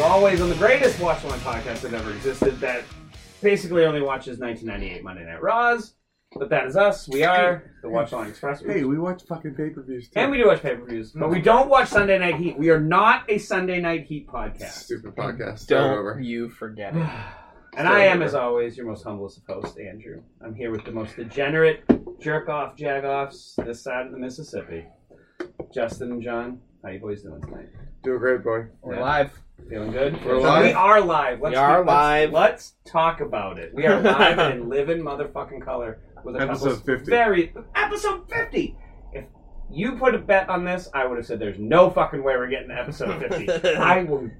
always, on the greatest Watch One podcast that ever existed, that basically only watches 1998 Monday Night Raws. But that is us. We are the Watch One Express. Hey, we watch fucking pay per views too. and we do watch pay per views, but we don't watch Sunday Night Heat. We are not a Sunday Night Heat podcast. Stupid podcast. Start Don't over. you forget it. And I am, as always, your most humblest of hosts, Andrew. I'm here with the most degenerate jerk off jagoffs this side of the Mississippi. Justin and John, how you boys doing tonight? Doing great, boy. We're live. Feeling good? We're So live. We are live. Let's We are let's- live. Let's, talk about it. We are live and in living motherfucking color with a couple Episode 50. Very episode fifty. If you put a bet on this, I would have said there's no fucking way we're getting to episode fifty. I will.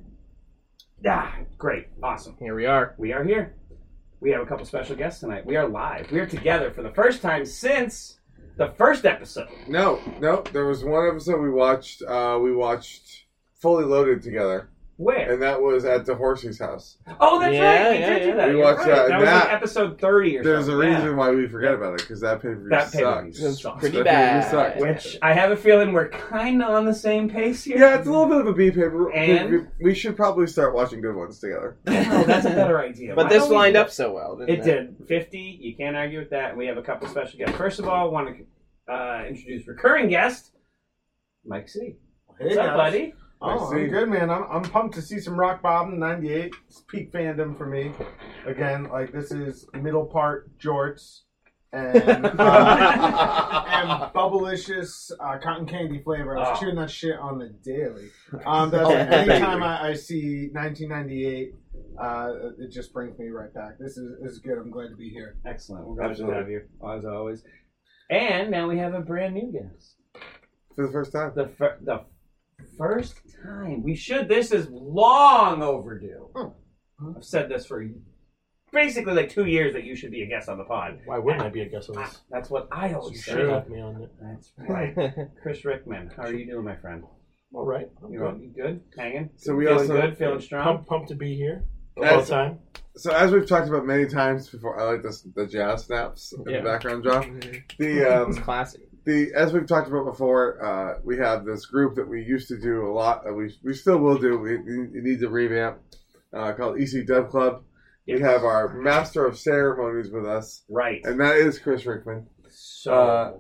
Ah, great, awesome. Here we are. We are here. We have a couple special guests tonight. We are live. We are together for the first time since the first episode. No, no, there was one episode we watched. Uh, we watched Fully Loaded together, Where? and that was at the horsey's house. Oh, that's Yeah, right. We uh, yeah, did yeah. do that. We You're watched right. that. That was like That- episode thirty or There's a something. Yeah. reason why we forgot about it because that pay per view That pay-per-view sucks. sucks. Pretty That bad. pay-per-view sucked. Which I have a feeling we're kind of on the same pace here. Yeah, it's a little bit of a B paper. And- we should probably start watching good ones together. Oh, that's a better idea. But Why this don't we lined do- up so well, didn't It did. 50, you can't argue with that. We have a couple special guests. First of all, I want to uh, introduce recurring guest, Mike C. Hey What's up, guys. buddy? Oh, Nice to see I'm you. good, man. I'm, I'm pumped to see some Rock Bottom '98. It's peak fandom for me. Again, like this is middle part jorts and uh, Um, and bubblicious uh, cotton candy flavor. I was Ah. Oh. chewing that shit on the daily. Um, Oh, that's anytime I, I see 1998, uh, it just brings me right back. This is, this is good. I'm glad to be here. Excellent. We're glad to Absolutely. have you, as always. And now we have a brand new guest. For the first time. The, fir- the first time. We should. This is long overdue. Hmm. I've said this for basically like two years that you should be a guest on the pod. Why wouldn't I be a guest on Ah, this? That's what I You always should say. have me on it. That's right. it? Chris Rickman, how are you doing, my friend? All right, I'm You good? good. good? Hanging? So we feeling also- good, feeling strong. Pumped, pumped to be here all the As, time. so as we've talked about many times before, I like this the jazz snaps in Yeah. the background drop. The um, it's classic. the as we've talked about before, uh, we have this group that we used to do a lot. uh, We we still will do. We, we need to revamp. Uh, called EC Dub Club. We have our master of ceremonies with us, right. and that is Chris Rickman. So uh,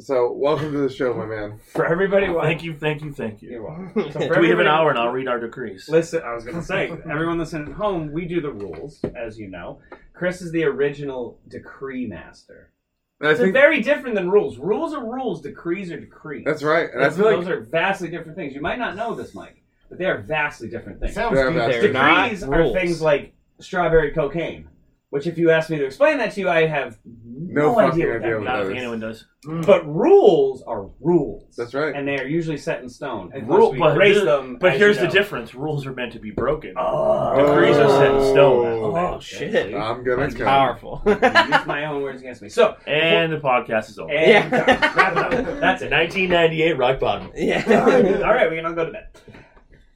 So welcome to the show, my man. for everybody, Thank you, thank you, thank you. You're welcome. So for That's Do we have an everybody- hour and I'll read our decrees? Listen, I was gonna say, everyone listening at home, we do the rules, as you know. Chris is the original decree master. And I They're think very different than rules. Rules are rules. Decrees are decrees. that's right. And I Those- feel those like are vastly different things. You might not know this, Mike, but they are vastly different things. Sounds Yeah, deep. that's- They're not Decrees are rules. things like strawberry cocaine, which if you asked me to explain that to you, I have no, No fucking idea what that idea means. what Not that if is. anyone does. Mm. But rules are rules. That's right. And they are usually set in stone. And Rule- we but erase this- them. But as here's you the know. difference: rules are meant to be broken. Oh. Decrees are set in stone. Oh, shit. I'm gonna That's go. powerful. Use my own words against me. So, And the podcast is over. and Yeah. wrap it up. That's it. 1998 rock bottom. All yeah. right, we can all go to bed.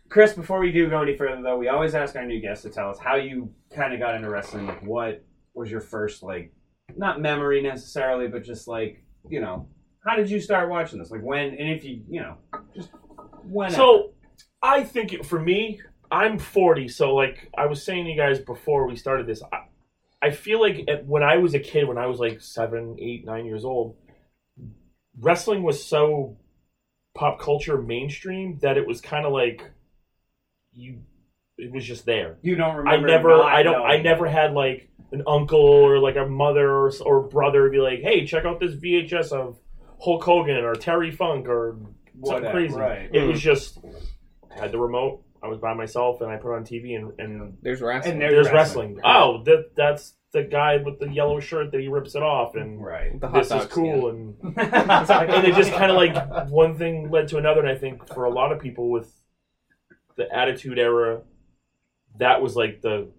Chris, before we do go any further, though, we always ask our new guests to tell us how you kind of got into wrestling. Like, what was your first, like, not memory necessarily, but just like, you know, how did you start watching this? Like, when, and if you, you know, just when. So, I think it, for me, I'm 40. So, like I was saying to you guys before we started this, I, I feel like at, when I was a kid, when I was like seven, eight, nine years old, wrestling was so pop culture mainstream that it was kind of like you, it was just there. you don't I remember. never, not I don't, I knowing. never had like an uncle or like a mother or, s- or brother be like, hey, check out this VHS of Hulk Hogan or Terry Funk or something Whatever, crazy. Right. It was just I had the remote. I was by myself, and I put on TV, and, and There's wrestling. And there's, there's wrestling. wrestling. Oh, that that's the guy with the yellow shirt that he rips it off, and Right. the hot this is dog cool. And and and it just kind of like one thing led to another, and I think for a lot of people with the Attitude Era, that was like the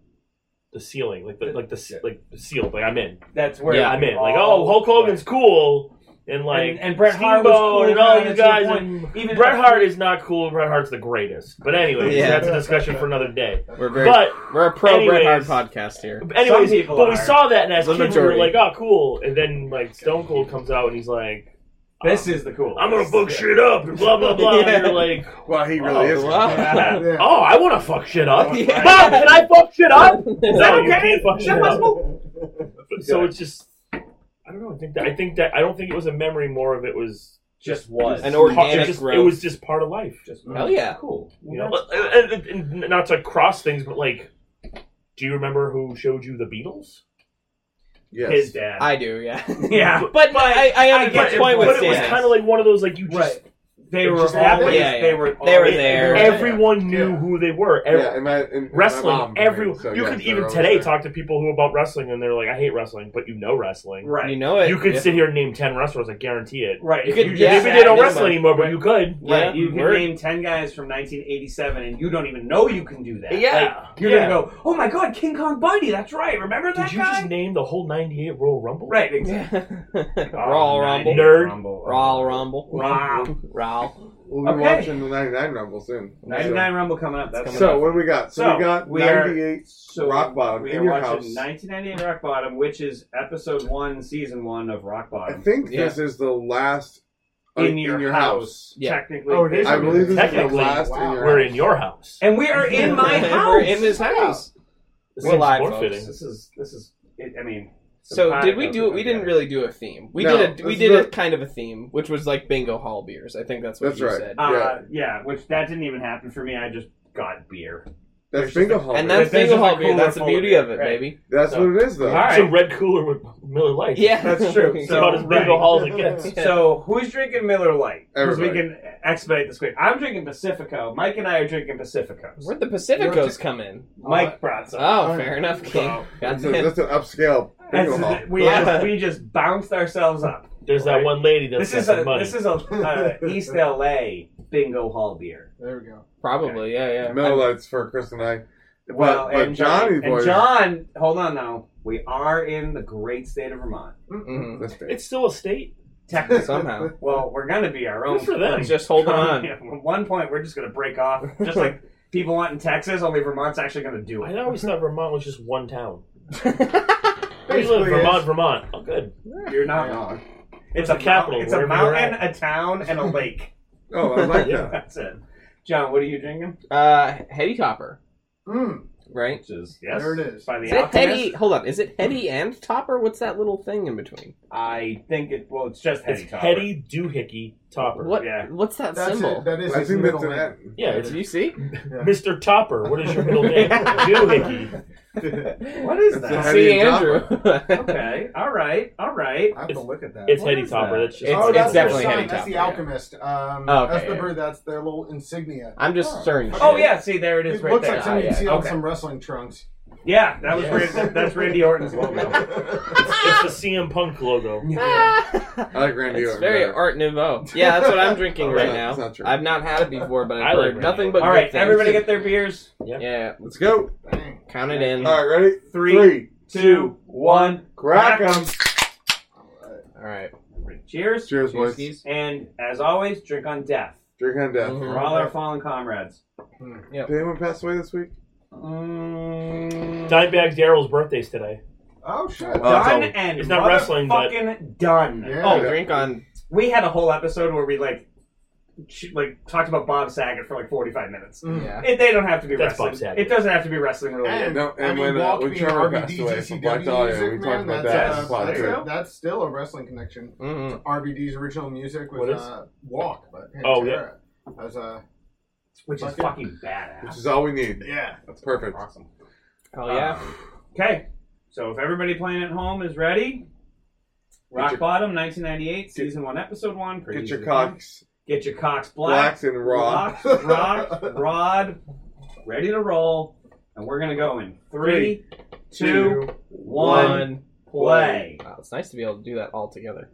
the ceiling, like the like the Yeah. like the seal. Like I'm in, that's where Yeah, I'm in. Like oh, Hulk Hogan's cool, and like and, and Bret Hart was Steamboat cool and all down these to a guys point. and even Bret Hart is not cool. Bret Hart's the greatest. But anyways, Yeah. that's a discussion for another day. We're very, But we're a pro Bret anyways. Hard podcast here. anyways, people but we are. saw that and as The kids we were majority. like, oh, cool. And then like Stone Cold comes out and he's like, This is the coolest. I'm gonna fuck shit up and blah blah blah. And you're like, Well, he really Oh, is. wow. Yeah. oh, I want to fuck shit up. Yeah. Mom, can I fuck shit up? Is that No, okay? you can't fuck Is shit that up. possible? So it's just, I don't know. I think that I think that I don't think it was a memory. More of it was Just was. An part- organic it just, It growth. was just part of life. Just Hell Oh, yeah. Cool. You know, and, and- and not to cross things, but like, do you remember who showed you the Beatles? Yes. His dad. I do, yeah. yeah. But, I, I get understand your your point point. with but it was Stan. kind of like one of those like you just Right. They It were just always. happened. Yeah, yeah. They were. They were always- there. they were everyone knew Yeah. who they were. Ev- Yeah, and my, and- and my mom, wrestling, right? everyone. So, you yes, could they're even always today there. talk to people who about wrestling, and they're like, "I hate wrestling," but you know wrestling. Right. You know it. You could Yeah. sit here and name ten wrestlers. I guarantee it. Right. You if could- just yeah. Maybe sat they don't down- wrestle anymore, but you could. Yeah. Right, you can Word. name ten guys from 1987, and you don't even know you can do that. Yeah. Like, you're Yeah. gonna go, oh my god, King Kong Bundy. That's right. Remember that Did you guy? just name the whole '98 Royal Rumble? right. Exactly. Yeah. Oh, Raw 98 Rumble. Nerd. Rumble. Raw Rumble. Raw. Raw. We'll be Okay. watching the 99 Rumble soon. 99 Rumble coming up. That's Coming So, what do we got? So, So, we got we are- 98 So Rock Bottom We in are your watching house. 1998 Rock Bottom, which is episode one, season one of Rock I Bottom. think Yeah. this is the last In, your, house, Yeah. technically. Oh, it is? I believe this is the Technically, last in wow. your We're house. in your house. and we are in my house. We're in this house. This We're seems live, more folks. fitting. This is this is. It, I mean. it's a So did we podcast, do it? We didn't okay. really do a theme. We No, did a we this did is a it. kind of a theme, which was like bingo hall beers. I think that's what That's you right. said. Uh, yeah. Yeah. which that didn't even happen for me. I just got beer. That's bingo hall. and right? that's But Oh, this bingo is a hall beer. cooler That's the full of beauty it, of it, right. baby. That's so- what it is, though. All right. It's a red cooler with Miller Lite. Yeah, That's true. It's So- about as big a right. hall as it gets. So who's drinking Miller Lite? Because we Everybody. can expedite this quick. I'm drinking Pacifico. Mike and I are drinking Pacificos. Where'd the Pacificos come in? Mike brought some. Oh, Uh, fair enough, King. So, That's That's, a- that's an upscale bingo hall. that's- we, Yeah. just, we just bounced ourselves up. There's that one lady This that's got is some a money. this is a uh, East LA bingo hall beer. There we go. Probably, yeah, yeah. Miller Lights for Chris and I. But, Well, but and Johnny and Boy. John, hold on now. We are in the great state of Vermont. Mhm. This day. it's still a state. Technically, Somehow, well, we're gonna be our own. Good for them. just holding on. Yeah, at one point, we're just going to break off, just like people want in Texas. Only Vermont's actually going to do I it. always thought Vermont was just one town. Where you live? Basically, Vermont, it's- Vermont. Oh, good. You're not wrong. Oh, It's the a capital, capital. It's a wherever you're mountain, a town, and a lake. oh, I like Yeah. that. That's it. John, what are you drinking? Uh, Hetty Topper, Mm, right? Just yes, There it is. By the Is it Alchemist. Hetty? Hold up, is it Hetty and Topper? What's that little thing in between? I think it. Well, it's just Hetty. It's Topper. Hetty Doohickey Topper. What? Yeah. What's that that's symbol? it. That is I his think that's middle an name. Yeah, it's you see? Mr. Topper. What is your middle name? Doohickey. What is It's that? a- see, Hetty and Andrew. okay. All right. All right. I have to look at that. It's What Hetty is Topper. that? That's just It's- oh, that's it's definitely their sign. Henny That's the Topper, yeah. Alchemist. Um, Okay, that's the yeah. bird. That's their little insignia. I'm just Oh. stirring. Oh shit. yeah. See, there it It is. Right looks there. like something Ah, you yeah. see on Okay. some wrestling trunks. Yeah, that was Yes. Randy, that's Randy Orton's logo. it's the CM Punk logo. Ah. I like Randy It's Orton very better. Art Nouveau. Oh, Yeah, that's what I'm drinking Alright, right now. that's Oh, not true. I've not had it before, but I I've like heard Red nothing but Bull. All good right, things. everybody get their beers. Yeah, Let's go. Dang. count it in. All right, ready? Three, Three. two, one. Crack 'em. All right. Cheers. Cheers, boys. Cheers. And as always, drink on death Drink on death. Mhm. for all our fallen comrades. Did anyone pass away this week? Mm, Dimebag Daryl's birthday's today. Oh shit. Oh, it's done all- and It's not wrestling, but- fucking done. Yeah. Oh, Yeah. drink on. We had a whole episode where we like, ch- like talked about Bob Saget for like forty five minutes. Mm. Yeah. It, they don't have to be That's wrestling. Bob Saget. It doesn't have to be wrestling related. And, No, and I mean, when, uh, Walk when being Trevor RVD, passed away from GCW Black Dahlia, music, we talked man, about that's, that uh, a lot, that's, too. a- that's still a wrestling connection. Mm-hmm. RVD's original music was What is? uh, Walk, but Oh, Pantera as a which is Fucking- fucking Which badass. is all we need. yeah. That's perfect. Awesome. Hell yeah. Ah. Okay, so if everybody playing at home is ready, Rock Get your- Bottom, 1998, Season 1, Episode 1. pretty Get easy your to find. cocks Get your cocks black. blacked and raw. Locked, rock, rod, ready to roll. And we're going to go in three, two, one, play. Wow, it's nice to be able to do that all together.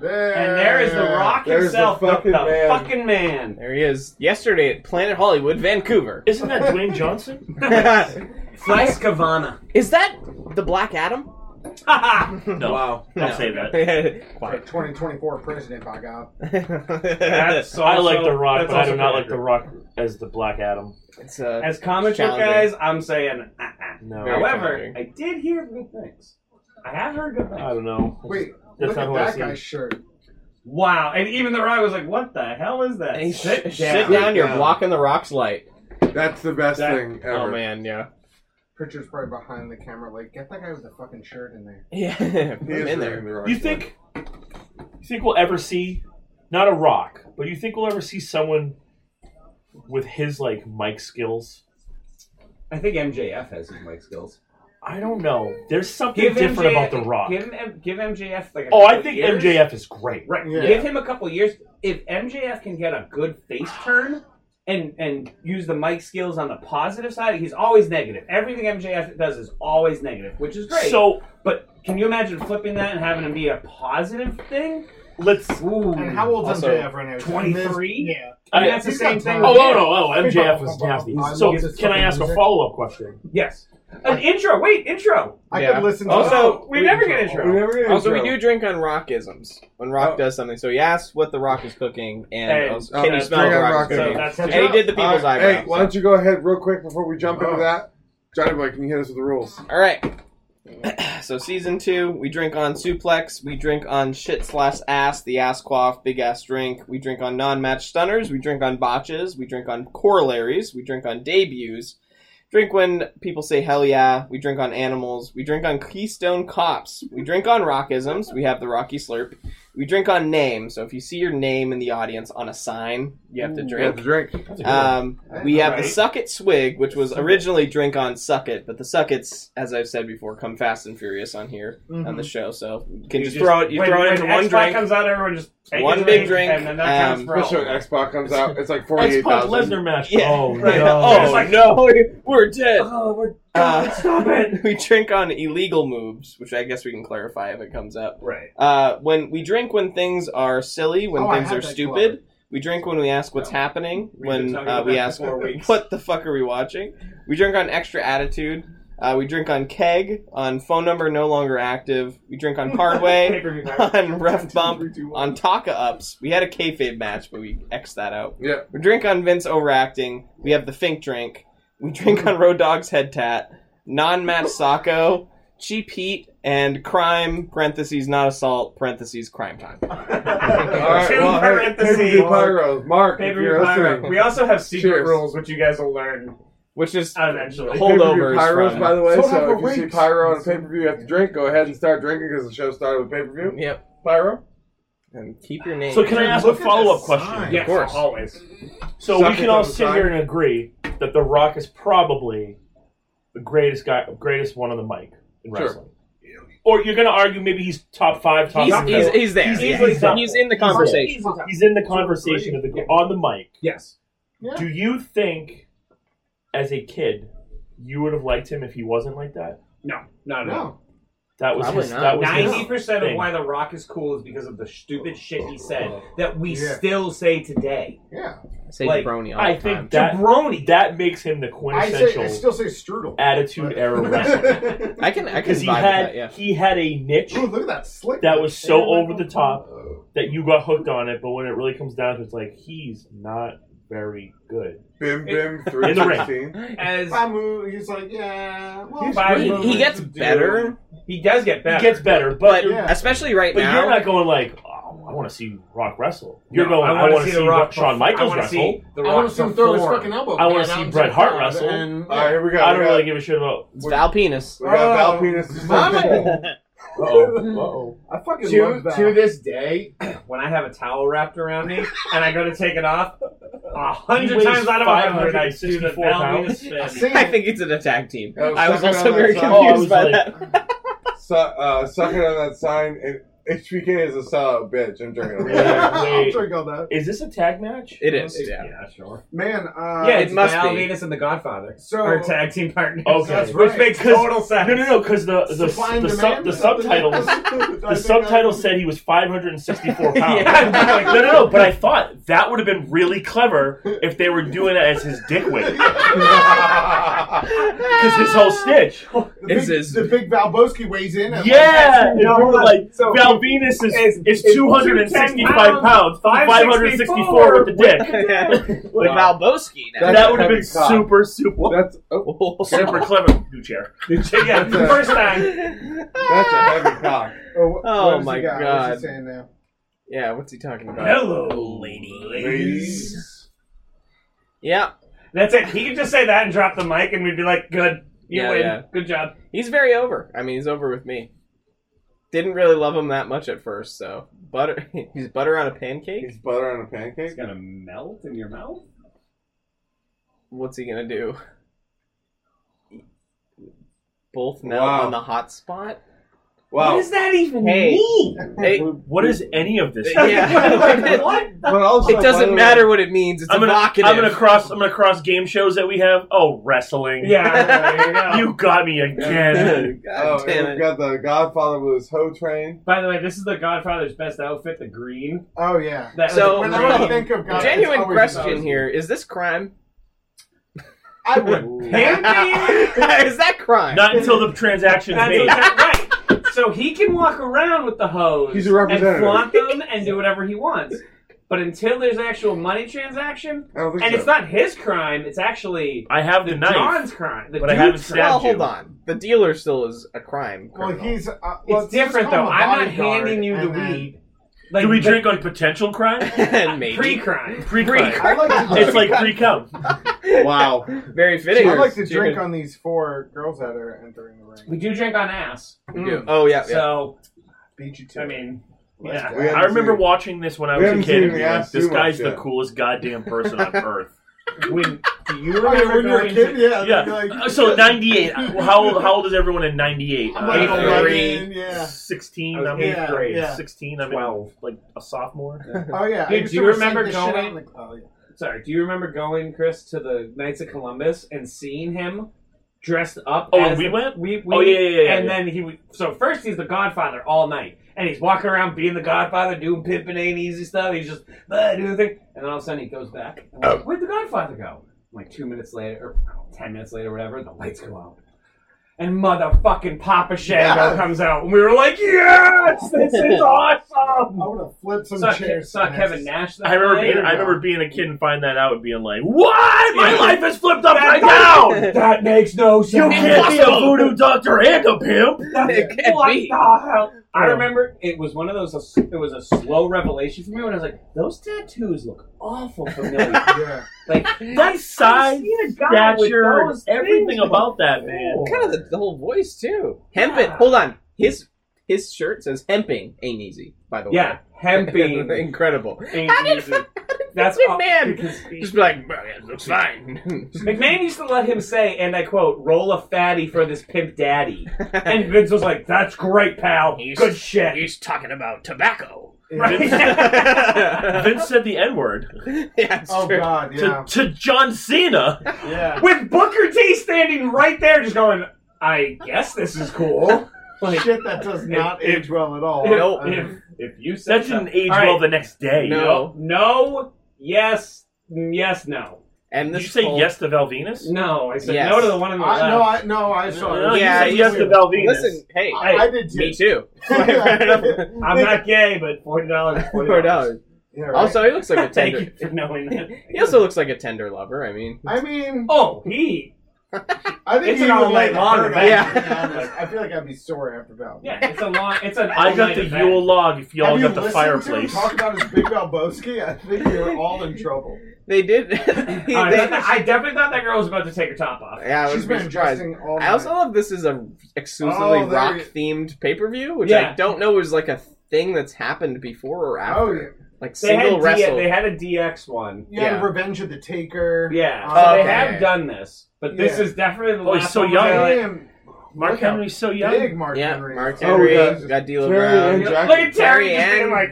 There. And there is the rock There's the himself, the fucking the man. fucking man. There he is. Yesterday at Planet Hollywood, Vancouver. Isn't that Dwayne Johnson? Flex Cavana. is that the Black Adam? No. Wow. I'll say that. For Quiet. 2024 president, by God. That's I also- like The Rock, that's but I also do not like The accurate. Rock as the Black Adam. it's uh, As comic book Challenging. guys, I'm saying uh-uh. No. Very However, challenging. I did hear good things. I have heard good I things. don't know. Wait, That's look not at who I that see. guy's shirt. Wow. And even the rock was like, what the hell is that? Hey, Sit down. sh- Sit down. You're Yeah. blocking the rocks light. That's the best That- thing ever. Oh man, yeah, Pritchard's probably behind the camera, like, get that guy with the fucking shirt in there. yeah. Put He him is in wearing there. the wrong You shirt. think you think we'll ever see not a rock, but you think we'll ever see someone with his like mic skills? I think MJF has his mic skills. I don't know. There's something different about the rock. Give, him M- give MJF like a oh, I couple think years. MJF is great. Right. Yeah. Give him a couple years. If MJF can get a good face turn and and use the mic skills on the positive side, he's always negative. Everything MJF does is always negative, which is great. So but can you imagine flipping that and having him be a positive thing? let's. Ooh. And how old's Also, MJF right now? He's in his- 23? Yeah. I mean, I, that's the He's got same thing. time. oh, with oh him. no, oh, MJF was nasty. I So love this can I fucking ask a music. follow up question? Yes. An intro. Wait, intro. I Yeah. could listen to Also, we Wait, never get intro. We never get Also, we intro. do drink on rockisms when Rock Oh. does something. So he asked what the Rock is cooking, and Hey, also, oh, can you that's smell drink the on Rock? is rockisms. So cooking? that's the And he job. did the people's Uh, eyebrows. Hey, why don't you go ahead real quick before we jump into Oh. that? Johnny Boy, can you hit us with the rules? All right. so season two, we drink on suplex, we drink on shit slash ass, the ass quaff, big ass drink. We drink on non-match stunners, we drink on botches, we drink on corollaries, we drink on debuts. Drink when people say hell yeah. We drink on animals. We drink on Keystone Cops. We drink on rockisms. We have the Rocky Slurp. We drink on name. So if you see your name in the audience on a sign, you have to We have drink. to drink. Um, we have Alright. the Suck It Swig, which was originally Drink on Suck It, but the Suck It's, as I've said before, come fast and furious on here Mm-hmm. on the show. So you can just, throw it, you when, throw it when into one X-Pac drink. comes out, everyone just take One a big drink, and then that counts um, for all. Especially when Xbox comes out, it's like That's forty-eight Punk thousand. Lesnar match. Yeah. Oh Right. no. Oh, It's like- no, we're dead. Oh, we're Uh, stop it. We drink on illegal moves, which I guess we can clarify if it comes up. Right. Uh, when we drink when things are silly, when Oh, I things had are that stupid. We drink when we ask what's happening. We've been when talking uh, about we that ask for weeks. what the fuck are we watching. We drink on extra attitude. Uh, we drink on keg, on phone number no longer active. We drink on cardway, Pay-per-view match. on ref bump, on taka ups. We had a kayfabe match, but we x that out. Yeah. We drink on Vince overacting. We have the Fink drink. We drink on Road Dog's head tat. Non-match Sacco, cheap heat, and crime parentheses not assault parentheses crime time. All right, Two well, hey, parentheses. pay-per-view pyros. Mark, if Pay-per-view you're pyro. listening, We also have secret Cheers. rules, which you guys will learn Which is Uh, eventually. Whole- Pay-per-view Holdovers pyros, from- by the way. So So, have if our you see rakes. pyro on a pay-per-view, you have to drink. Go ahead and start drinking because the show started with pay-per-view. yep. Pyro. And keep your name. So can I ask a Look at follow up the question? sign. yes, of course. always. So Suck we it can all on the sit side. here and agree that The Rock is probably the greatest guy, greatest one on the mic in Sure. wrestling. Or you're going to argue maybe he's top five, top He's, ten. he's, he's there. He's He's, easily top he's four. in the conversation. He's in the conversation of the on the mic. Yes. Yeah. Do you think, as a kid, you would have liked him if he wasn't like that? No. Not at all. No. That was Probably his, not. that was his Ninety percent of thing. why The Rock is cool is because of the stupid shit he said that we Yeah. still say today. Yeah. I say Like, jabroni all I the think time. That- Jabroni. That makes him the I say quintessential I still say strudel. attitude era wrestler I can I can because vibe he with had that. Yeah. he had a niche Ooh, look at that slick. that was so Yeah, over the top that you got hooked on it, but when it really comes down to it, it's like he's not very good. Bim Bim In the ring. 316. As Famu, he's like, yeah. Well, He's Five He, moves he gets to do. better, he does get better. He gets better, but but you're, Yeah. especially right but now. you're not going like, oh, I want to see Rock wrestle. You're No, going, I wanna want to see, Rock Shawn bef- I Michaels wanna wrestle. See the I Rock want to see him throw his perform. fucking elbow. I wanna pad see out into Bret the Hart crowd, wrestle. Uh, And, All right, here we go. I we don't got, really give a shit about. it's Val Penis. We got Val Oh. Penis. Mama. Uh-oh. I fucking love to, that. to this day, when I have a towel wrapped around me and I go to take it off, a He hundred weighs times out of a hundred, I do the 564 Velveeta pounds. spin. Same. I think it's an attack team. Oh, I was suck it also on very that side. confused Oh, I was by like- that. Su- uh, suck it on that sign. And HBK is a sellout bitch. I'm drinking it. Yeah, I'll wait. drink all that. Is this a tag match? It is. Yeah. sure. Man, uh, yeah, it it's must Val be. Venus and the Godfather. so our tag team partners. Okay. That's which right. makes 'Cause- total sense. No, no, no, Oh, because the the, Supply and the, sub, demand? the subtitles I think the I- subtitle said he was 564 pounds. Yeah. Like, no, no, no. But I thought that would have been really clever if they were doing it as his dick weight because his whole stitch. the big, Is his- the big Valboski weighs in. at Yeah, like- and we were like So- Val Venus Is- is, is is 265 pounds, 564 564 with the dick. Like Valboski now. That's That would have heavy been cock. super, super, That's oh, super clever. New chair. yeah, That's a- first time. that's a heavy cock. Oh, wh- Oh what is my he got? God. What's he saying now? Yeah, what's he talking about? Hello, ladies. Ladies. Yeah, That's it. He could just say that and drop the mic, and we'd be like, "Good, you Yeah, win. yeah. Good job." he's very over. I mean, he's over with me. Didn't really love him that much at first, so butter. he's butter on a pancake. He's butter on a It's pancake. gonna melt in your mouth. What's he gonna do? Both melt Wow. on the hot spot. What Wow. does that even Hey. mean? Hey, What is any of this? Yeah. Like, what? But also, it by the doesn't way- matter what it means. It's I'm gonna, evocative. I'm gonna cross. I'm gonna cross game shows that we have. Oh, wrestling. Yeah, there you go. you got me again. God Oh, damn and we've it. got the Godfather with his hoe train. By the way, this is the Godfather's best outfit, the green. Oh yeah. That So- the When I green- think of God, it's Genuine always question those. here: Is this crime? I would. is that crime? Not until the transaction's That's made. what- right. So he can walk around with the hose He's a representative. and flaunt them and do whatever he wants. But until there's an actual money transaction, I don't think and so. it's not his crime, it's actually I have the the knife. John's crime. The But I dude's haven't crime. well, stabbed you. hold on. The dealer still is a crime. Well, criminal. he's. Uh, well, It's it's different though. I'm not handing you the weed. Like, Do we the drink on potential crime? and maybe pre-crime? Pre-crime. I like to It's drink, like pre-cum. Wow. very fitting. I like to Cheers. drink on these four girls that are entering the We ring. do drink on ass. You do. Oh yeah, yeah. So Beat you to I it. mean, Let's yeah. go. We had- I remember watching this when I We was a haven't kid. seen And being like, ass this too much guy's the yet." coolest goddamn person on earth. when do you Oh, yeah, remember when you were going a kid, to- yeah. Yeah. like- Uh, So '98. How old? How old is everyone in '98? I'm like Uh, 11, yeah. 16. I was I'm eighth in grade. Yeah. 16. I'm in, 12. like a sophomore. Oh yeah. I Dude, used do to you recite remember this shit going- out in the- oh, yeah. Sorry, do you remember going, Chris, to the Knights of Columbus and seeing him dressed up? Oh, as we the- went? We, we Oh, yeah, yeah, yeah, And yeah. then he would. So first he's the Godfather all night, and he's walking around being the Godfather, doing pimping ain't easy stuff. He's just uh, doing the thing, and then all of a sudden he goes back. And I'm like, Where'd the Godfather go? Like two minutes later, or oh, ten minutes later, whatever, the lights go out. And motherfucking Papa Shango comes out, and we were like, "Yes, this is I awesome!" would have flipped some Saw, Ke- chairs. saw and Kevin asses. Nash. That I remember. night. Being, I remember being a kid and find that out and being like, "What? My Yeah. life is flipped upside down. That makes no You sense. can't be a voodoo doctor and a pimp." It can't what be. the hell? I Yeah. remember it was one of those. It was a slow revelation for me when I was like, "Those tattoos look awful familiar." Yeah. like That size, seen a guy with stature, those everything things about that man. before. Kind of the, the whole voice too. Hemping. Yeah. Hold on. His his shirt says hemping ain't easy. By the way. yeah, hemping. Incredible. ain't How did- easy. That's fucking all- man- because he- Just be like, "Bro, it looks fine. McMahon used to let him say, and I quote, "Roll a fatty for this pimp daddy," and Vince was like, "That's great, pal. He's- Good shit." He's talking about tobacco. Right? yeah, Vince said the N word it's Oh true. God, yeah, to, to John Cena. yeah. With Booker T standing right there, just going, "I guess this is cool." Like, Shit that does not if- age well at all. Nope. I mean, if, if you said That didn't so. age All right. well the next day. No. No. No. Yes. Yes. No. And Did this you say whole- yes to Valvinus? No. I said Yes. no to the one on the I, left. no, I no, I No, saw. it. you Yeah, said you- yes to Valvinus. Listen, hey, I, I did too. me too. I'm not gay, but forty dollars. Four dollars. Yeah, right. Also, he looks like a Thank tender. you for knowing that. He also looks like a tender lover. I mean, I mean, Oh, he. I think It's he an would all-night like long her event. to be Yeah. honest. I feel like I'd be sore after that. Yeah, it's a long. It's an. I got all-night the event. Yule log if y'all Have you got the listened fireplace. To him talk about his big Balboski. I think we were all in trouble. they did. he- All right, they- I, thought- I definitely thought that girl was about to take her top off. yeah, I She's was been surprised. adjusting all I also night. love this is a exclusively Oh, there rock you- themed pay per view, which I Yeah. don't know is like a thing that's happened before or after. Oh yeah, Like They single had, D- wrestle. they had a DX one. yeah, Yeah. Oh, Revenge of the Taker. Yeah, so Uh, they Okay. have done this, but this Yeah. is definitely the Oh, he's last so one young. where they're like, Damn, Mark look how Henry's so Big young. Mark yeah, Henry. Mark Oh, we Henry got- got D'Lo Terry Brown, and- Look at Terry Terry just being and- like,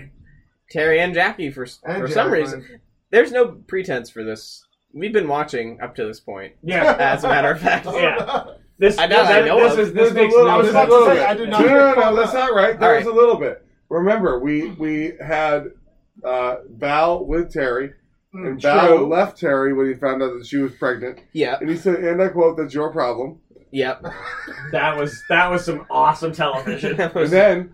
Terry and Jackie for s- And for some Jacqueline. reason. There's no pretense for this. We've been watching up to this point. yeah, As a matter of fact. Yeah. This, I know- this, I know this of. is There's this a makes little- no there's a sense. little I was about to say, bit. I did No, not- no, no, that's not right. There All was a little bit. Remember, we we had uh, Val with Terry, Hmm, and Val True. left Terry when he found out that she was pregnant, Yep. and he said, "And I quote, that's your problem." Yep. That was that was some awesome television. That And was, then,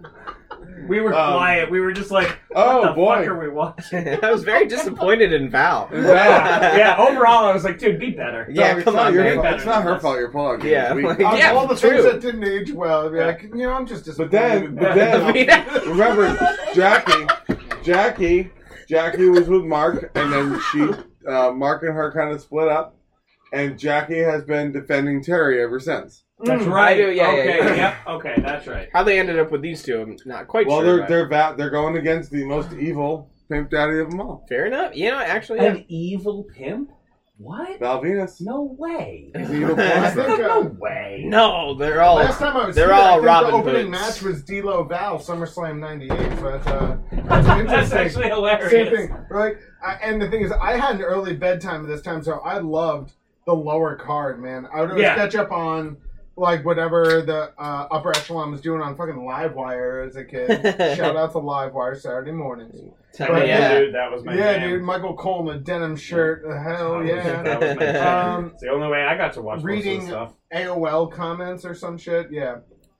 We were Um, quiet. We were just like, what oh the fuck are boy, we watching? I was very disappointed in Val. And Val. yeah, yeah, overall, I was like, dude, be better. Yeah, it's come not on, your man. fault. It's not her fault. Your fault. Yeah, We- like- Of Yeah, all the true. things that didn't age well, I'd be like, you know, I'm just But then- disappointed. but then- I mean, remember, Jackie. Jackie, Jackie was with Mark, and then she, uh, Mark and her kind of split up, and Jackie has been defending Terry ever since. That's Mm. right. do, yeah, yeah, okay. yeah. Yep. Okay. That's right. How they ended up with these two, I'm not quite Well, sure. they're but- they're va- they're going against the most evil pimp daddy of them all, Fair enough. You know, actually, yeah. An evil pimp? What? Val Venus. No way. He's an evil porn I star. think, uh, No way. no, they're all. Last time I was they're here, all I think Robin the opening Hoods. match was D'Lo Val SummerSlam '98, so that's, uh, that's an That's interesting. actually hilarious. Same thing. Like, I, and the thing is, I had an early bedtime at this time, so I loved the lower card, man. I would always Yeah. catch up on like whatever the uh, upper echelon was doing on fucking Livewire as a kid. Shout out to Livewire Saturday mornings. Tell But me, yeah. dude, that was my yeah, jam. dude, Michael Coleman denim shirt. Uh, Hell yeah. That was my jam. Um, it's the only way I got to watch reading- most of the stuff. AOL comments or some shit. Yeah,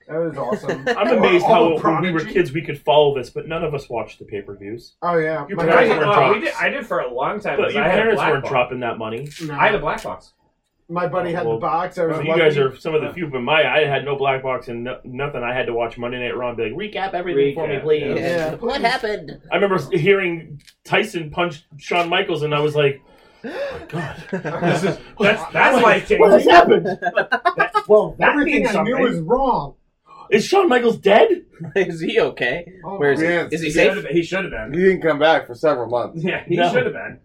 that was awesome. I'm amazed Oh, All how the when we were Prodigy. kids we could follow this, but none of us watched the pay per views. Oh yeah, Your My I parents did, dad- weren't oh, we drops. did, I did for a long time. But because your I had a parents black weren't box. dropping that money. no. I had a black box. my buddy had Well, the box. I was So you lucky. guys are some of the Yeah. few, but my I had no black box and no, nothing. I had to watch Monday Night Raw and be like, recap everything for me, Recap, please. yeah. Yeah. What happened? I remember hearing Tyson punch Shawn Michaels, and I was like, oh my god, this is that's that's like happened? well, that Everything means I knew something. was wrong. Is Shawn Michaels dead? is he okay? Oh, Where is he? Yes. Is he He should safe? have been. He should have He been. didn't come back for several months. Yeah, he No. should have been.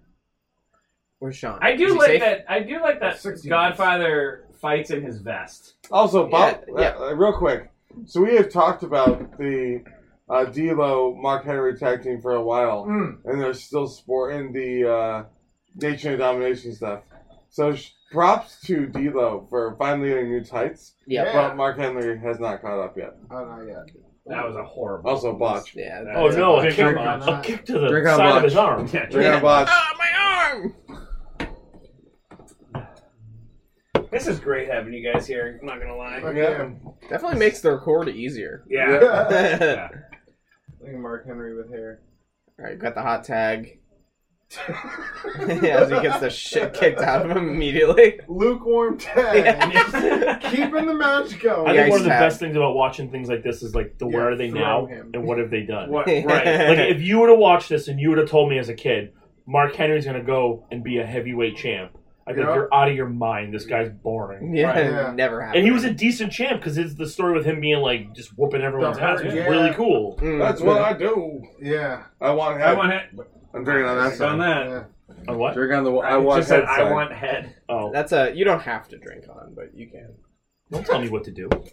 Where's Sean? I Is do he like safe? that. I do like that. 60 Godfather fights in his vest. Also, Bob, Yeah, yeah. uh, uh, real quick. So we have talked about the uh, D'Lo Mark Henry tag team for a while, Mm. and they're still sporting the uh, Nation of Domination stuff. So sh- props to D'Lo for finally getting new tights, Yeah. Yeah. but Mark Henry has not caught up yet. Oh, not yet. That was a horrible. Also, botch. Yeah. Oh Yeah. no, a Drink kick, on a that. kick to the Drink on side that. of his arm. Yeah, They got botched. Ah, my arm. This is great having you guys here. I'm not gonna lie. Fuck Yeah. Definitely makes the record easier. Yeah. yeah. All Look at Mark Henry with hair. right, got the hot tag as he gets the shit kicked out of him immediately. Lukewarm tag. Keeping the match I going. think Yeah, one of he's the best things about watching things like this is like the where Yeah, are they throw now him. and what have they done. what, right. Like if you would have watched this and you would have told me as a kid, Mark Henry's gonna go and be a heavyweight champ. I think Yeah. you're out of your mind. This guy's boring. yeah, Right, yeah. never happened. And he was a decent champ because it's the story with him being like just whooping everyone's The ass. hurt, It was yeah. really cool. Mm. That's what I do. Yeah. I want I head. want head. I'm drinking on that On side. that. yeah. On what? Drink on the. I want just said, head. I side. want head. Oh, That's a. You don't have to drink on, but you can. don't tell me what to do. Thank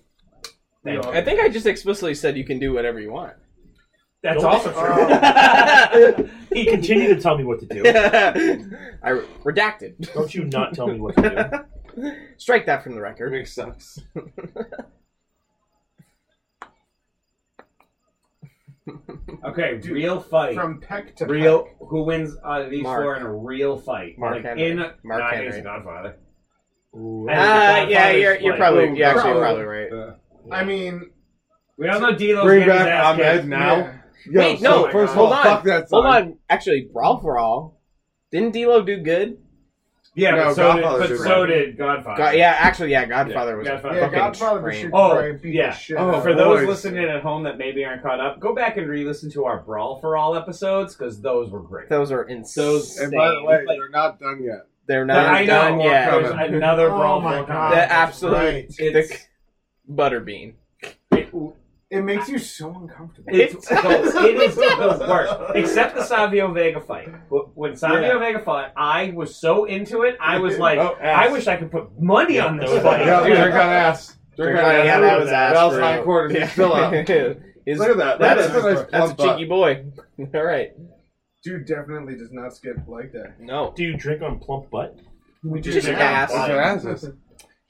Yeah. you. I think I just explicitly said you can do whatever you want. That's Don't- also true. Oh. He continued to tell me what to do. I re- redacted. Don't you not tell me what to do. Strike that from the record. Everything sucks. okay, real fight. From peck to real. Who wins out of these Mark. four in a real fight? Mark like Henry. in Mark nah, Henry. he's Godfather. Ooh. And Ah. Uh, Godfather's yeah, you're, you're like- probably you're actually Probably. probably right. peck. I mean, We all know D'Lo's Bring getting his back ass kicked. Ahmed now. yeah. Yo, Wait, so no, First of hold all, on. fuck that Hold song. on, actually, brawl for all. Didn't D'Lo do good? Yeah, No, but so, did, Godfather but did so right. did Godfather. God, yeah, actually, yeah. Godfather was. Godfather. Yeah, fucking Godfather train. should Oh, probably beat yeah. the shit. Oh, out of For him. those Boys. listening at home that maybe aren't caught up, go back and re-listen to our Brawl for All episodes because those were great. Those are insane. Those- And by the way, Like- they're not done yet. they're But not I know done more yet. coming. Ah, there's another Oh Brawl for my All god. coming. The absolute Right. It's- thick butterbean. It makes you so uncomfortable. It's It does. the, it is the worst, except the Savio Vega fight. Wh- When Savio Vega fought, I was so into it. I was like, Oh, I ass. wish I could put money on those fights. yeah, dude. drink on ass. Drink on ass. yeah, that was ass. Bell's for high real. quarters is Yeah. still up. His- Look at that. That That's a is- nice that's a plump butt. cheeky boy. All right. Dude definitely does not skip like that. No. Do you drink on plump butt? We Just did ass. That's that. what ass is.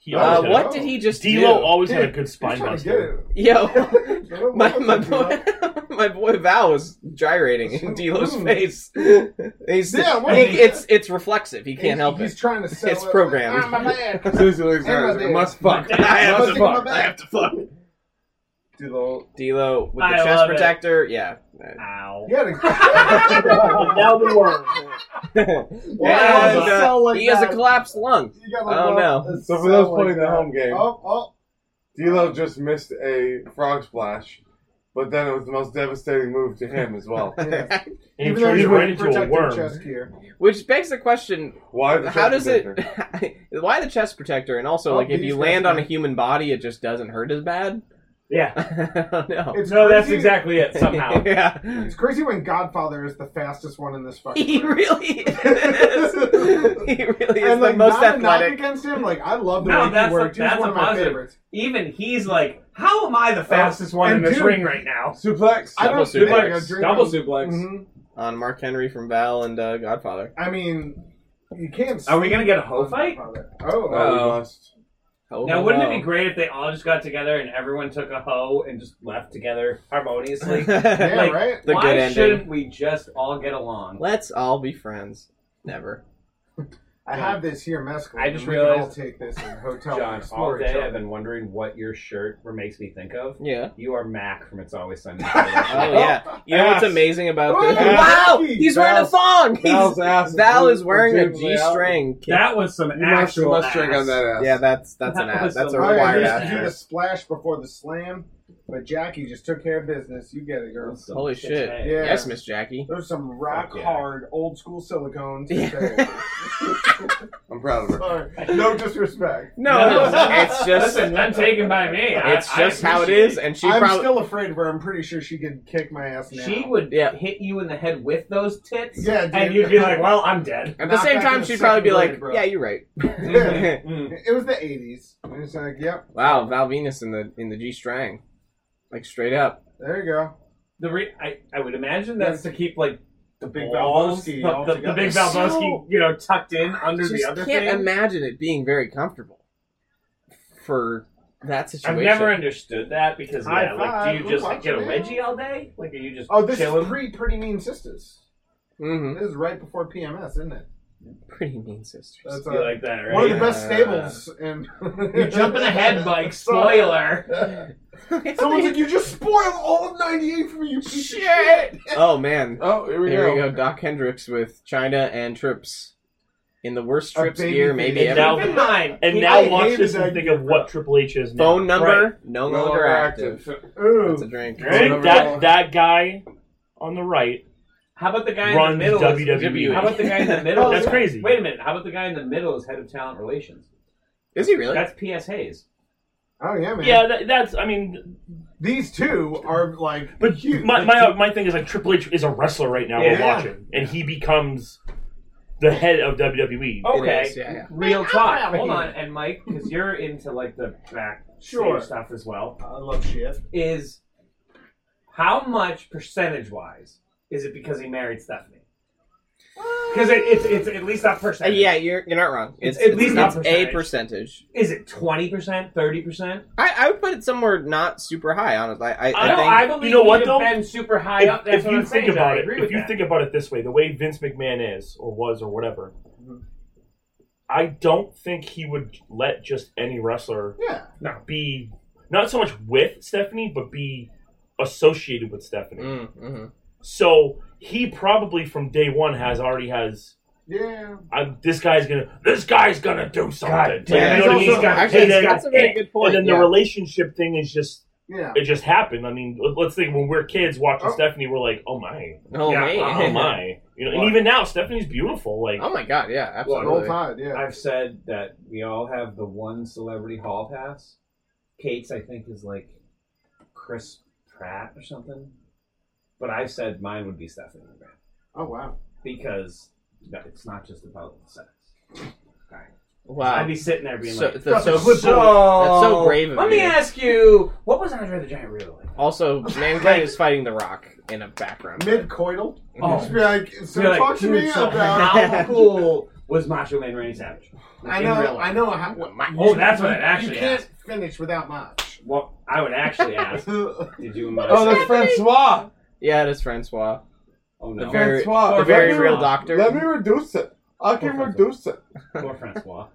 He Uh, Oh, always had a- what did he just D'Lo do? always had a Dude, good He's spine trying to buster. Yo. get it. Don't My, look my, at him, boy, my boy Val was gyrating in D'Lo's Mm. face. He's, Yeah, what he- is it? it's it's reflexive. He can't he's, help he's it. trying to sell It's it. programmed. Ah, my man. Seriously, ladies and Everybody gentlemen, did. must fuck. I have Must to think fuck. about that. I have to fuck. Dude, the- D'Lo with I the chest love it. protector. Yeah. Ow. He had a. now the worm. Wow, And, it's uh, so like he has a that. collapsed lung. You got Oh, no. it's So for those like Oh, playing the that. home game, Oh, oh, D'Lo just missed a frog splash, But then it was the most devastating move to him as well. Yeah. And he Even though turns he's right wearing into a protective worm. chest gear. Which begs the question: Why? the How chest does it? protector? why the chest protector? And also, Oh, like, if these you guys land on a do. human body, it just doesn't hurt as bad. Yeah. I don't know. It's No, that's crazy- exactly it. Somehow. yeah. It's crazy when Godfather is the fastest one in this fucking. He room. really is. he really is and the like most not a knock athletic. against him. Like I love the No, way that's he a- worked. He's that's one a of my positive. favorites. Even he's like, how am I the fastest one in and this dude- ring right now? suplex? I Double don't suplex. like a drink Double on- suplex. Mhm. On Mark Henry from Val and uh, Godfather. I mean, you can't. Are we sleep gonna get a hoe on fight? Godfather. Oh, Oh, we Oh. lost. Oh, Now, wouldn't it be wow. great if they all just got together and everyone took a hoe and just left together harmoniously? yeah, like- right. The Why good ending. shouldn't we just all get along? Let's all be friends. Never. I have this here mescal. I just we can all realized- take this in a hotel. John, and all explore each day I've other. been wondering what your shirt makes me think of. Yeah. You are Mac from It's Always Sunny. Oh yeah. You know what's Ass. amazing about this? Ooh, wow, Nike. he's wearing Val's- a thong. He's, Val's ass Val is legit- wearing a legitimately g out. string. That was some You must, you actual must drink ass. on that ass. Yeah, that's that's an That ass. was That's the a Oh, yeah, required you worst ass. used to do the dress. splash before the slam, but Jackie just took care of business. You get it, girl. That's some Holy shit. ass. Yeah. Yes, Miss Jackie. There's some rock Fuck yeah. hard old school silicone. to Yeah. I'm proud of her. Sorry. No disrespect. No, No. it's just Listen, none taken by me. I- it's I just how it appreciate is, and she I'm probably still afraid of her. I'm pretty sure she could kick my ass now. She would Yeah. hit you in the head with those tits, Yeah, dude. and you'd be like, "Well, I'm dead." at the knock same back in time the she'd probably be second like, grade, bro. "Yeah, you're right." Yeah. Mm. It was the 80s. And it's like, yep, wow, Val Venus in the in the G string, like straight up. there you go. The re- I, I would imagine that's to keep like the big balls, Valboski the- all the, the, together. big Valboski, So- you know, tucked in under Just the other can't thing. imagine it being very comfortable for that I've situation. never understood that because High yeah, like, five, do you who just like, get a wants it? wedgie all day? Like, are you just Oh, this chilling? is pre Pretty Mean Sisters. hmm This is right before PMS, isn't it? Pretty mean sisters. That's uh, You like that, one of right? the best Yeah. stables. And You're jumping ahead, Mike. Spoiler. Someone's like, you just spoiled all of 98 for me, you piece of Shit! oh man, Oh, here we here go. we go. Doc Hendricks with China and Trips in the worst A Trips baby year maybe ever. And now- Keep in mind, And he- now I watch hate this his and think of what Triple H is now. Phone number Right. no No longer active. That's a Ooh. drink. Right? Right? That that guy on the right. How about the guy in Runs E. the middle? is- E. WWE. How about the guy in the middle? That's is- crazy. Wait a minute. How about the guy in the middle is head of talent relations? Is he really? That's P.S. Hayes. Oh, yeah, man. Yeah, that, that's. I mean, These two are like but huge. my my uh, my thing is like Triple H is a wrestler right now. We're Yeah. watching, and he becomes the head of E. WWE. It Okay. is, yeah, yeah. Real I'm talk. out of Hold here. on, and Mike, because you're into like the back Sure. stuff as well, I love shit. is how much percentage wise is it because he married Stephanie? Because it, it's it's at least not Uh, percentage. yeah, you're you're not wrong. It's, It's it's, at least it's not a percentage. percentage. Is it twenty percent, thirty percent? I, I would put it somewhere not super high. Honestly, I I, I don't- think I believe you know what, he'd though? have been super high If, up. That's if what you I'm think saying, about I it, agree if with you that. think about it this way, the way Vince McMahon is or was or whatever, Mm-hmm. Mhm. I don't think he would let just any wrestler Yeah. be not so much with Stephanie, but be associated with Stephanie. Mm, mhm. So he probably from day one has already has Yeah. I'm, this guy's gonna this guy's gonna do something. damn You know it. what I mean? He's got- Actually, and then- that's a very good point. And then yeah. the relationship thing is just Yeah. it just happened. I mean, let- let's think when we're kids watching Oh. Stephanie, we're like, oh my, oh, Yeah, man. oh my, you know. And What? even now, Stephanie's beautiful. Like Oh my god, yeah, Well, Roll absolutely. Tide, yeah. I've said that we all have the one celebrity hall pass. Kate's, I think, is like Chris Pratt or something. But I've said mine would be Stephanie McGrath Oh, wow. because no, it's not just about sex. wow. I'd be sitting there being so, like, that's so, Got the that's so brave of Let you. me ask you, what was Andre the Giant really like? Also, mankind is fighting the Rock in a background. Mid coital. Oh. Just be like, so You're like, talk to dude, me so about. how cool was Macho Man Randy Savage? I in real know, life? I know how. What, Oh, that's what it actually You can't finish without much. Well, I would actually ask, oh, did you and my Oh, that's Francois. yeah, it is Francois, oh the no, very, Francois. the Let very me- real doctor. Let me reduce it. I Oh, can Francois. reduce it. poor Francois.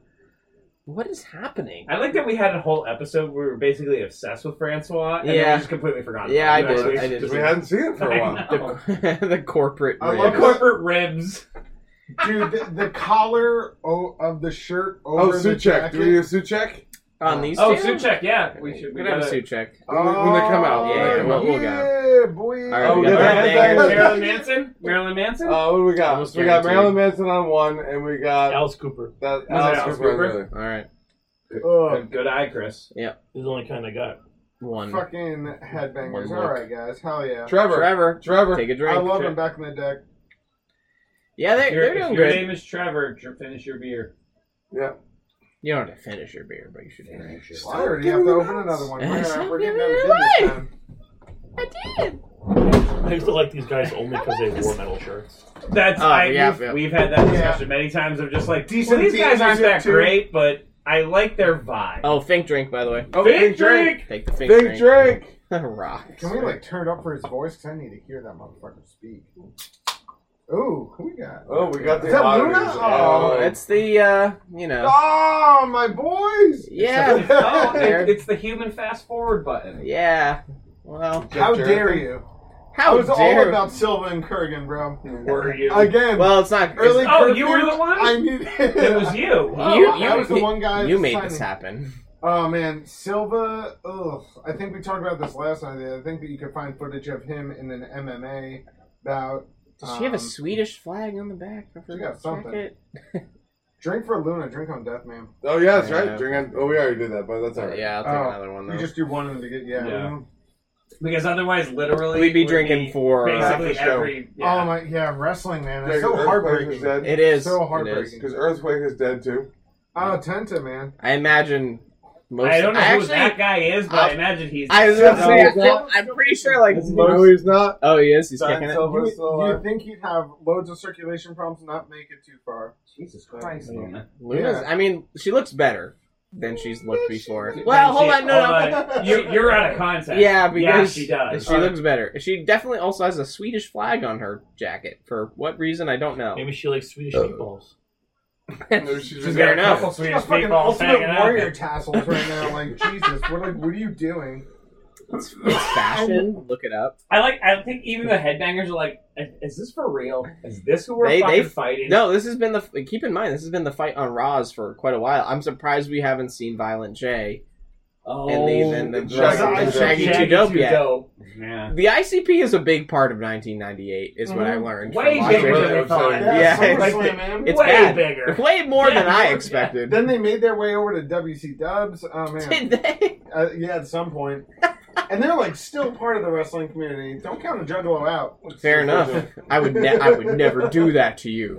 What is happening? I like that we had a whole episode where we were basically obsessed with Francois, and then Yeah. we just completely forgot. Yeah, I about did. him. I did. Because we hadn't seen it for a while. I know. The, the corporate. I The love ribs. corporate ribs. dude, the, the collar o- of the shirt Oh, over the suit Oh, check. Do jacket. we need a suit check? on these Oh, two? suit check. Yeah, we We should. should We gonna have a gotta- suit check. When, when they come out. when Yeah, they come out. well, we'll yeah, boy. All right, Oh, we yeah, got yeah, Oh. that yeah, thing. Marilyn Manson. Marilyn Manson. Uh, what do we got? Almost We got guaranteed. Marilyn Manson on one, and we got Alice Cooper that Was it Alice Alice Cooper. on the Cooper? other. All right, good, Oh, good eye, Chris. is the only kind I got. one. fucking headbangers. One All right, guys. Hell yeah. Trevor. Trevor, Trevor. take a I drink. love them back in the deck. yeah, they're, If your- they're if doing your good. name is Trevor. dr- Finish your beer. Yeah. You don't have to finish your beer, but you should finish it. I already have to open another one. We're, Stop we're giving getting out of it business away. time. I used to like these guys only because they wore metal shirts. That's Oh, I, yeah, we've, yeah. we've had that Yeah. discussion many times of just like Decent well, these guys beers aren't are that too. great, but I like their vibe. Oh, Fink drink, by the way. Oh, Big big drink. Take the Fink, Big drink. Rocks. Can we like turn it up for his voice? Cause I need to hear that motherfucker speak. Ooh, who we got? Oh, we got the Is that lotteries. Luna? Oh, it's the uh, you know. Oh, my boys! Yeah, oh, There. it, it's the human fast forward button. yeah. Well, How dare you? I how was all dare? about Silva and Kurgan, bro. Were you? Again, well, it's not. early Oh, you curfew, were the one? I need It was you. You- you- I was the one guy. you that made signed this it. happen. Oh man, Silva. Ugh, I think we talked about this last night. I think that you could find footage of him in an MMA bout. Does she have a Um, Swedish flag on the back? of her she got something. jacket? Drink for Luna, drink on death, man. Oh, yeah, that's right. Yeah. Drink on. Oh, we already did that, but that's all right. Yeah, I'll take Oh, another one though. You just do one and to get yeah. Mm-hmm. Yeah. Because otherwise, literally, We'd be would drinking for uh, basically half a show. every. Oh Yeah. my yeah, wrestling man. That's Because so Earthquake heartbreaking. is dead. It is. So it is. heartbreaking. Because Earthquake is dead, too. Oh, Tenta man. I imagine most. I don't know I who actually, that guy is, but I, I- imagine he's. I was Yeah, gonna say, no, I feel- I'm pretty sure like No, most. he's not. Oh, he is. He's Don kicking it. Silva's You, still you alive. think you'd have loads of circulation problems, not make it too far. Jesus Christ. Luna. Luna's. I mean, she looks better than she's looked before. She- Well, hold on, no, no. hold on. You, you're out of context. Yeah, because yeah, she does. She looks better. She definitely also has a Swedish flag on her jacket. For what reason, I don't know. Maybe she likes Swedish Uh, meatballs. Maybe she's she's just fair got a enough. couple Swedish She's got fucking meatballs ultimate hanging out warrior there. tassels right now. Like Jesus, what like what are you doing? It's, it's fashion. Look it up. I like. I think even the headbangers are like, is this for real? Is this who we're They- fucking they- fighting? No, this has been the. Keep in mind, this has been the fight on Raws for quite a while. I'm surprised we haven't seen Violent J Oh, and the then the, and Shaggy, Shaggy and Too Shaggy Dope. Too Too Dope yet. Dope. Yeah. The ICP is a big part of 1998, is what I learned. Way from bigger bigger watching than it. we thought. Yeah, it's- SummerSlam, like- man. It's Way bad. bigger. Way more than Yeah, I yeah. expected. Then they made their way over to WC Dubs. Oh man, Did they? uh, yeah, at some point, and they're like still part of the wrestling community. Don't count a Juggalo out. Fair enough. I would ne- I would never do that to you.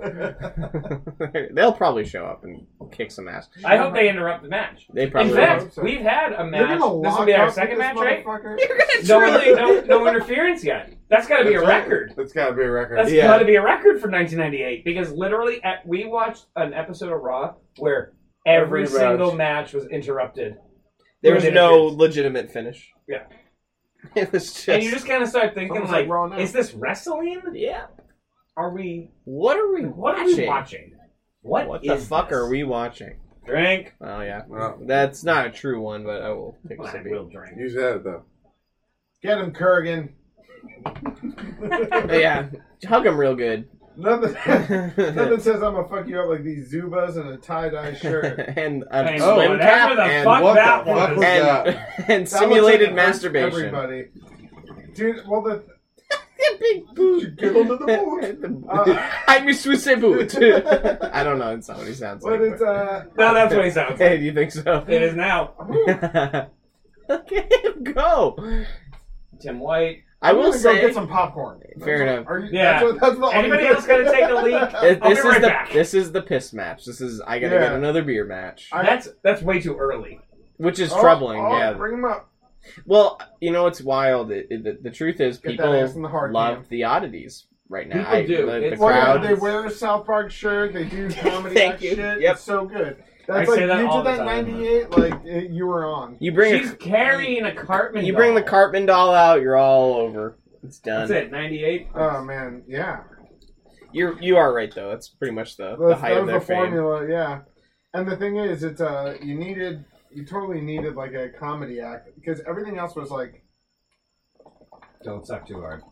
They'll probably show up and kick some ass. I hope they interrupt the match. They probably. In will. fact, hope so. we've had a They're match. gonna lock This will be our up second this match, right? motherfucker. No, no, no interference yet. That's got to be a That's right. record. That's got to be a record. That's Yeah. got to be a record for 1998 because literally, at, we watched an episode of Raw where every, Every match. single match was interrupted, There was no legitimate finish. Yeah. It was just. and you just kind of start thinking Almost like like, Raw now. "Is this wrestling? yeah. Are we? What are we What are watching? we watching? What? What the is fuck this? are we watching? Drink. Oh yeah. Well, That's not a true one, but I will take a I sip. will drink. you said it, though. Get him, Kurgan. yeah. Hug him real good. Nothing. Nothing says I'm gonna fuck you up like these Zubas and a tie dye shirt. and And a Oh, slim whatever cap the and, fuck what that the fuck was. was that? and, and That looks simulated like it hurts masturbation. Everybody, dude. Well, the Big boot. giggled at the boot. Uh, I'm a Swiss boot. I don't know. That's not what he sounds but like. it's uh, No, that's what he sounds like. Hey, do you think so? It is now. Look at him go. Tim White. I I'm will gonna go say get some popcorn. Fair That's- enough. Are you, Yeah. That's, what- that's the Anybody only- else gonna take a leak? th- I'll be this right is the back. this is the piss match. This is I gotta get Yeah. another beer match, I- That's that's way too early. which is Oh, troubling. oh, yeah. Bring him up. Well, you know it's wild. It, it- the, the truth is, Get people that ass in the hard love hand. the oddities right now. People do. The, the It's- Well, yeah, crowd. they wear a South Park shirt. They do comedy. Thank act you. Shit. Yep. It's so good. I That's say like that you all did the that time. '98. Like it, you were on. You bring She's carrying a Cartman. a, you bring the doll. Cartman doll out. You're all over. It's done. That's it. 98. Um, Oh man, yeah. You're you are right though. That's pretty much the, the That's, height that of was their the fame. formula, yeah. And the thing is, it's uh, you needed, you totally needed like a comedy act because everything else was like, Don't suck too hard.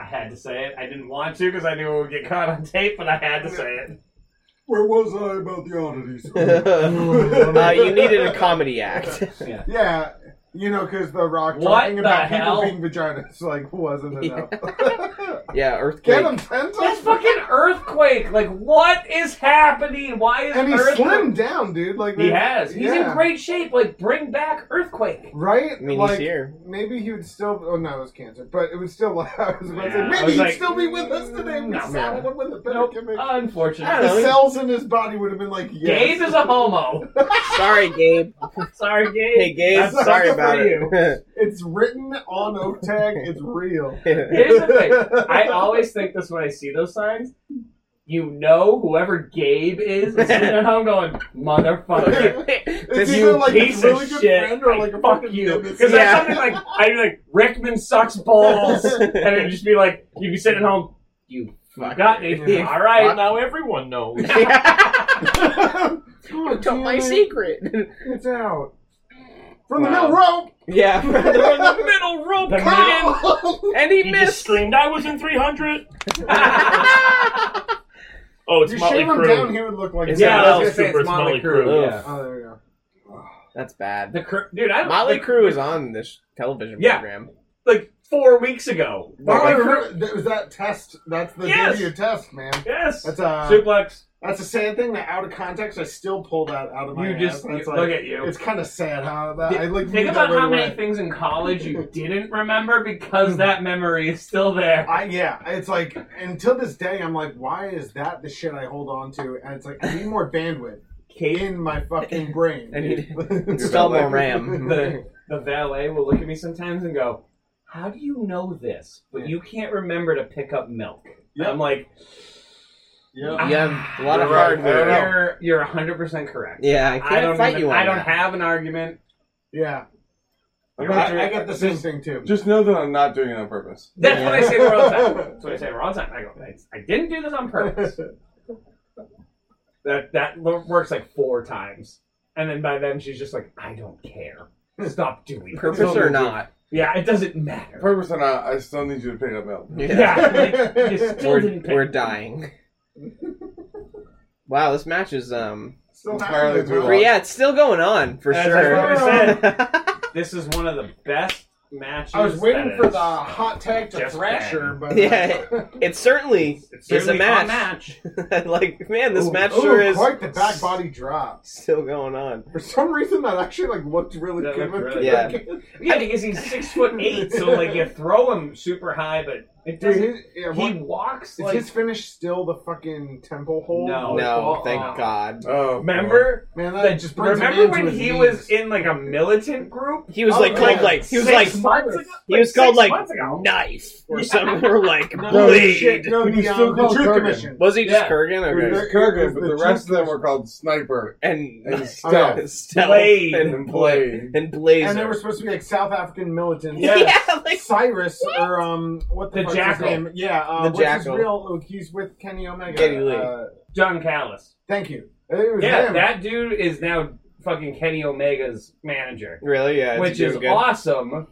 I had to say it. I didn't want to because I knew it would get caught on tape, but I had to say it. Where was I about the oddities? uh, you needed a comedy act. Yeah, you know, because the rock What talking the about hell? people being vaginas like wasn't enough. yeah, Get earthquake. him, Tenzo. That's fucking earthquake. Like, what is happening? Why is and he earthquake? slimmed down, dude. Like He has. He's in Yeah. great shape. Like, bring back earthquake. Right? I mean, like, he's here. Maybe he would still. Oh no, it was cancer, but it would still. I was about to say, Yeah, I maybe was he'd like, still be with us today. We no, saddled him with a better Nope. gimmick. I Unfortunately, don't the know. cells in his body would have been like, yes. Gabe is a homo. Sorry, Gabe. Sorry, Gabe. Hey, Gabe. That's Sorry not about for you. it. It's written on Oak Tag. It's real. Here's the thing. I always think this when I see those signs. You know whoever Gabe is, is sitting at home going, motherfucker. It's Did either you- like piece a really of good shit. friend or like a fuck fucking you. nemesis. Because Yeah. that's something like I'd be like Rickman sucks balls, and it'd just be like you'd be sitting at home, you Fuck got me. you. All right, now everyone knows. Oh, damn it. secret. It's out. From the Wow. middle rope. Yeah. the middle rope, The Kyle! and he He just missed. screamed, "I was in 300." Oh, it's If you Motley shave him down, Crue. he would look like Is yeah, that I Motley was gonna say Crue? it's Motley It's Motley Crue. Crue. Yeah, Oh, there you go. That's bad. the cr- dude, I Motley like, Crue is on this television Yeah. program. like four weeks ago. Well, I Motley Crue, remember, that was that test. That's the Yes. yes. your test, man. yes, That's uh, suplex. That's a sad thing that out of context, I still pull that out of Oh my You ass. just That's you- like- look at you. It's kind of sad how that. I like Think knew that about right how many away. things in college you didn't remember because that memory is still there. I yeah, it's like until this day, I'm like, why is that the shit I hold on to? And it's like I need more bandwidth in my fucking brain. I need to install more RAM. the the valet will look at me sometimes and go, "How do you know this? But you can't remember to pick up milk." And I'm like, yeah. You have a lot of You're right. hardware. I don't know. "You're you're 100 percent correct." Yeah, I can't I don't fight even- you on I don't that. have an argument. yeah. I'm I, not I doing, got the same just, thing too. just know that I'm not doing it on purpose. That's what I say for all the time. That's what I say for all the time. I go, "I, I didn't do this on purpose." that that lo- works like four times, and then by then she's just like, "I don't care. Stop doing it." Purpose or not. Yeah, it doesn't matter. Purpose or not, I still need you to pick up milk. Yeah, like, you still We're, didn't pick we're dying. Wow, this match is um Still Entirely happening, too huh? but yeah, it's still going on for As I sure. This is one of the best matches. I was waiting that for is- the hot tag to Just Thrasher, bad. but Yeah. it certainly It's, is a certainly match. match. like, man, this Ooh, match Ooh, sure is quite the back body drop. still going on. For some reason, that actually like looked really That good. looked with- really Yeah. Yeah, because he's six foot eight, so like you throw him super high, but it Dude, doesn't. his, yeah, He what- walks is like. his finish still the fucking temple hole? No. No, oh, thank oh. God. Oh, Remember, man, that like, just brings him remember into when his he knees. was in like a militant group? He was Oh, like yeah. called like he was like Six months ago? he was six called like months ago. knife or something or like No, blade. shit, no, He was the, still um, the called truth Kurgan. commission. Was he just Yeah. Kurgan? It was Okay. Kurgan, but the rest of them were called Sniper and And Stealth Okay. Stealth Blade. and Blade. and Blazer. And they were supposed to be like South African militants. Yeah. Yeah, like Cyrus or um, what the, The fuck's Jackal. His name? Yeah, uh, The what's Jackal. his real? Oh, he's with Kenny Omega. Kenny Lee. Uh, John Callis. thank you. It was Yeah, him. that dude is now fucking Kenny Omega's manager, really, yeah, it's which doing is good. awesome.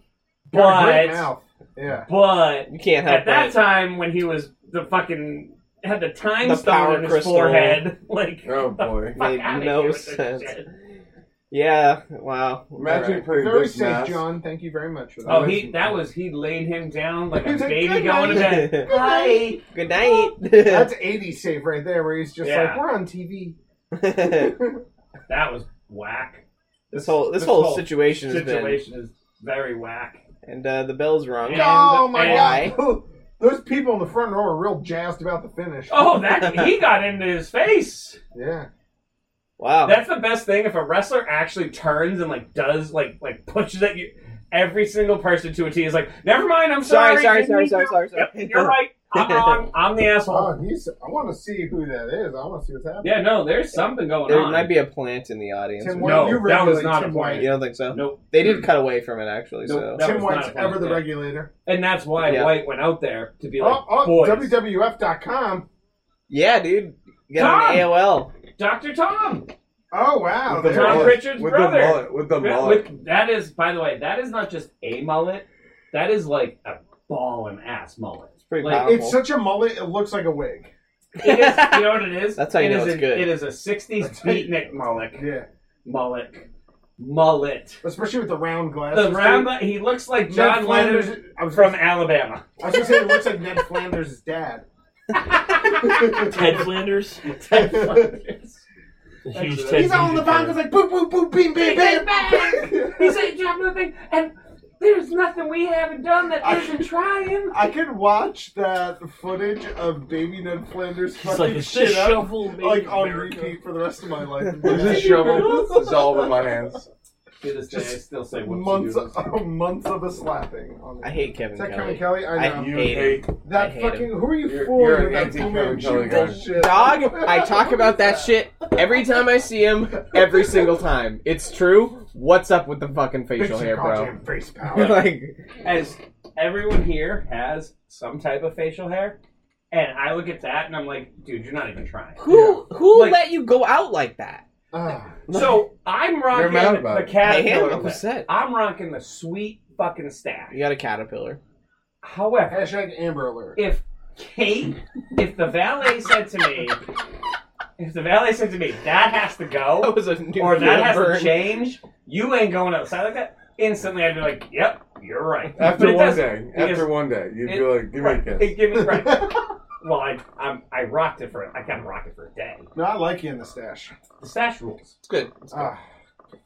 Got a great But mouth. yeah, but You can't help At that it. time, when he was the fucking had the time The power stone in his crystal. forehead, like Oh boy. fuck Made outta no here with this sense. shit. Yeah, wow. Imagine Alright. putting very this safe, mask. John. Thank you very much for that. Oh, he that was he laid him down like a He's like, baby "Good going to night." bed. Good night. Good night. That's 80 safe right there, where he's just Yeah. like, we're on TV. That was whack. this whole this, whole, situation has been situation is very whack. and uh, the bell's rung. Yeah. oh my and- god. Those people in the front row are real jazzed about the finish. Oh, that he got into his face. Yeah. Wow. That's the best thing. If a wrestler actually turns and like does like like pushes at you, every single person to a T is like, never mind. I'm sorry, sorry. sorry, didn't sorry, mean to." sorry, sorry, sorry. Yep, you're right. I'm wrong. I'm the asshole. Oh, he's. I want to see who that is. I want to see what's happening. Yeah, no, there's something going There on. might be a plant in the audience. Tim or White- No, White, you that was not regulate Tim a plan. something. White. You don't think so? Nope. They did cut away from it actually, Nope. so That Tim was White's not a plan. ever the regulator. And that's why Yeah. White went out there to be like, oh, oh boys, WWF.com. Yeah, dude. Get on Tom! AOL. Dr. Tom. Oh, wow. With the there it Tom mullet, is. Pritchard's with brother. The mullet, with the Yeah, mullet. with- that is, by the way, that is not just a mullet. That is like a ball and ass mullet. It's pretty Like, powerful. It's such a mullet, it looks like a wig. It is, you know what it is? That's how you It know is it's a, good. It is a 60s beatnik mullet. Yeah, Mullet. Mullet. especially with the round glass. The round, he looks like Ned John Flanders- Lennon I was from from. Alabama. I was gonna say it looks like Ned Flanders' dad. Ted Flanders, Ted Flanders. the huge He's Ted. He's all in the Flanders bongos like boop boop boop beam beam bam. He said, drop the thing, and there's nothing we haven't done that isn't trying. I could watch that footage of baby Ned Flanders He's fucking like it's shit just up shovel made like in on America. repeat for the rest of my life. Is this shovel is all over my hands. To this day, I Just still say months, whoopsie months of a slapping. On I hate Kevin Is that Kelly. Kevin Kelly? I know. I You hate hate I that hate fucking. Who are you You're- fooling you're with an that anti-Kevin Fu Manchu Kelly guy. bullshit? Dog, I talk about that shit every time I see him, every single time. It's true. What's up with the fucking facial hair, bro? Goddamn Face power. like, as everyone here has some type of facial hair, and I look at that and I'm like, dude, you're not even trying. who who Like- let you go out like that? Ah. So I'm rocking mad about the it. I am caterpillar. lip. upset. I'm rocking the sweet fucking stack. You got a caterpillar. However, Hashtag Amber Alert. if Kate, if the valet said to me, if the valet said to me, that has to That Oh, go, was a new or that has burn. to change, you ain't going outside like that. Instantly, I'd be like, yep, you're right. But After it one doesn't. day, after because- one day, you'd it- be like, give me Right. a kiss. It gave me right. well, I I'm, I rocked it for I kind of rocked it for a day. No, I like you in the stash. The stash rules. It's good. Ah.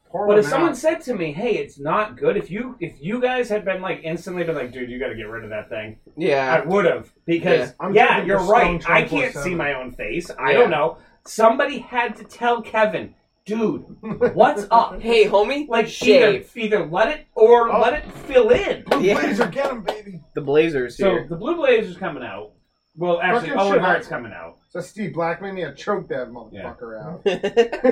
Pour But one if someone out. said to me, "Hey, it's not good," if you if you guys had been like instantly been like, "Dude, you got to get rid of that thing," I Yeah. would have because Yeah. yeah, I'm thinking you're for right. Stone I can't 24/7. see my own face. I Yeah. don't know. Somebody had to tell Kevin, "Dude, what's up?" Hey, homie. Like shave. either either let it or Oh. let it fill in. Blue Yeah. Blazer, get him, baby. The Blazers So here. the Blue Blazers coming out. Well, actually, Fucking Owen shit. Hart's coming out. So Steve Blackman, yeah, choke that motherfucker out.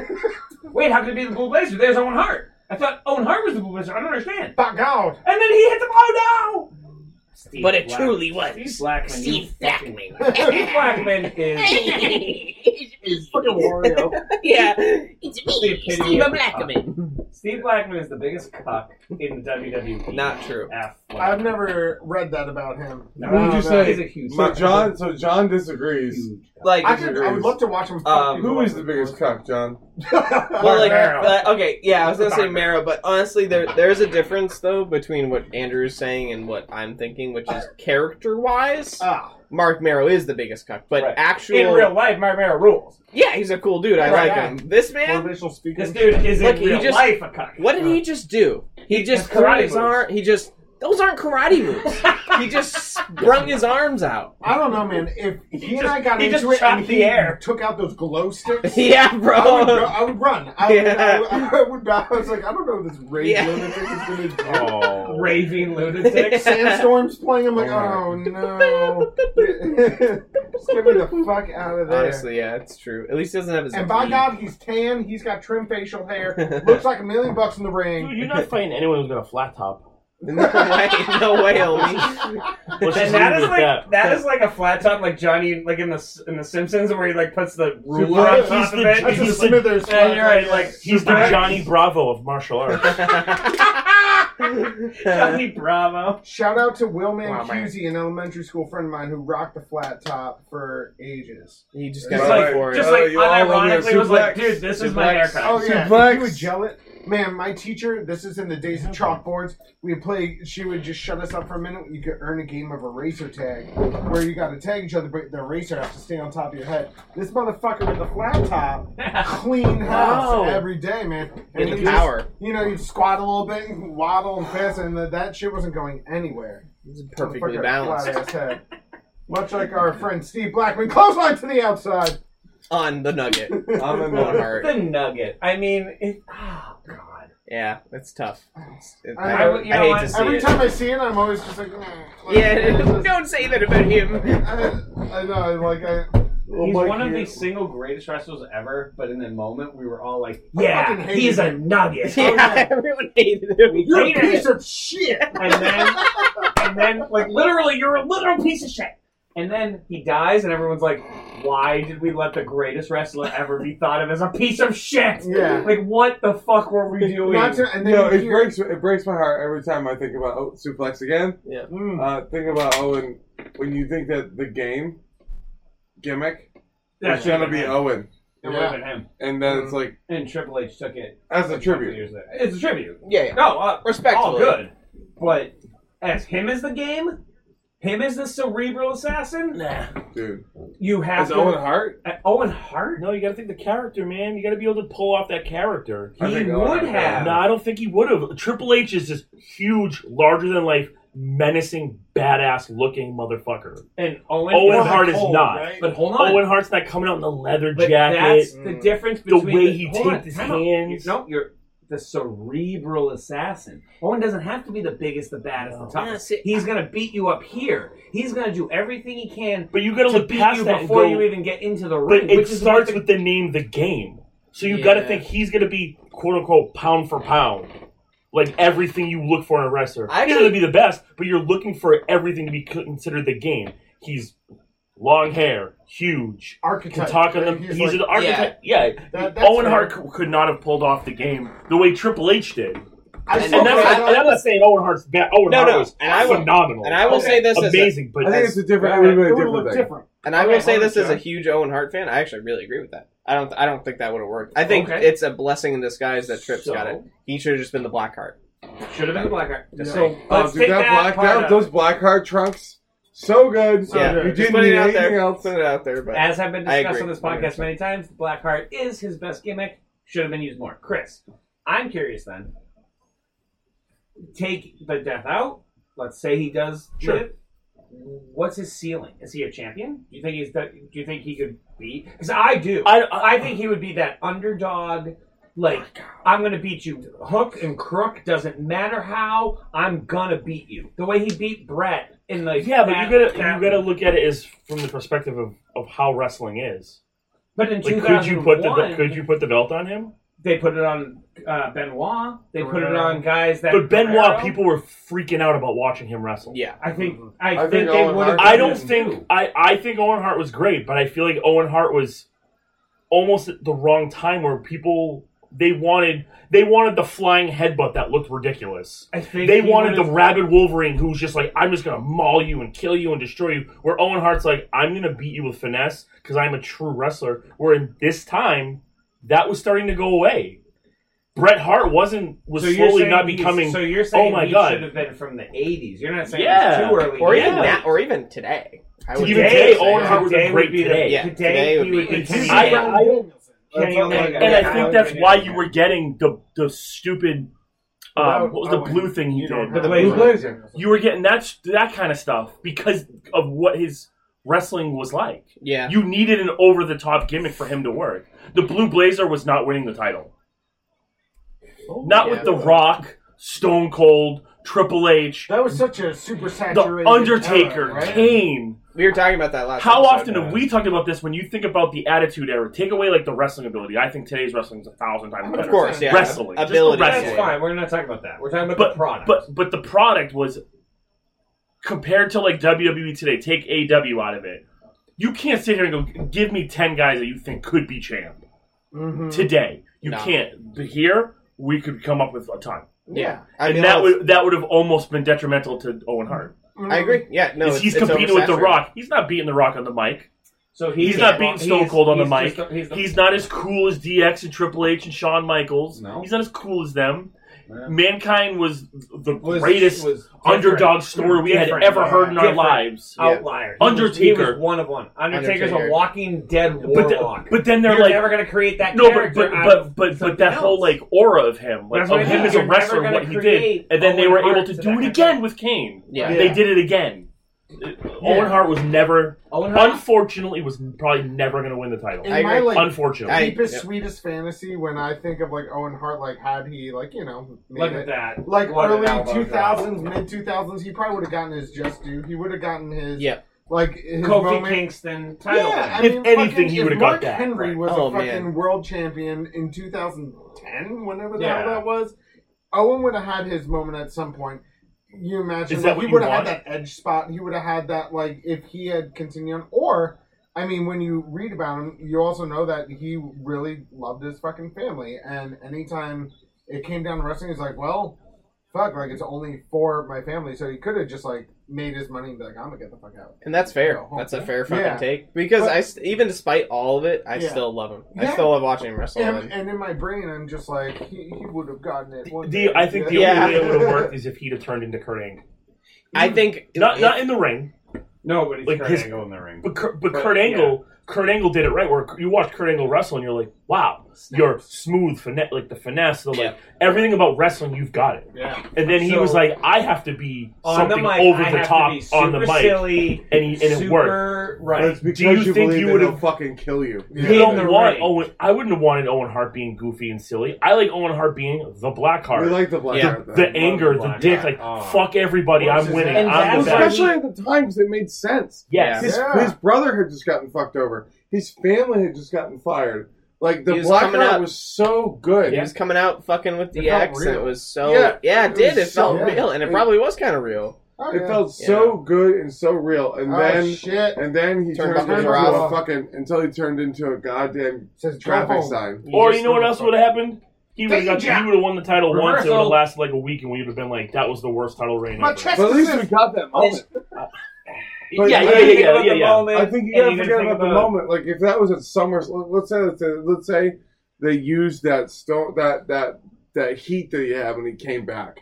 Wait, how could it be the Blue Blazer? There's Owen Hart. I thought Owen Hart was the Blue Blazer. I don't understand. Fuck out. And then he hit the oh no! Steve But it Black- truly was Steve Blackman. you Steve fucking- Blackman. Steve Blackman is Fucking Wario. yeah, it's The me, opinion Steve of- Blackman. Steve Blackman is the biggest cuck in WWE. Not true. F. I've never read that about him. Uh, No, What did you no. say? He's a huge. So cuck. John, so John disagrees. Like, I, could, I would love to watch him. fuck Um, people Who up is the with biggest Forrest cuck, John? Gump. well, like, Mero. but- okay, yeah, I was gonna say Sorry. Mero, but honestly, there there's a difference though between what Andrew is saying and what I'm thinking, which Uh, is character-wise, ah, Mark Mero is the biggest cuck, but Right. actual, in real life, Mark Mero rules. yeah, he's a cool dude. I Right. like him. This yeah. man, speaking. This dude is Look, in he real just- life a cuck. what did he just do? He just His uh, karate threw his moves. arm. He just those aren't karate moves. he just sprung his arms out. I don't know, man. If he, He and I just- got he into just it and chopped the he air. took out those glow sticks, yeah, bro. I would, go- I would run. I, Yeah. would, I, would, I would. I was like, I don't know what this rage Yeah. lunatic is gonna do. Oh. Raving lunatic. Sandstorms playing. I'm like, oh Oh. no. Oh. Just get me the fuck out of there. Honestly, yeah, it's true. At least he doesn't have his. And by knee. God, he's tan. He's got trim facial hair. Looks like a million bucks in the ring. Dude, you're not fighting anyone who's got a flat top. no way, no way, homie. And Let's just that is leave it at like that. that is like a flat top, like Johnny, like in the in the Simpsons, where he like puts the ruler what? on top He's of the- it. That's a he's like- Smithers. Yeah, flag. you're right. Like He's the Johnny. Johnny Bravo of martial arts. Johnny Bravo. Shout out to Will Wow, man. Mancusi, an elementary school friend of mine who rocked the flat top for ages. he Just just got like, like, Alright, for it. just Oh, like you all love your unironically was like, suplex. dude, this is my Suplex. haircut. Oh yeah, Suplex. you would yell it. Man, my teacher. This is in the days of chalkboards. We play. She would just shut us up for a minute. You could earn a game of eraser tag, where you got to tag each other, but the eraser has to stay on top of your head. This motherfucker with the flat top, clean house Wow. every day, man. in the you just- power. you know, you'd squat a little bit, and waddle and piss, and that- that shit wasn't going anywhere. He's perfectly Motherfucker, balanced flat-ass head. Much like our friend Steve Blackman, clothesline to the outside. on the nugget. I'm in Owen the Hart. The nugget. I mean, it, oh god. Yeah, it's tough. It's- it- I- I, I- you I know hate what? to see Every it. time I see it, I'm always just like, mm, like, yeah, don't say that about him. I, I know, like I. He's my one of the God. single greatest wrestlers ever, but in the moment we were all like, I fucking "Yeah, hate he's him." a nugget." Yeah, everyone hated him. You're a Hated piece of shit. and then, and then, like literally, you're a literal piece of shit. And then he dies, and everyone's like, "Why did we let the greatest wrestler ever be thought of as a piece of shit?" Yeah. Like, what the fuck were we doing? Not to, and then No, you it hear- breaks it breaks my heart every time I think about oh, suplex again. Mm. Uh, think about Owen when you think that the game gimmick would've It's gonna been be him. Owen, It would have been him. and then it's like And Triple H took it as a tribute. years later. It's a tribute. Yeah, yeah. No, uh, Respectfully. all good. But as him as the game, him as the cerebral assassin, Nah. Dude, you have as to. Owen Hart, Uh, Owen Hart? No, you got to think the character, man. You got to be able to pull off that character. I He think Owen would Hart- have. No, I don't think he would have. Triple H is this huge, larger than life, menacing, badass looking motherfucker. And Owen, Owen wasn't Hart is cold, not. right? But hold on. Owen Hart's not coming out in the leather but jacket. that's Mm. the difference The between way he hold on, taped his time out. hands. No, you're the cerebral assassin. Owen doesn't have to be the biggest, the baddest, the toughest. Yeah, see- He's gonna beat you up here. He's gonna do everything he can But you got to to look beat past you that and before go- you even get into the ring. But it which is what starts the- with the name, the game. So you got to Yeah. think he's going to be quote unquote pound for pound, like everything you look for in a wrestler. I He's going to actually- be the best, but you're looking for everything to be considered the game. He's long hair, huge, can Archetype. talk on right? them. He's, an like- architect. Yeah, That- that's Owen fair. Hart c- could not have pulled off the game the way Triple H did. I And still And, that's, think and I'm not saying Owen Hart's bad. Owen No, Hart no, was and I will- phenomenal. And I will say this as a, amazing, I but think it's a different, that- everybody it would different look thing. different. and I Okay, will say hold on, this as a John. huge Owen Hart fan. I actually really agree with that. I don't. I don't think that would have worked. I think Okay. it's a blessing in disguise that Tripp's So- got it. He should have just been the black heart. Should have been the black guy. Yeah. So Oh, let's dude, take that, that black, part that, out. those black heart trunks, so good. So Yeah. good. You just didn't put need it out anything there. else. Put it out there, but As have been I agree. discussed on this podcast many times, Blackheart is his best gimmick. Should have been used more. Chris, I'm curious then. Take the death out. Let's say he does. Sure. live. What's his ceiling? Is he a champion? Do you think he's? The, do you think he could be? Because I do. I, I think he would be that underdog. Like I'm gonna beat you, hook and crook. Doesn't matter how. I'm gonna beat you. The way he beat Brett in the yeah, but you gotta that- you gotta look at it as from the perspective of, of how wrestling is. But in Like, 2001, could you put the could you put the belt on him? They put it on uh, Benoit. They put it Guerrero. on guys that. But Benoit, Guerrero. people were freaking out about watching him wrestle. yeah, I think. I, I think, think they Owen would. Hart I don't Yeah. think I, I think Owen Hart was great, but I feel like Owen Hart was almost at the wrong time where people they wanted they wanted the flying headbutt that looked ridiculous. I think They he wanted the would've- rabid Wolverine who's just like, I'm just gonna maul you and kill you and destroy you. Where Owen Hart's like, I'm gonna beat you with finesse because I'm a true wrestler. Where in this time, that was starting to go away. Bret Hart wasn't was so you're slowly saying not he's- becoming Oh So you're saying my he God. should have been from the '80s. You're not saying Yeah. it's too early. or yet. even Yeah. now, or even today. I would say Even today, that. Owen Hart was a today great would be the- today. Yeah, Today, today he would be would be insane. Kenny I- Omega. I don't- Kenny And- Omega. and Yeah, I think that's Omega. why you were getting the the stupid uh, Without what was the Owen, blue thing he you don't did? have The a blazer. blazer. You were getting that sh- that kind of stuff because of what his wrestling was like. Yeah, You needed an over the top gimmick for him to work. The blue blazer was not winning the title. Not yeah. with the Rock, Stone Cold, Triple H, That was such a super the saturated. Undertaker, era, right? Kane. we were talking about that last. How episode, often uh, have we talked about this when you think about the Attitude Era? Take away like the wrestling ability. I think today's wrestling is a thousand times better. Of course, yeah. Wrestling, just the ability. wrestling. That's fine. We're not talking about that. We're talking about But- the product. But but the product was compared to like WWE today. Take AW out of it. You can't sit here and go give me ten guys that you think could be champ Mm-hmm. Mhm. today. You No. can't. But here we could come up with a ton, Yeah. I mean, and that honest- would that would have almost been detrimental to Owen Hart. Mm-hmm. I agree. Yeah, no, 'Cause it's- he's it's competing with The oversaturated. Rock. He's not beating The Rock on the mic. so he's not beating Stone he's- Cold on the he's mic. just the- he's the- He's not as cool as DX and Triple H and Shawn Michaels. No. He's not as cool as them. Yeah. Mankind was the Was- greatest was different. underdog story we had Different. ever heard in our Different. lives. Yeah. outlier. He was- Undertaker. he was one of one. Undertaker's Undertaker. a walking dead But, the- warlock. but then they're you're like, never gonna create that no, but character. but out of but but, but something that whole else. like aura of him, like That's of what I him mean. as a You're never wrestler, and gonna what he did, create and then they Owen were Hart able to to do that it guy. again with Kane. Yeah. They did it again. Owen Hart was never, Owen Hart- unfortunately, was probably never going to win the title. In I my agree. like unfortunately, I- deepest, yep. sweetest fantasy, when I think of like Owen Hart, like had he like you know made Look it, at that. like What an early elbow two drop. thousands, mid two thousands, he probably would have gotten his just due. He would have gotten his Yeah. like his Kofi moment. Kingston title. Yeah, I If mean, anything, fucking- he if would've got Mark that. Henry Right. was Oh, a fucking man. world champion in 2010, whenever the Yeah. hell that was. Owen would have had his moment at some point. You imagine Is that like, what he you would have had want? that edge spot. He would have had that like if he had continued on. Or I mean, when you read about him, you also know that he really loved his fucking family, and anytime it came down to wrestling, he's like, well. fuck, like it's only for my family. So he could have just like made his money and be like, I'm gonna get the fuck out. And that's fair. Oh, That's a fair fucking yeah. take. Because But- I, st- even despite all of it, I Yeah. still love him. I Yeah. still love watching him wrestle. And, and- and in my brain, I'm just like, he, he would have gotten it. one The, day. I think the Yeah. only way it would have worked is if he'd have turned into Kurt Angle. I think Not not in the ring, No, but he's Like Kurt his- Angle in the ring. but Kurt, but But, Kurt yeah. Angle, Kurt Angle did it right. Where you watch Kurt Angle wrestle and you're like, wow, you're smooth, finesse, like the finesse, the like Yeah. everything about wrestling, you've got it. Yeah. And then he So- was like, I have to be on the something mic, over I the have top to be super on the mic, silly, and he and it super worked. But right. it's because Do you think believe you that would've- he'll fucking kill you? Yeah. You in don't the want ring. Owen. I wouldn't have wanted Owen Hart being goofy and silly. I like Owen Hart being the black We heart, like the black Yeah. heart, though. the anger, the Black dick. Heart. Like Oh. fuck everybody, What's I'm his winning. name? I'm And the best. that's Especially at the times, it made sense. Yes. Yeah. His, Yeah. his brother had just gotten fucked over. His family had just gotten fired. Like the He was black coming heart out- was so good. he was coming out fucking with It the felt X, and it real. was so yeah, Yeah, it, it did. It was felt so- real, and it yeah. probably was kind of real. Oh, It yeah. felt so good and so real. And Oh, then shit. and then he Turned turned, up into Rob. a fucking until he turned into a goddamn Says traffic traffic sign. Or just you know what else would have happened? He would have got. Danger! He would have won the title once. It would have Reversal. lasted like a week, and we'd have been like, "That was the worst title reign." My ever." chest But at least is- we got that moment. yeah, But yeah, I yeah, think yeah, yeah, yeah, I think you gotta forget about the moment. Like if that was at Summer, let's say that's a, let's say they used that stone that that that heat that he had when he came back,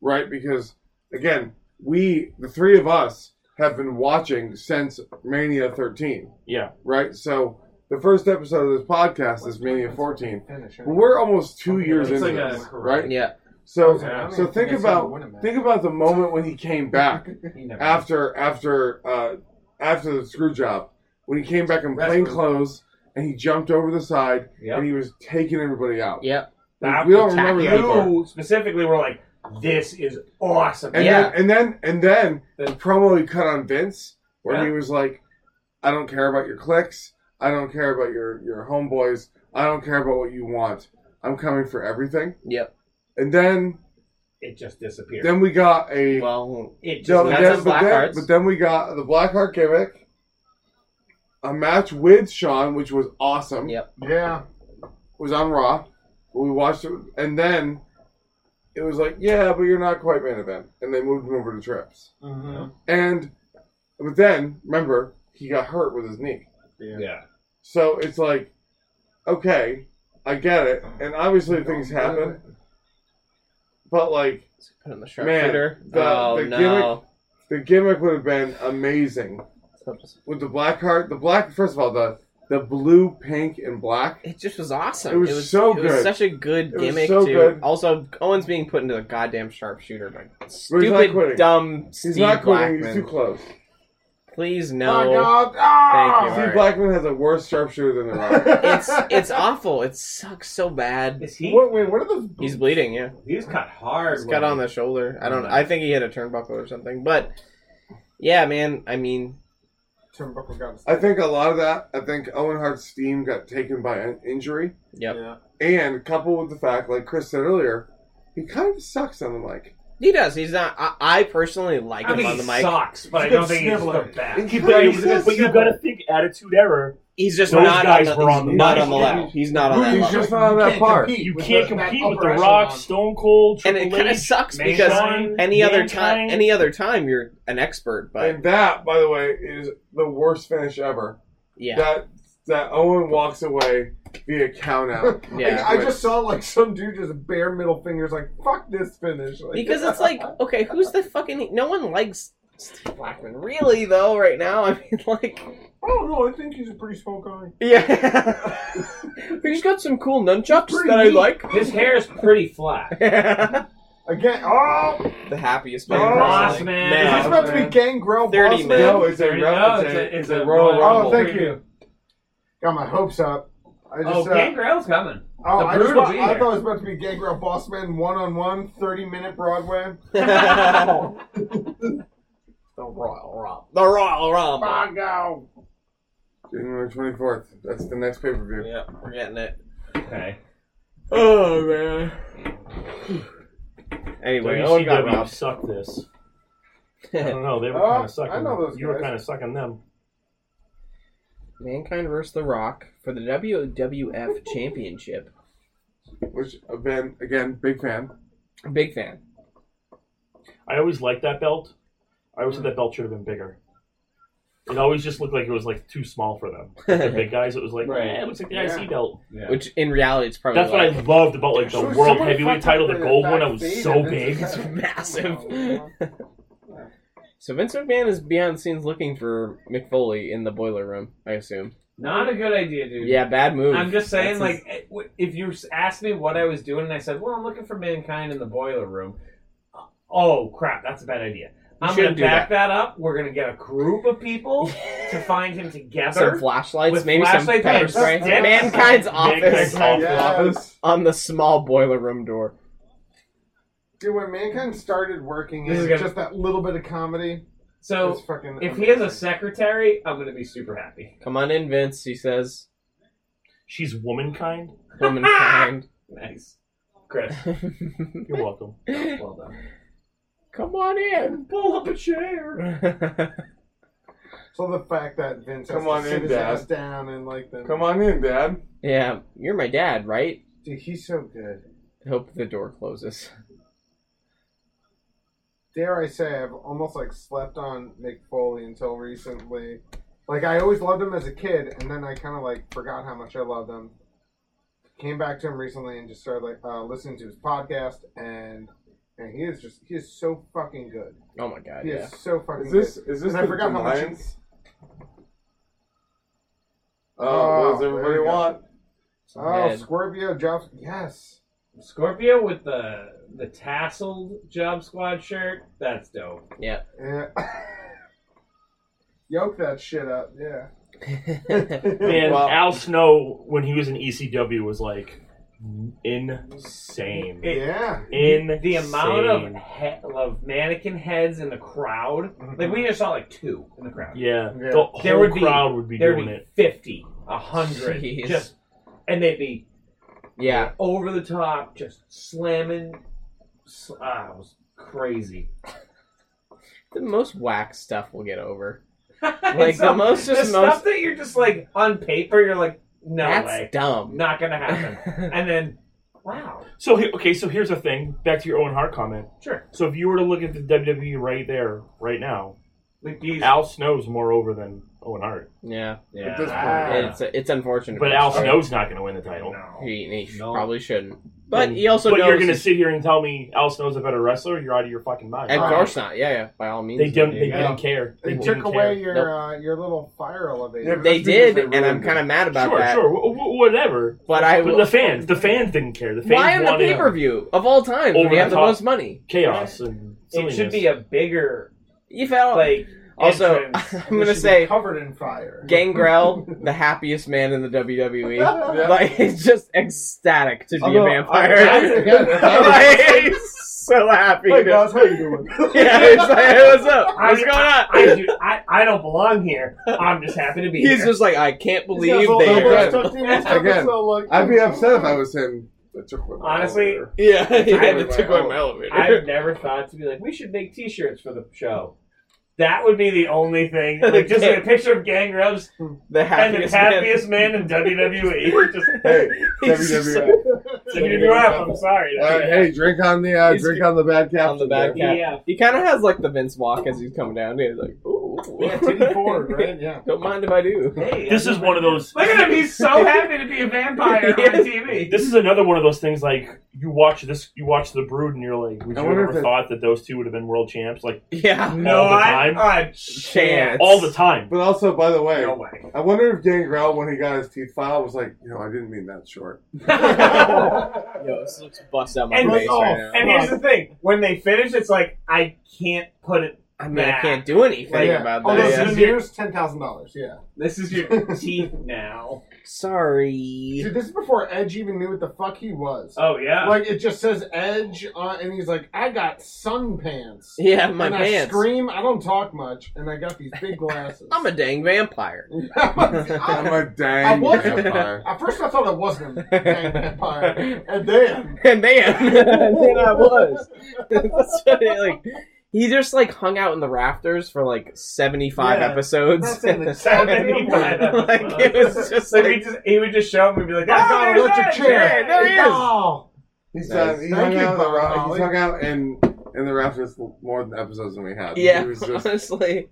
right? Because again, we the three of us have been watching since Mania 13, Yeah. right? So the first episode of this podcast is Mania 14. Finish, huh? But We're almost two Okay, years it's into like a- this, right? Yeah, So I don't even so think think I said about win a match. think about the moment when he came back after after uh, after the screw job when he came back in plain Wrestling. clothes and he jumped over the side and he was taking everybody out. yeah. Like, we don't remember that part. you specifically were like, "This is awesome." And Yeah. then and then and then the Then- promo he cut on Vince where Yeah. he was like, "I don't care about your clicks. I don't care about your your homeboys. I don't care about what you want. I'm coming for everything." Yep. And then it just disappeared. then we got a Well, it just No, That's then- a but, black then, hearts. but then we got the black heart gimmick, a match with Sean, which was awesome. Yeah. Yeah. was on Raw. We watched it, and then it was like, yeah, but you're not quite main event, and they moved him over to Trips. Mhm. And but then remember, he got hurt with his knee, yeah. so it's like, okay, I get it, and obviously things happen, but like let's put in the sharpshooter. the- oh the no. the gimmick would have been amazing with the black heart. The black, first of all, the the blue, pink, and black. It just was awesome. It was so It was good. such a good was gimmick so too. good. Also, Owen's being put into a goddamn sharpshooter by not stupid, quitting. dumb Steve He's not quitting. Blackman. He's too close. Please Oh, no. God. Ah! Thank you. Steve Alright. Blackman has a worse sharpshooter than the Rock. it's it's awful. It sucks so bad. Is he? What, wait, what are those? He's bleeding. Yeah. He's cut hard. It's cut on the shoulder. I don't. I think he hit a turnbuckle or something. But yeah, man. I mean, Turnbuckle guns. I think a lot of that. I think Owen Hart's steam got taken by an injury, yep. Yeah. and coupled with the fact, like Chris said earlier, he kind of sucks on the mic. He does. He's not. I, I personally I like don't him think on the he mic. sucks, but He's I a good don't think he's sniveler. the best. He But, kinda you, sucks. but you gotta think attitude error. He's just Those not. guys on the, were on he's the not mic. on the level. He's not on that He's level. just not on that part. You can't with the- that compete with The upper Rock, echelon. Stone Cold, and Triple it kind of H, sucks Mankind, because any other time, Mankind. any other time, you're an expert. But And that, by the way, is the worst finish ever. yeah, That that Owen walks away via count out. yeah. I, I just saw like some dude just bare middle fingers, like fuck this finish. Like, Because it's like, okay, who's the fucking? No one likes Steve Blackman, really, though. Right now, I mean, like, I don't know. I think he's a pretty small guy. yeah, he's got some cool nunchucks Pretty that I neat. like. His hair is pretty flat. the Again, oh, happiest The man. Boss personally. man. is this Man. about to be Gangrel? 30 Boss Man? minutes. no, it's a, No, it's a, it's a Royal Royal Oh, Rumble. thank you. Got my hopes up. I just, Oh, uh, Gangrel's coming. oh, the I, just brutal thought, I beater. thought it was about to be Gangrel Boss Man one on one, 30 minute Broadway. the Royal Rumble. The Royal Rumble. Bongo. January twenty fourth. That's the next pay per view. Yeah, we're getting it. Okay. Oh man. Anyway, oh, Owen got WCW robbed. sucked this. I don't know. They were Oh, kind of sucking. I know those you were guys. kind of sucking them. Mankind versus The Rock for the WWF Championship. Which again, again, big fan. Big fan. I always liked that belt. I always said that belt should have been bigger. It always just looked like it was like too small for them. The big guys, it was like, Right. eh, it looks like the Yeah. IC belt. Yeah. Which in reality, it's probably That's what I like, loved about like the Sure, world someone heavyweight fucked title. up The the gold one, back that was fade so and big. it's- massive. so Vince McMahon is behind the scenes looking for McFoley in the boiler room. I assume. Not a good idea, dude. Yeah, bad move. I'm just saying, That's his- like, eh, w- if you s- asked me what I was doing, and I said, "Well, I'm looking for mankind in the boiler room," uh, oh crap, that's a bad idea. I'm gonna shouldn't do back that. up. We're gonna get a group of people to find him some together. flashlights, with maybe flashlight some pepper pipes, spray. sticks. Mankind's Mankind's office office. Office. on the small boiler room door. Dude, when mankind started working, This is in gonna- just that little bit of comedy. so is fucking if he has a amazing. secretary, I'm gonna be super happy. Come on in, Vince. He says, She's womankind. "Womankind." Nice, Chris. You're welcome. Well done. Come on in. Pull up a chair. so the fact that Vince has Come on to sit in, his Dad. ass down and like the Come on in, Dad. yeah, you're my dad, right? dude, he's so good. Hope the door closes. Dare I say, I've almost like slept on Mick Foley until recently. Like I always loved him as a kid, and then I kind of like forgot how much I loved him. Came back to him recently and just started like uh, listening to his podcast, and and he is just he is so fucking good. Oh my god, He yeah. is so fucking Is this good. is this And I the forgot how much he- Lions? Oh, what does Oh, there everybody we go. want? Some Oh, head. Scorpio Josh, yes. Scorpio with the the tasseled Job Squad shirt. That's dope. Yeah. Yoke that shit up, yeah. Oh. Man, Wow. Al Snow when he was in ECW was like insane. It- yeah. Insane. The amount of he- of mannequin heads in the crowd, like we just saw like two in the crowd. yeah, Yeah. the whole There would be- crowd would be There'd doing be it. fifty, a hundred, Jeez. just, and they'd be yeah, over the top, just slamming. Sl- ah, it was crazy. the most whack stuff will get over. Like the most- the just stuff most- that you're just like on paper, you're like, no That's way, dumb. not gonna happen. and then, wow, So he- okay, so here's the thing. Back to your Owen Hart comment. sure, So if you were to look at the WWE right there, right now, like these. Al Snow's more over than Owen Hart, yeah, yeah. this point, Ah. it's it's unfortunate. but for Al sure. Snow's not going to win the title. he, he sh- No. probably shouldn't. But he also but knows. you're going to sit here and tell me Al Snow's a better wrestler? You're out of your fucking mind. Of Right. course not. Yeah, yeah. By all means, They didn't. They Yeah. didn't care. They They took didn't away care. your Nope. uh, your little fire Yeah, elevator. but- They That's because did, they and I'm ruined kind of mad about Sure, that. sure, w- w- whatever. But I But the fans, the fans didn't care. The fans why on the wanted pay per view of all time? Over We the have the top. most money. chaos and It silliness. should be a bigger You felt like. Oh. also. entrance. I'm They gonna should be say covered in fire. Gangrel, the happiest man in the WWE. Yeah. Like he's just ecstatic to be Although, a vampire. I- I- like, he's so happy. Hey guys, how you doing? Yeah, he's like, "Hey, what's up? I- What's going on? I, do, I, I don't belong here. I'm just happy to be He's here. just like, I can't These guys believe all they. elbows Again. tucked in and stuff, Again. it's all like- I'd be upset if I was him. That took away my Honestly, elevator. Yeah, I had to my took away my I've elevator. never thought to be like, we should make T-shirts for the show. That would be the only thing. Like just like a picture of Gang Rubs The and the happiest man. happiest man in WWE. Just hey, He's just WWE. took you up. I'm sorry. E. All right, hey, drink on the uh, He's- drink on the bad captain. on the bad there. cap. Yeah. He kind of has like the Vince walk as he's coming down. He's like, ooh, Yeah, titty forward, right? Yeah. don't mind if I do. Hey, This is one of those. Look at him. He's so happy to be a vampire Yes. on TV. This is another one of those things like you watch this, you watch the Brood, and you're like, would I you wonder if ever it- thought that those two would have been world champs? Like Yeah. No, the I, time? I Chance. all the time. But also, by the way, No way. I wonder if Gangrel, when he got his teeth filed, was like, you know, I didn't mean that short. Yo, this looks bust out my And, face oh, right now. and here's the thing: when they finish, it's like I can't put it. I mean, I can't do anything Like, about yeah. Oh, that. those yeah. souvenirs, ten thousand dollars. Yeah, This is your teeth now. Sorry. dude, this is before Edge even knew what the fuck he was. Oh yeah. Like it just says Edge, uh, and he's like, "I got sun pants." Yeah, my and I pants. scream. I don't talk much, and I got these big glasses. I'm a dang vampire. I'm a I dang was- vampire. At first, I thought it wasn't a dang vampire, and then And then, and then I was. That's what it, like, he just like hung out in the rafters for like 75 Yeah. episodes. that's in the Seventy-five episodes. like it was just Like like, he just he would just show up and be like, I "Ah, found there's electric that chair. chair." there he is. Oh, He's Nice. done. He Thank hung you, out. in the Bob ro- Holly. He's hung out in in the rafters more than episodes than we had. Yeah, He was just, honestly,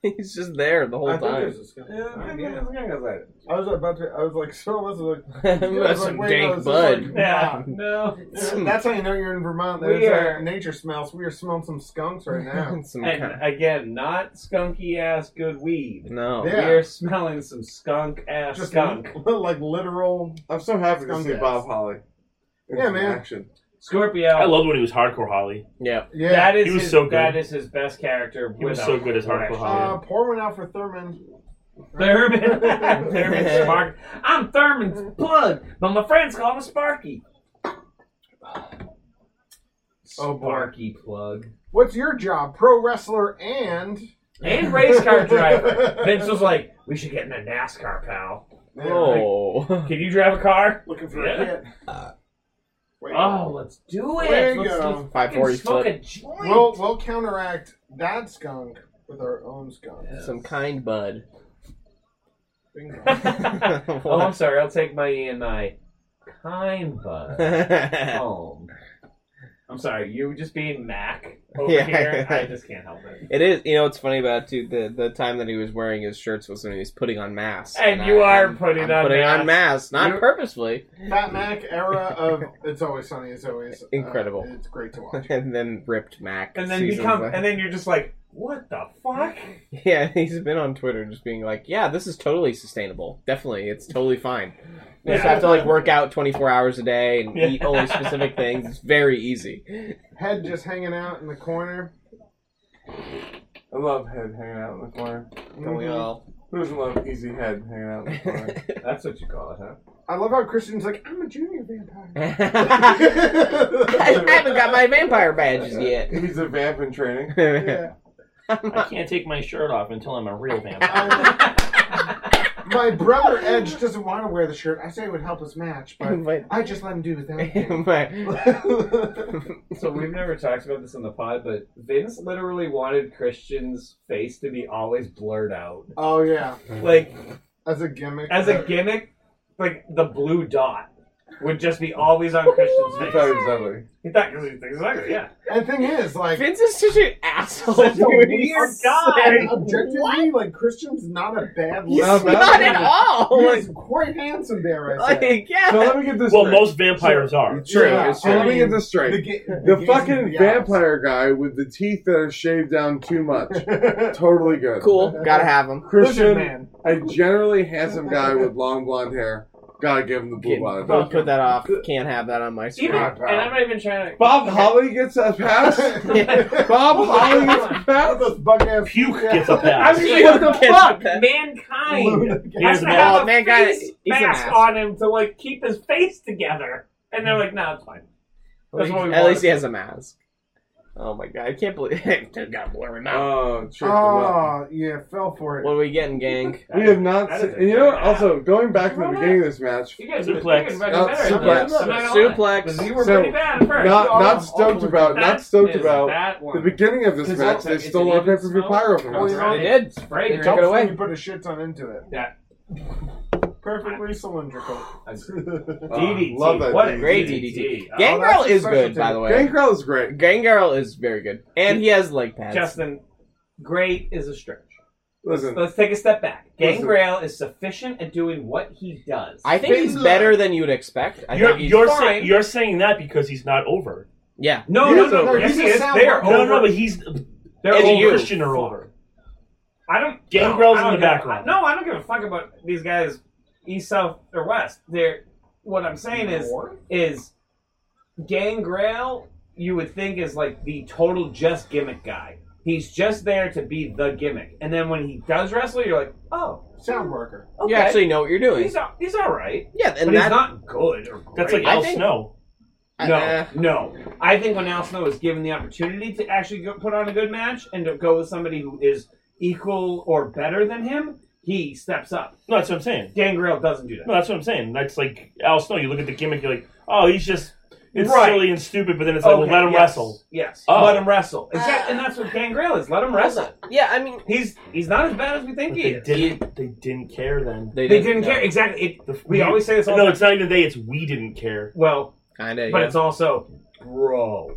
he's just there the whole I think time. there's this guy. I Yeah. was gonna go later. I was about to. I was like, so was it like? That's like, some wait, no, dank this is bud. like- Yeah, no. Some- That's how you know you're in Vermont. We There's like, are- nature smells. We are smelling some skunks right now. Some kind- And again, not skunky ass good weed. no. Yeah. We're smelling some skunk ass Just skunk. like literal. I'm so happy to Skunk see ass. Bob Holly. in Yeah, some man. Action. Scorpio. I loved when he was hardcore Holly. Yeah. Yeah. that is He was his, so good. that is his best character. He was without so good as Hardcore question. Holly. uh, pour one out for Thurman. Thurman. Thurman Spark. I'm Thurman's plug, but my friends call me Sparky. Oh, boy. Sparky plug. What's your job? Pro wrestler and And race car driver. Vince was like, we should get in a NASCAR, pal. Oh. Can you drive a car? looking for Yeah. a hit. Wait. Oh, let's do it. There you let's, go. let's Five fucking forty smoke foot. a joint. We'll we'll counteract that skunk with our own skunk. Some kind bud. Bingo. oh, I'm sorry. I'll take my E and I. Kind bud. home. I'm sorry. You just being Mac over Yeah. here. I just can't help it. It is, you know, what's funny about it, too. The the time that he was wearing his shirts was when he was putting on masks. And you are putting I'm on putting masks. on masks, not You're- purposefully. Fat Mac era of It's Always Sunny is always uh, Incredible. it's great to watch. and then ripped Mac. And then seasons become. later. And then you're just like, what the fuck? yeah, he's been on Twitter just being like, "Yeah, this is totally sustainable. Definitely, it's totally fine. You just Yeah. have to like work out 24 hours a day and Yeah. eat only specific things. It's very easy." Head just hanging out in the corner. I love head hanging out in the corner. Don't we Mhm. all? Who doesn't love easy head hanging out in the corner? That's what you call it, huh? I love how Christian's like, I'm a junior vampire. I haven't got my vampire badges yet. He's a vamp in training. Yeah. I can't take my shirt off until I'm a real vampire. I- my brother Edge doesn't want to wear the shirt. I say it would help us match, but But- I just let him do without him. but- So we've never talked about this on the pod, but Vince literally wanted Christian's face to be always blurred out, oh yeah, Mm. like as a gimmick. as a gimmick, like the blue dot. Would just be always on Christian's I face. thought he was ugly. He thought exactly, yeah. and thing is, like, Vince is such an asshole. Such a dude. weird He's guy. so- objectively, like Christian's not a bad He's No, look. not, but- at all. Like, He's quite handsome, dare I say? like, yeah. So let me get this well, straight. most vampires are. True, Yeah, it's true. I Let me mean, get this straight. ga- The, gaze fucking of the eyes. vampire guy with the teeth that are shaved down too much. totally good. cool. Gotta have him. Listen, Christian, man. a generally handsome guy with long blonde hair. Gotta give him the blue Can't- bottle. Don't put that off. Can't have that on my Even, screen. and I'm not even trying to. Bob Holly gets a pass. Bob Holly gets a All pass. those bug ass Puke gets a I pass. was like, what the fuck? Mankind. Here's has to an Oh, have ass. a Man, guy- face he's an mask ass. on him to like keep his face together. And they're like, nah, it's fine. At least, what we at wanted. least he has a mask. Oh my god, I can't believe it got blurred out. Oh, tripped him up. Oh yeah, fell for it. What are we getting, gang? We have not That seen. is a And you know what? good Also, going back to the Roll beginning of this match, You guys Suplex. Suplex. Uh, suplex. Suplex. Suplex. You were So, pretty bad at first. not all- not all stoked the- about, not stoked is about that one. the beginning of this It's match. also- They it's stole an our even pay per view smoke. pyro from Oh, us. you're right. They did. It's They fragrant. took it away. You put a shit ton into it. Yeah. Perfectly cylindrical. Uh, DDT. love that. What a DDT. Great DDT. Gangrel that's a is good, specialty. by the way. Gangrel is great. Gangrel is very good, and he has leg pads. Oh, Justin, great is a stretch. Listen, Let's take a step back. Listen. Gangrel is sufficient at doing what he does. I think he's Finland. better than you'd expect. I You're, think he's you're, fine. say, you're saying that because he's not over. yeah, no, He no, is no. over. Yes, He's he a is. sound They're No, over. no, but he's They're It's over. and you. Christian are over. I don't. Gangrel's I don't in the give a- background. no, I don't give a fuck about these guys, east, south, or west. They're what I'm saying is Or- is Gangrel. You would think is like the total just gimmick guy. He's just there to be the gimmick, and then when he does wrestle, you're like, oh, sound worker. okay, you actually know what you're doing. he's all, he's all right, yeah, but and he's that not good or great. That's like I El think- Snow. no, uh, no. I think when Al Snow is given the opportunity to actually go, put on a good match and to go with somebody who is equal or better than him, he steps up. No, that's what I'm saying. Gangrel doesn't do that. No, that's what I'm saying. That's like Al Snow. You look at the gimmick, you're like, oh, he's just it's Right. silly and stupid, but then it's like, well, Okay, let him yes, wrestle. Yes, Oh. let him wrestle. Exactly, and that's what Gangrel is. Let him wrestle. yeah, I mean, He's he's not as bad as we think But he they is. didn't. They didn't care then. They didn't care exactly. It, The- we always say this all No, the it's not even they. It's we didn't care. Well, Kind of, but yeah. it's also bro.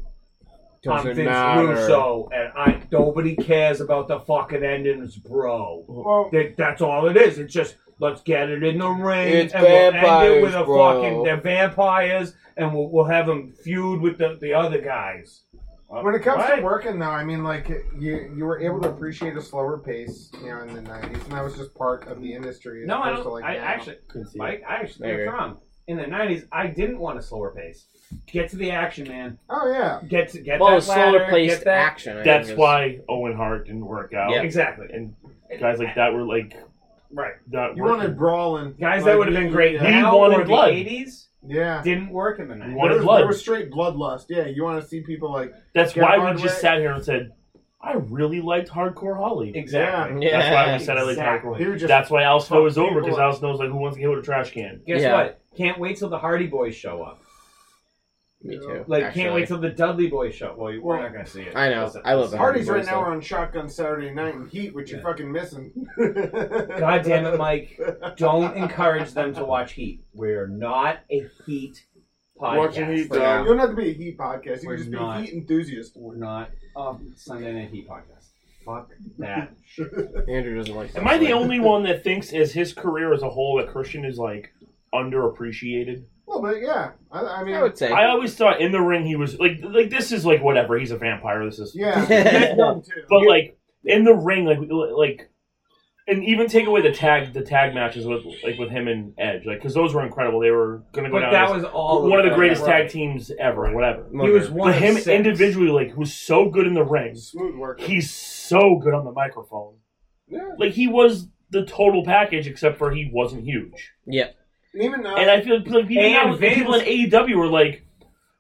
I'm Doesn't Vince matter. Russo, and I nobody cares about the fucking endings, bro. Well, That, that's all it is. It's just let's get it in the ring, It's and we'll end it with vampires, a bro. fucking they're vampires, and we'll, we'll have them feud with the, the other guys. Uh, when it comes What? to working, though, I mean, like you you were able to appreciate a slower pace, you know, in the '90s, and that was just part of the industry. as No, I opposed don't. to, like, I now. actually, Mike, I actually, Maybe. you're wrong. In the '90s, I didn't want a slower pace. Get to the action, man. Oh yeah, Get to get Well, that ladder. slower Get paced that. action. I That's think is- why Owen Hart didn't work out, Yeah. Exactly. and guys like that were like Right. not. you working. wanted brawling, Guys like, that would have been great yeah. We now wanted or the blood. '80s Yeah, didn't work in the '90s. wanted there was, blood. there was straight bloodlust. Yeah, you want to see people like That's Get why hard we just way. sat here and said, "I really liked Hardcore Holly." Exactly. Yeah. That's why we said I liked Exactly. Hardcore. he would just That's why Al Snow is over because People- Al Snow's like, "Who wants to get with a trash can?" Guess Yeah. what? Can't wait till the Hardy Boys show up. Me too. Like, can't actually. wait till the Dudley Boys show. up. Well, you- we're Well, not gonna see it. I know. I love the Parties Hardy Boys, right now though. are on Shotgun Saturday Night and Heat, which you're Yeah. fucking missing. God God damn it, Mike! Don't encourage them to watch Heat. We're not a Heat podcast. Watching Heat, Like, dog. You don't have to be a Heat podcast. You We're can just not. be a Heat enthusiast. We're not a Sunday Night Heat podcast. Fuck that. Andrew doesn't like. Am I the wrestling. only one that thinks, as his career as a whole, that Christian is like underappreciated? Well, but yeah, I, I mean, I would say. I always thought in the ring he was like, like this is like whatever. He's a vampire. This is, yeah, Yeah. Them too. but like in the ring, like like, and even take away the tag, the tag matches with like with him and Edge, like because those were incredible. They were gonna go But down that as was all one of the greatest Right. tag teams ever, whatever. He was one But of him six. individually, like, who's so good in the ring, smooth work. he's so good on the microphone. Yeah. Like he was the total package, except for he wasn't huge. And even uh, now, And I feel like people, And now, like, Vince- people in AEW were like,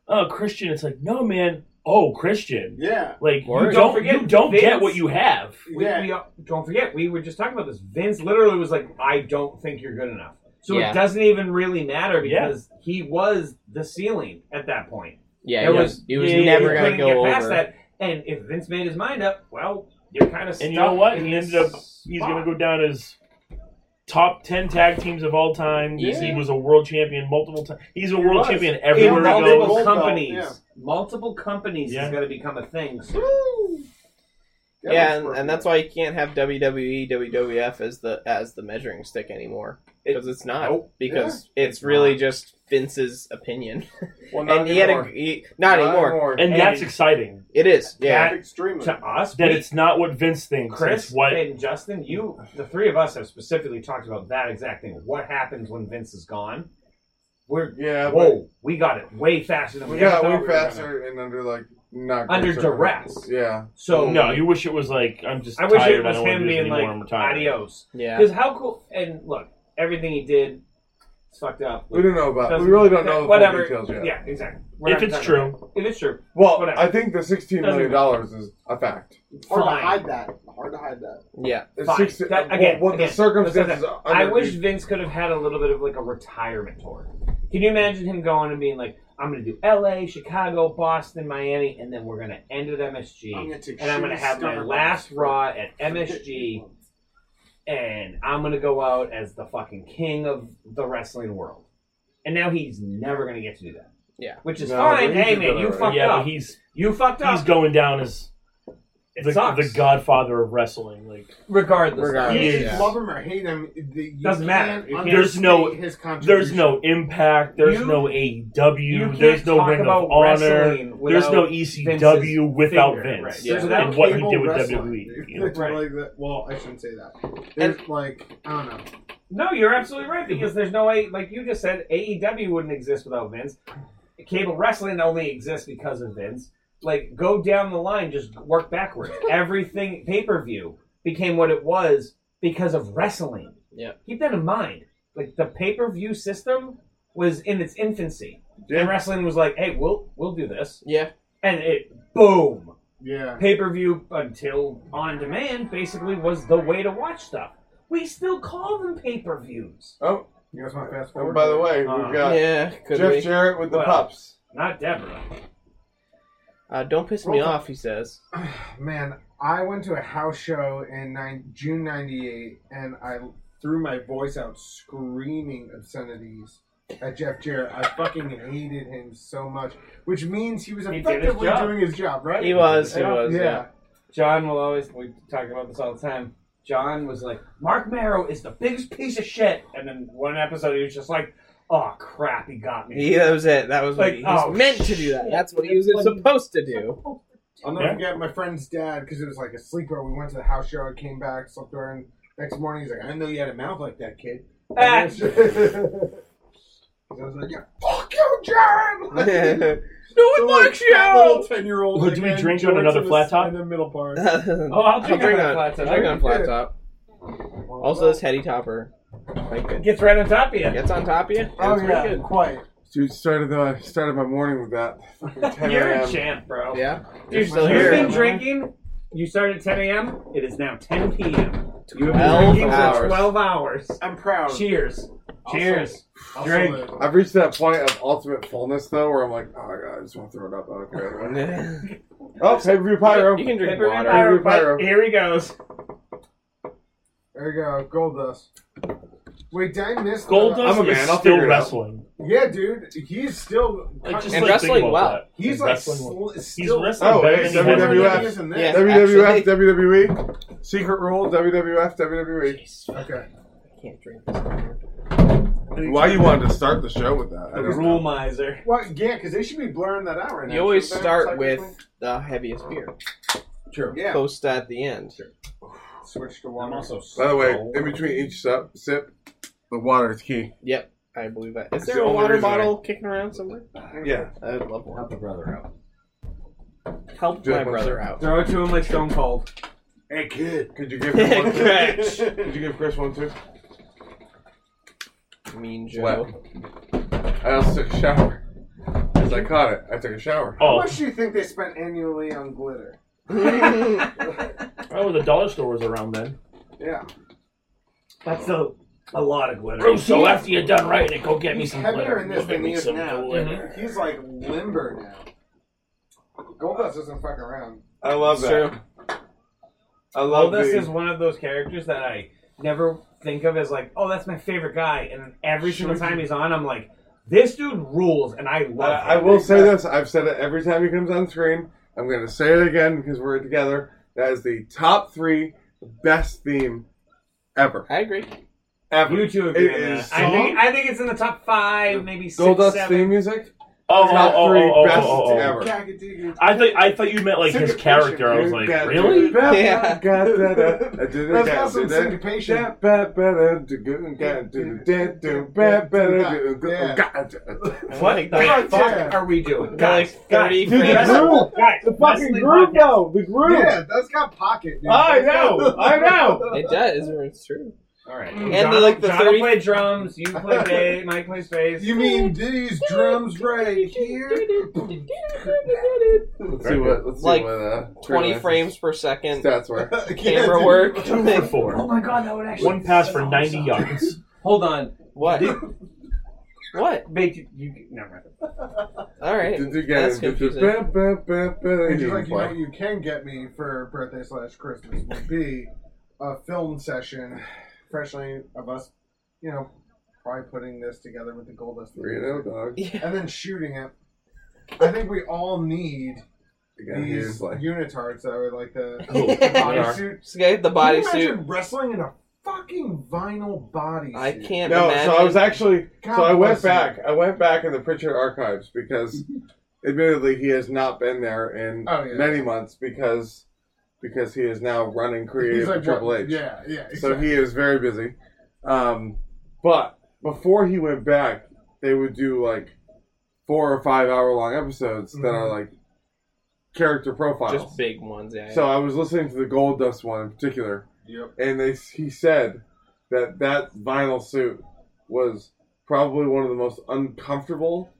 "Oh, Christian." It's like, no, man. Oh, Christian. yeah, Like Word. you don't, Don't forget you don't get Vince. what you have. We, yeah. we all- don't forget, we were just talking about this. Vince literally was like, "I don't think you're good enough." So Yeah. it doesn't even really matter Yeah. because he was the ceiling at that point. Yeah, There he was- was. He was yeah, never He gonna couldn't go get over. past that. And if Vince made his mind up, well, you're kind of stuck. And you know what? in He this ended up. He's spot. going to go down as top ten tag teams of all time. Yeah. He was a world champion multiple times. He's a world was. champion in everywhere he multiple goes. Gold Belt, companies. yeah. Multiple companies Yeah. is going to become a thing. So Yeah, and, and that's why you can't have E, WWE, WWF as the as the measuring stick anymore because it's not nope. because it's It's really not. just Vince's opinion, Well, not and he had a anymore. he, not, anymore. And And- that's exciting. It is, yeah, That- extremely. to us, That we- it's not what Vince thinks. Chris it's what and Justin, you, the three of us have specifically talked about that exact thing. What happens when Vince is gone? We're Yeah, but whoa, we got it way faster than we, we got ever way thought we were gonna. faster and under like not Under great duress. Yeah, So No, you wish it was like I'm just. oh. I wish tired, it was don't wanna him do this being anymore, like I'm retired. adios. yeah. Because how cool and look, everything he did is fucked up. we don't know about. We Doesn't- really don't know the whatever. full details yet. Yeah, exactly. We're If not it's talking true, about it. If it's true. Well, Whatever. I think the sixteen million dollars is a fact. Hard fine. to hide that. Hard to hide that. yeah. It's Fine. 16 That- what- again, what again, the circumstances? listen, are I under- wish Vince could have had a little bit of like a retirement tour. Can you imagine him going and being like, I'm going to do LA, Chicago, Boston, Miami, and then we're going to end at MSG. gonna take and I'm going to have my last Raw at MSG, and I'm going to go out as the fucking king of the wrestling world. And now he's never going to get to do that. Yeah. Which is No, fine. but he Hey, did man, that you already. fucked yeah, up. but he's you fucked he's up. going down as It the, sucks. the godfather of wrestling. Like Regardless. Regardless. You Yeah. love him or hate him. the- You Doesn't matter. can't You can't- There's no- understate His there's contribution. no impact. There's You- no You AEW. can't There's no talk Ring about of Honor. wrestling There's without no ECW without finger, Vince. right. Yeah. There's And what he cable did with E. wrestling. WWE. you know? It's like that- Well, I shouldn't say that. There's like I don't know. No, you're absolutely right because there's no way, like you just said, AEW wouldn't exist without Vince. Cable wrestling only exists because of Vince. Like, go down the line, just work backwards. Everything pay per view became what it was because of wrestling. Yeah. Keep that in mind. Like the pay per view system was in its infancy, and wrestling was like, hey, we'll we'll do this, Yeah, and it boom Yeah. pay per view until on demand basically was the way to watch stuff. We still call them pay per views. Oh, You guys want to fast forward? and by the way, we've Uh, got yeah. Could Jeff we? Jarrett with the Well. pups. Not Deborah. Uh, don't piss me Roll off, he says. Man, I went to a house show in nine, June '98, and I threw my voice out screaming obscenities at Jeff Jarrett. I fucking hated him so much, which means he was He did his effectively job. doing his job, right? He was. He Yeah. was. Yeah. yeah. John will always we talk about this all the time. John was like, Mark Marrow is the biggest piece of shit, and then one episode he was just like, oh crap, he got me. He, that was it. That was what Like, he, he oh, was meant to do. That. shit. That's what he was That's what he- supposed to do. I'll never Yeah. forget my friend's dad because it was like a sleeper. We went to the house show. I came back, slept over, and next morning he's like, "I didn't know you had a mouth like that, kid." Ah. And it's- I was like, "Yeah, fuck you, Jared!" Like, no one likes you. ten year old. Well, do we drink on another flat top? In the middle part. oh, I'll drink I'll drink on on- flat I'm tonight. going flat top. Also, this heady topper. Like It it Gets right on top of you. gets on top of you. and oh it's pretty yeah, quite. Dude, started the started my morning with that. Fucking 10 You're a a.m. champ, bro. good. um, Yeah. Dude, still you've here. been drinking. You started at 10 a.m. It is now 10 p.m. You've been 12 drinking for hours. 12 hours. I'm proud. Cheers. Also- Cheers. Also, drink. uh, I've reached that point of ultimate fullness though, where I'm like, oh my god, I just want to throw it up. I don't care. you oh, hey, Rue Pyro. can drink Paper water. Pyro, Paper Pyro. but Here he goes. There you go, gold dust. Wait, did I miss the- Goldust I'm a is man, I'll still figure it out. wrestling. Yeah, dude, he's still. Like, just And like, wrestling think about well. that. he's And like wrestling well. sl- He's still. wrestling Oh, better hey, than he has WWF. been. Isn't that? Yeah. WWF, Actually- WWE, E. Secret Rule, WWF, WWE. Okay. I can't drink this. Why you wanted to start the show with that? I The don't rule know. miser. Well, yeah, because they should be blurring that out right now. You always shouldn't they? start Technically? with the heaviest beer. True. Yeah. Post at the end. Switch to water. By the way, in between each sup, sip, the water is key. I believe that. Is It's there the a only water reason I- bottle kicking around somewhere? Yeah. I would love one. the brother out. Help Do you my have one, brother sir? out. Throw it to him like Stone Cold. Hey kid, could you give him one? Crash. Could you give Chris one too? Mean Joe. I also took a shower. As I caught it, I took a shower. How Oh, much do you think they spent annually on glitter? oh, the dollar store was around then. Yeah. That's a, a lot of glitter. Russo, after you're done writing it, go get me He's some heavier glitter. in Go this get than me he is some now. Mm-hmm. glitter. He's like limber now. Goldust doesn't fuck around. I love It's true. I Well, love this the- is one of those characters that I never think of as like, oh, that's my favorite guy, and then every single time he's on, I'm like, this dude rules, and I Uh, love. I him. will say this. I've said it every time he comes on screen. I'm going to say it again because we're together. That is the top three best theme ever. I agree. Ever. You two agree It on that. is I think song? I think it's in the top five, maybe six, Goldust seven. theme music. Oh, oh, Top oh, three oh, oh, best oh, oh. ever. Cacadoo. I thought I thought you meant like his Syncopation, character. I was like, Da- da- really? da- Yeah. da- da- da- da- I did it That's again. got some Da- da- syncopation. da- ba- ba- da- da- da- da- da- da- ba- ba- da- da- da- Yeah. da- da- da- What the Right fuck there. are we doing, Like guys? thirty. guys, Dude, the guys, groove, guys, the fucking Wesley groove, Hawkins. though, the groove. Yeah, that's got pocket. Dude. I know, I know. It does. It's true. All right, And John, the, like, the John 30 played drums. You play bass. Mike plays bass. You mean these drums right here? Let's see what. Let's see Like, what. Uh, Twenty Grandmaster's frames per second. Stats were. Camera dude. work. Two for Oh four. my god, that would actually One pass for ninety yards. Hold on, What? What? make you, you never mind. All right. Did you get That's it? Did you- confusing. ba- ba- ba- ba- It's you like, can you play. know, what you can get me for birthday slash Christmas would be a film session, freshly of us, you know, probably putting this together with the Goldust Reno oh, dog. Yeah. and then shooting it. I think we all need Again, he these was like, Oh, unitards that are like the, the This bodysuit. guy with the Can you bodysuit. imagine wrestling in a fucking vinyl bodysuit? I can't no, imagine. so I was actually. God so I went bless you. back. I went back in the Pritchard archives because, admittedly, he has not been there in Oh, yeah. many months because because he is now running He's creative like for Triple what? H. Yeah, yeah. So he is very busy. Um, but before he went back, they would do like four or five hour long episodes that are Mm-hmm. like character profiles. Just big ones. Yeah. So I was listening to the Gold Dust one in particular, Yep. and they he said that that vinyl suit was probably one of the most uncomfortable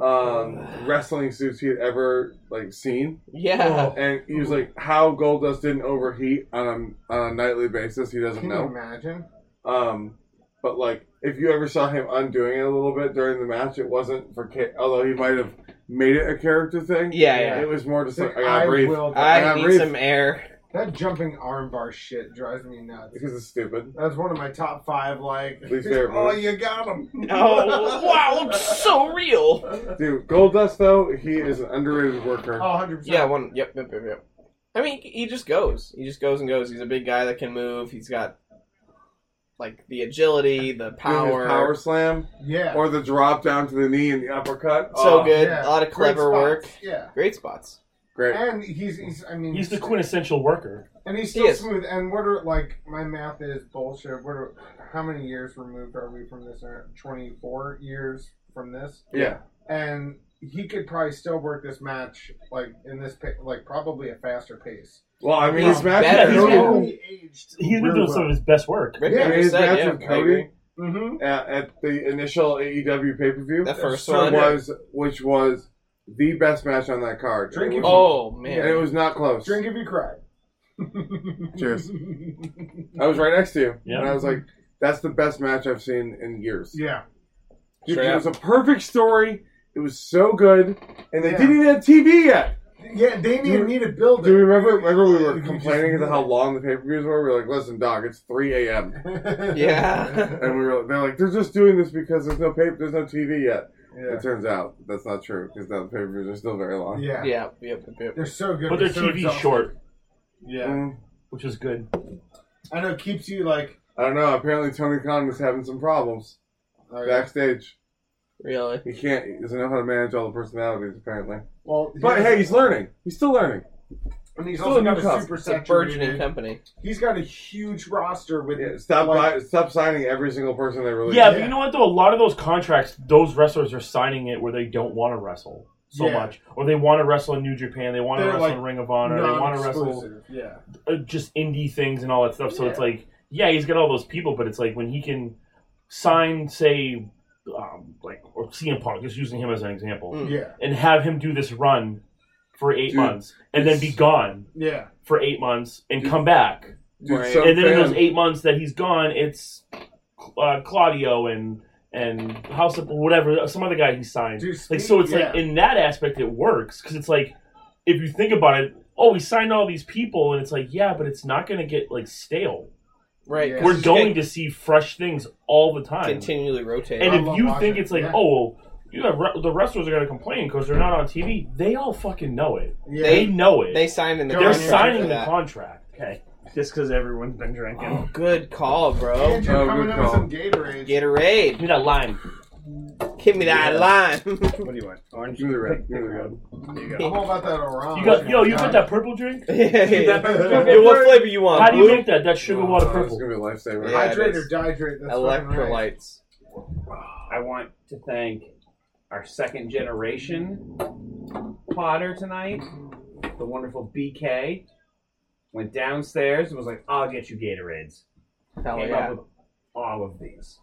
um, wrestling suits he had ever like seen. yeah. And he was like, "How Goldust didn't overheat on a, on a nightly basis, he doesn't Can you know." imagine? Um, but like, if you ever saw him undoing it a little bit during the match, it wasn't for cha- although he might have made it a character thing. Yeah, yeah. It was more just like, I oh, I gotta breathe. will. I I got need Reef. some air. That jumping armbar shit drives me nuts. because it's stupid. That's one of my top five. Like, Least favorite oh, moves. you got him. Oh, wow, looks so real. Dude, Goldust though, he is an underrated worker. Oh, 100%. Yeah, one. Yep, yep, yep, yep. I mean, he just goes. He just goes and goes. He's a big guy that can move. He's got like the agility, the Doing his power. power slam, Yeah. or the drop down to the knee and the uppercut. So Oh, good. A yeah. lot of Great clever work. spots, Yeah. Great spots. Great. And he's, he's, I mean, He's the quintessential worker. and he's He still is. smooth. And what are, like, my math is bullshit. What are, how many years removed are we from this? Uh, 24 years from this? Yeah. And he could probably still work this match, like, in this, pa- like, probably a faster pace. Well, I mean, He's his match better. with He's Cody, better. He aged. He's been really doing well. some of his best work. Rick Yeah, I mean, Baker his said, match yeah, with I agree. Cody Mm-hmm. at, at the initial E AEW pay per view. That first so one. good. was which was the best match on that card. Drink it it. was, Oh man. and it was not close. Drink if you cry. Cheers. I was right next to you, Yeah. and I was like, "That's the best match I've seen in years." Yeah. Dude, Straight it up. was a perfect story. It was so good, and they Yeah. didn't even have TV yet. Yeah, they didn't even need to build Do you remember? Remember we You were just complaining knew about how it. long the pay per views were. We were like, "Listen, dog, it's three a.m." it. Yeah. And we were, they're like, "They're just doing this because there's no pay, there's no TV yet." Yeah. It turns out that's not true because now the pay per views are still very long. yeah. Yeah, yep, yep, yep. They're so good. But their so TV's exhausting. short, Yeah. Mm, which is good. I know it keeps you like. I don't know. Apparently, Tony Khan was having some problems Oh, like backstage. Really. He can't. He doesn't know how to manage all the personalities, apparently. well, he But has- hey, he's learning. He's still learning. and he's still also a got new a cup. super It's a burgeoning saturated- company. He's got a huge roster with Yeah, stop. like, buy, stop signing every single person they release. Yeah, Yeah. but you know what though? A lot of those contracts, those wrestlers are signing it where they don't want to wrestle so Yeah. much, or they want to wrestle in New Japan, they want to They're, wrestle in like, Ring of Honor, they want to wrestle non-exclusive, Yeah. uh, just indie things and all that stuff. So it's Yeah. like, yeah, he's got all those people, but it's like when he can sign, say, um, like or CM Punk, just using him as an example, Mm. Yeah. and have him do this run for eight Dude, months, and then be gone Yeah. for eight months and come back, Dude, Right. so and then in fan- those eight months that he's gone, it's uh, Claudio and and House of whatever some other guy he signed. Dude, like so, it's yeah. like in that aspect it works because it's like if you think about it, oh, we signed all these people, and it's like yeah, but it's not going to get like stale. Right. Yeah. 'cause We're it's going to see fresh things all the time, continually rotate. and I if love you watching think it, it's like yeah. oh. Well, you have re- the wrestlers are going to complain because they're not on TV. They all fucking know it. yeah. They know it. they signed in the They're contract for signing the that. contract. Okay. Just because everyone's been drinking. Oh, good call, bro. And you're Oh, coming good in with call. some Gatorade. Gatorade. Give me that lime. Give me that line. What do you want? Orange? Give me the red. Give me the red. I'm all about that orange. You got yo, you got that purple drink? Hey, what flavor you want? How do you Uh, Blue? make that? That sugar water Oh, It's purple. gonna be a lifesaver. Yeah. Hydrate it or is. dihydrate. That's fucking right. Electrolytes. I want to thank our second generation potter tonight, the wonderful BK. Went downstairs and was like, I'll get you Gatorades. Hell Came yeah. up with all of these.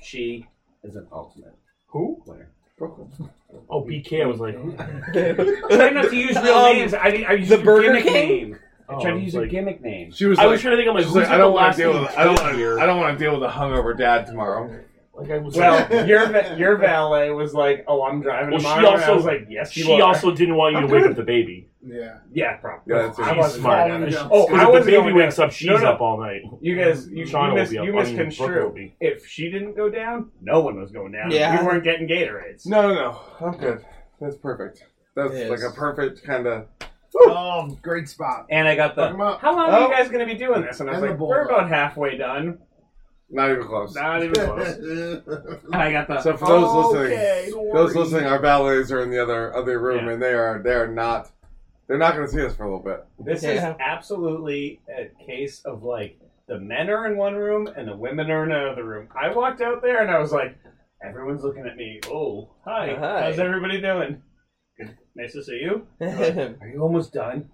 She is an ultimate. Who? winner. Oh, BK. I was like, who? I tried not to use real Um, names. I, did, I used the a Burger gimmick King? name. Oh, I tried to I use was a like- gimmick name. She was I like, was trying to think. I'm like, she's like, who's like, I the don't want last to deal name? with. I don't want Goodyear? to. I don't want to deal with a hungover dad tomorrow. Like, I was Well, like, your va- your valet was like, "Oh, I'm driving Well, tomorrow." she and I also- was like, "Yes, she you are." also didn't want you to I'm wake good. up the baby. Yeah. yeah, probably. Yeah, that's I it. was smart. falling down. Oh, Oh, I if wasn't the baby going wakes down. up, she's No, no. up all night. You guys, you, Shauna you, will mis- be up. you I mean, Brooke will misconstrued. be. If she didn't go down, no one was going down. Yeah. We weren't getting Gatorades. No, no, no. I'm good. That's perfect. That's Yes. like a perfect kind of. Oh, great spot. And I got the. Fuck 'em up. How long are Oh. you guys going to be doing this? And I was And the like, bowl we're up. about halfway done. Not even close. Not even close. and I got the. So for those Okay, listening, those sorry. listening, our valets are in the other other room, Yeah. and they are they are not. They're not going to see us for a little bit. this Yeah. is absolutely a case of like the men are in one room and the women are in another room. I walked out there and I was like, everyone's looking at me. Oh, hi. Uh, Hi. How's everybody doing? Good. Nice to see you. Are you almost done?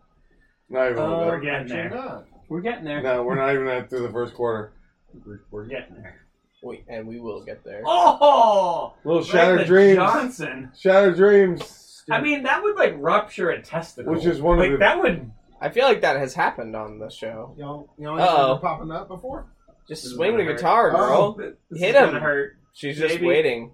Not even a little Uh, We're bit. getting Actually there. not. We're getting there. No, we're not even at, through the first quarter. We're, we're getting there. Wait, and we will get there. Oh, Little Like shattered the dreams. Johnson. Shattered dreams, I mean, that would like rupture a testicle. which is one like of the. that would. I feel like that has happened on the show. Y'all, y'all Uh-oh. ever popping up before? Just This is Oh, swing the gonna hurt. guitar, girl. This is Hit him. gonna hurt. She's just Maybe. waiting.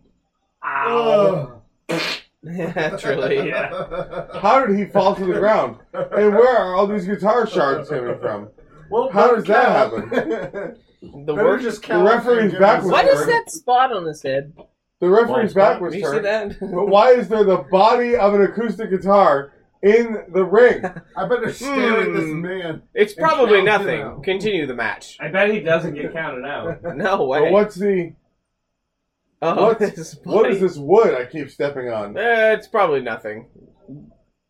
Ow. Ugh. Naturally. Yeah. How did he fall to the ground? And where are all these guitar shards coming from? Well, How does that happen? happen? The Better worst. just the count referee's and give backwards. us- What is that spot on his head? The referee's Well, back was You see turned. that? But why is there the body of an acoustic guitar in the ring? I better stare at this Hmm. man. It's It probably counts, you know. nothing. Continue the match. I bet he doesn't get counted out. No way. But what's the oh, what- this what is bloody- this wood I keep stepping on? Eh, it's probably nothing.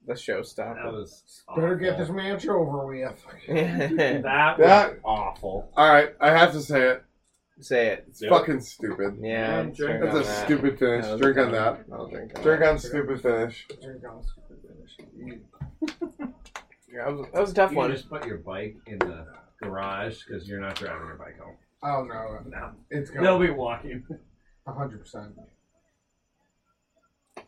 The show That stopped. was awful. Better get this match over with. Say That was That- awful. All right, I have to say it. it. It's Yep. fucking stupid. Yeah. I'm drink drinking. That's on a that. stupid finish. Yeah, Drink on that. I'll drink on Drink that. on stupid finish. Drink on stupid finish. Yeah, that was, that was a tough You one. just put your bike in the garage because you're not driving your bike home. Oh no, No. it's They'll going be walking. hundred percent.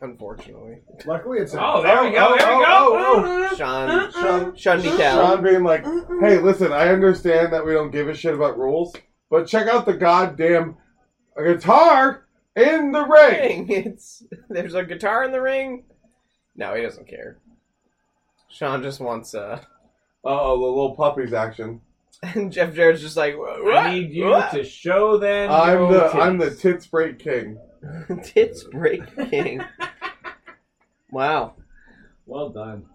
Unfortunately. Luckily, it's Oh, there we go. oh, There we go. oh, Sean. Sean, Sean Decal. Sean being like, hey, listen, I understand that we don't give a shit about rules, but check out the goddamn guitar in the ring. Ring. It's there's a guitar in the ring. No, he doesn't care. Sean just wants uh Uh-oh, the little puppies action. and Jeff Jarrett's just like I need you to show them. I'm your the I'm the tits. tits break king. to tits breaking. wow. Well done.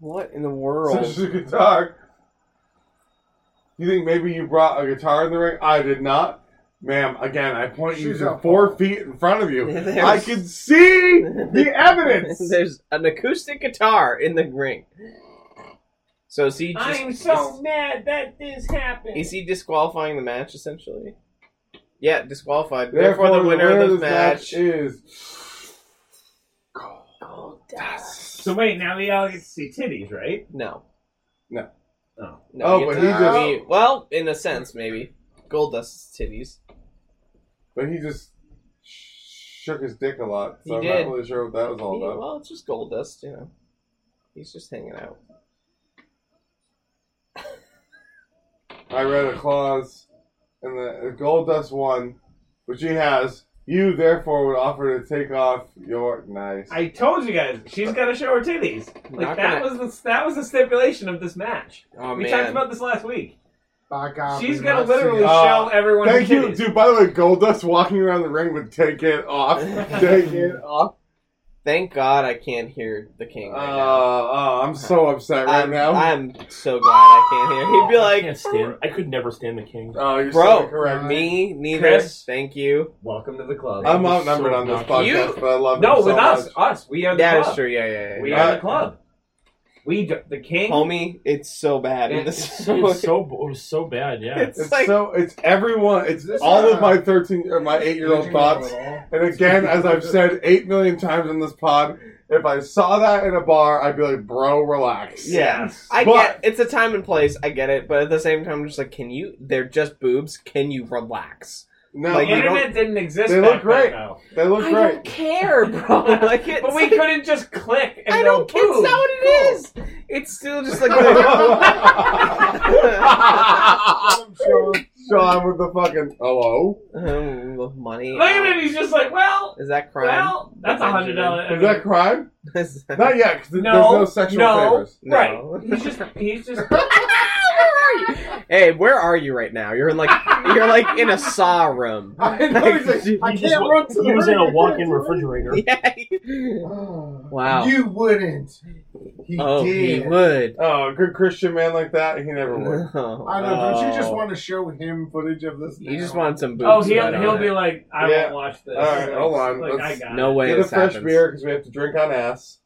What in the So world? just a guitar. You think maybe you brought a guitar in the ring? I did not. Ma'am, again, I point you She's to a- four feet in front of you. There's- I can see the evidence. There's an acoustic guitar in the ring. So is he just is, mad that this happened. is he disqualifying the match essentially? Yeah, disqualified. Therefore, the winner, of the this match. is. so wait, now we all get to see titties, right? No. No. No. No. Oh, you but have to- he just- I mean, well, in a sense, maybe. Gold Dust's titties. But he just shook his dick a lot, so He I'm did. not really sure what that was all Yeah, about. well, it's just Gold Dust, you know. He's just hanging out. I read a clause in the Gold Dust one, which he has. You therefore would offer to take off your nice. I told you guys, she's got to show her titties. Like Not that gonna- was the that was the stipulation of this match. Oh we man. talked about this last week. By Um, God, she's we gonna must see literally it. show Uh, everyone. her Thank you, titties. dude. By the way, Goldust walking around the ring would take it off. take it. off. Thank God I can't hear the Uh, king right now. oh, I'm so upset right I'm, now. I'm so glad I can't hear. He'd be I like, can't stand. I could never stand the king. oh, you're Bro. so correct. Me neither. Chris? Thank you. Welcome to the club. I'm outnumbered So on this dumb. You- podcast, but I love no, him so with us, much. us, we are the That club. is true. Yeah, yeah, yeah. We yeah. are Uh, the club. We do, the king. Homie, it's so bad in this. It's so it was so bad. Yeah. It's It's like- so it's everyone. It's This all is, of my thirteen or my eight year old thoughts. And again, as I've said eight million times in this pod, if I saw that in a bar, I'd be like, "Bro, relax." yeah. I But- get it's a time and place. I get it, but at the same time, I'm just like, can you? They're just boobs. Can you relax? No, The Like, you they, internet didn't exist. they back look great. Then, though. they look I great. don't care, bro. like it's, But we couldn't just click. And I go, don't. It's "Boom." not what it is. It's still just like. Sean with the fucking hello. Um, money. Look at him. He's just like, well, Is that crime? well, that's a hundred dollars. Is that crime? Is that- Not yet, because No, there's no sexual no. favors. right? No. He's just, he's just. hey, where are you right now? You're in like you're like in a saw room. I know he's like, I can't He just wa- run to the He was in a ring. walk-in refrigerator. Yeah. Wow. Wow. You wouldn't. He oh, did. he would. Oh, a good Christian man like that, he never would. No. I know, but you just Oh. want to show him footage of this. You just now. wanted some boobs. Oh, he'll right on he'll it. be like, I Yeah. won't watch this. All right, Like, hold on, Like, I let's- got No it. way. Get a This fresh happens. beer because we have to drink on ass.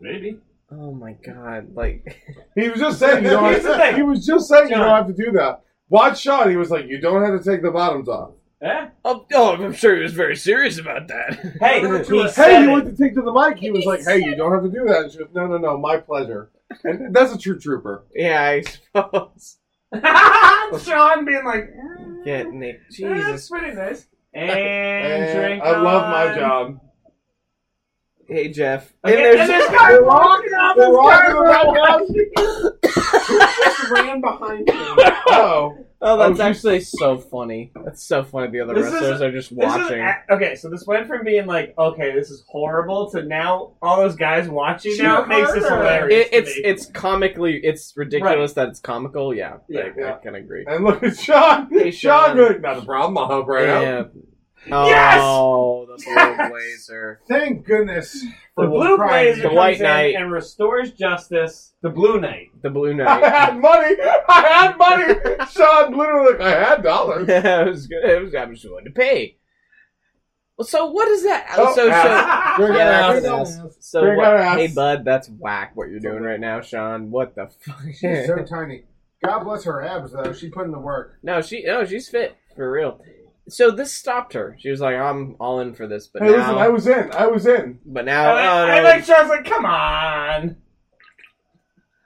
Maybe. Oh my god! Like He was just saying you don't Here's the have, thing. he was just saying you John. don't have to do that. Watch Sean. He was like, you don't have to take the bottoms off. Eh? oh, oh, I'm sure he was very serious about that. Hey, Hey, he Hey, said you it. went to take to the mic. He was like, hey, you don't have to do that. And she was, no, no, no, my pleasure. And that's a true trooper. yeah, I suppose. Sean being like, mm, Get Nick. eh, that's Jesus. pretty nice. And And drink. I love my on. job. Hey Jeff. Okay, And and there's this guy walking off We're this all guy. doing that, guys. just ran behind him. Oh, Oh, that's Oh, you- actually so funny. That's so funny. The other This is- wrestlers are just This is watching. a- okay, so this went from being like, okay, this is horrible, to now all those guys watching Cheer now it makes this harder. hilarious. It, to it's me. it's comically it's ridiculous that it's comical. Yeah, Yeah, I, yeah. I can agree. And look at Sean. Hey, Sean, Sean. really not a problem. I'll help right out. Yeah. Yes! Oh, the blue Yes! blazer. Thank goodness the for blue Pride. blazer The comes White in Knight. and restores justice. The blue knight. The blue I knight. had money. I had money. Sean literally, like, I had dollars. I was good. I was, I was willing to pay. Well, So what is that? Oh, so ah. so, ass. Drink Yeah, ass. that's ass. so Bring what- our ass. hey bud, that's whack. What you're doing right now, Sean? What the She's so fuck? tiny. God bless her abs though. She put in the work. no, she no, she's fit for real. So this stopped her. She was like, "I'm all in for this," but Hey, now, listen, I was in. I was in. but I now, like, oh, I no. like Sean's like, come on.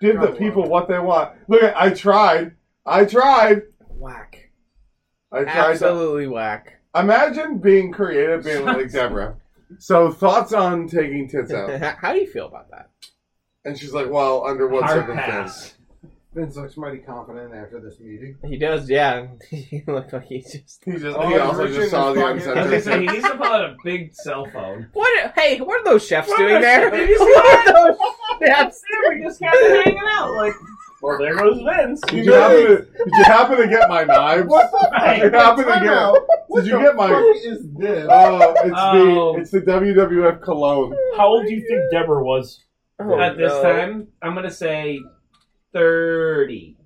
Give the God, people what they want. Look, at, I tried. I tried. whack, I tried. To, absolutely whack. imagine being creative, being like Deborah. So, thoughts on taking tits out? How do you feel about that? And she's like, well, under what Hard circumstance? pass. Vince looks mighty confident after this meeting. He does, yeah. he looked like he just. He just. Oh, He he's also reaching just saw his the pocket. I was gonna say, uncensored. he needs to pull out a big cell phone. What? Hey, what are those chefs What are doing those- there? Did you see What are those chefs? There, we just got it hanging out. Like, well, there goes Vince. Did you happen to? Did you happen to get my knives? What the Right. Did you happen to Time get? out. What you the get my- fuck is this? Oh, it's Oh. the it's the WWF cologne. How old do you think Deborah was? At this Oh, time, I'm gonna say 30.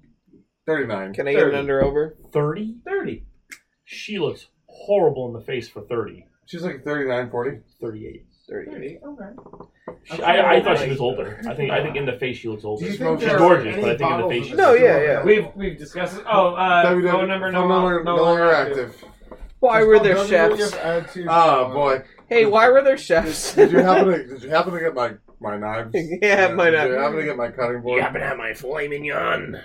Thirty nine. Can I get an Thirty. under over? 30? 30. She looks horrible in the face for 30. She's like 39, 40. 38. 30. okay. She, I, I thought she was older. I think I think in the face she looks older. Do you She's think She's there are gorgeous, any but I think in the bottles face of she's No, this yeah, store? yeah. We've we've discussed this. Oh, uh, WW phone number no, phone number no no longer active. active. Why Just were call there WWF chefs? Attitude Oh Era. boy! Hey, why were there chefs? Did you happen to did you happen to get my my knives? Yeah, my Did you knife. happen to get my cutting board? have my filet mignon.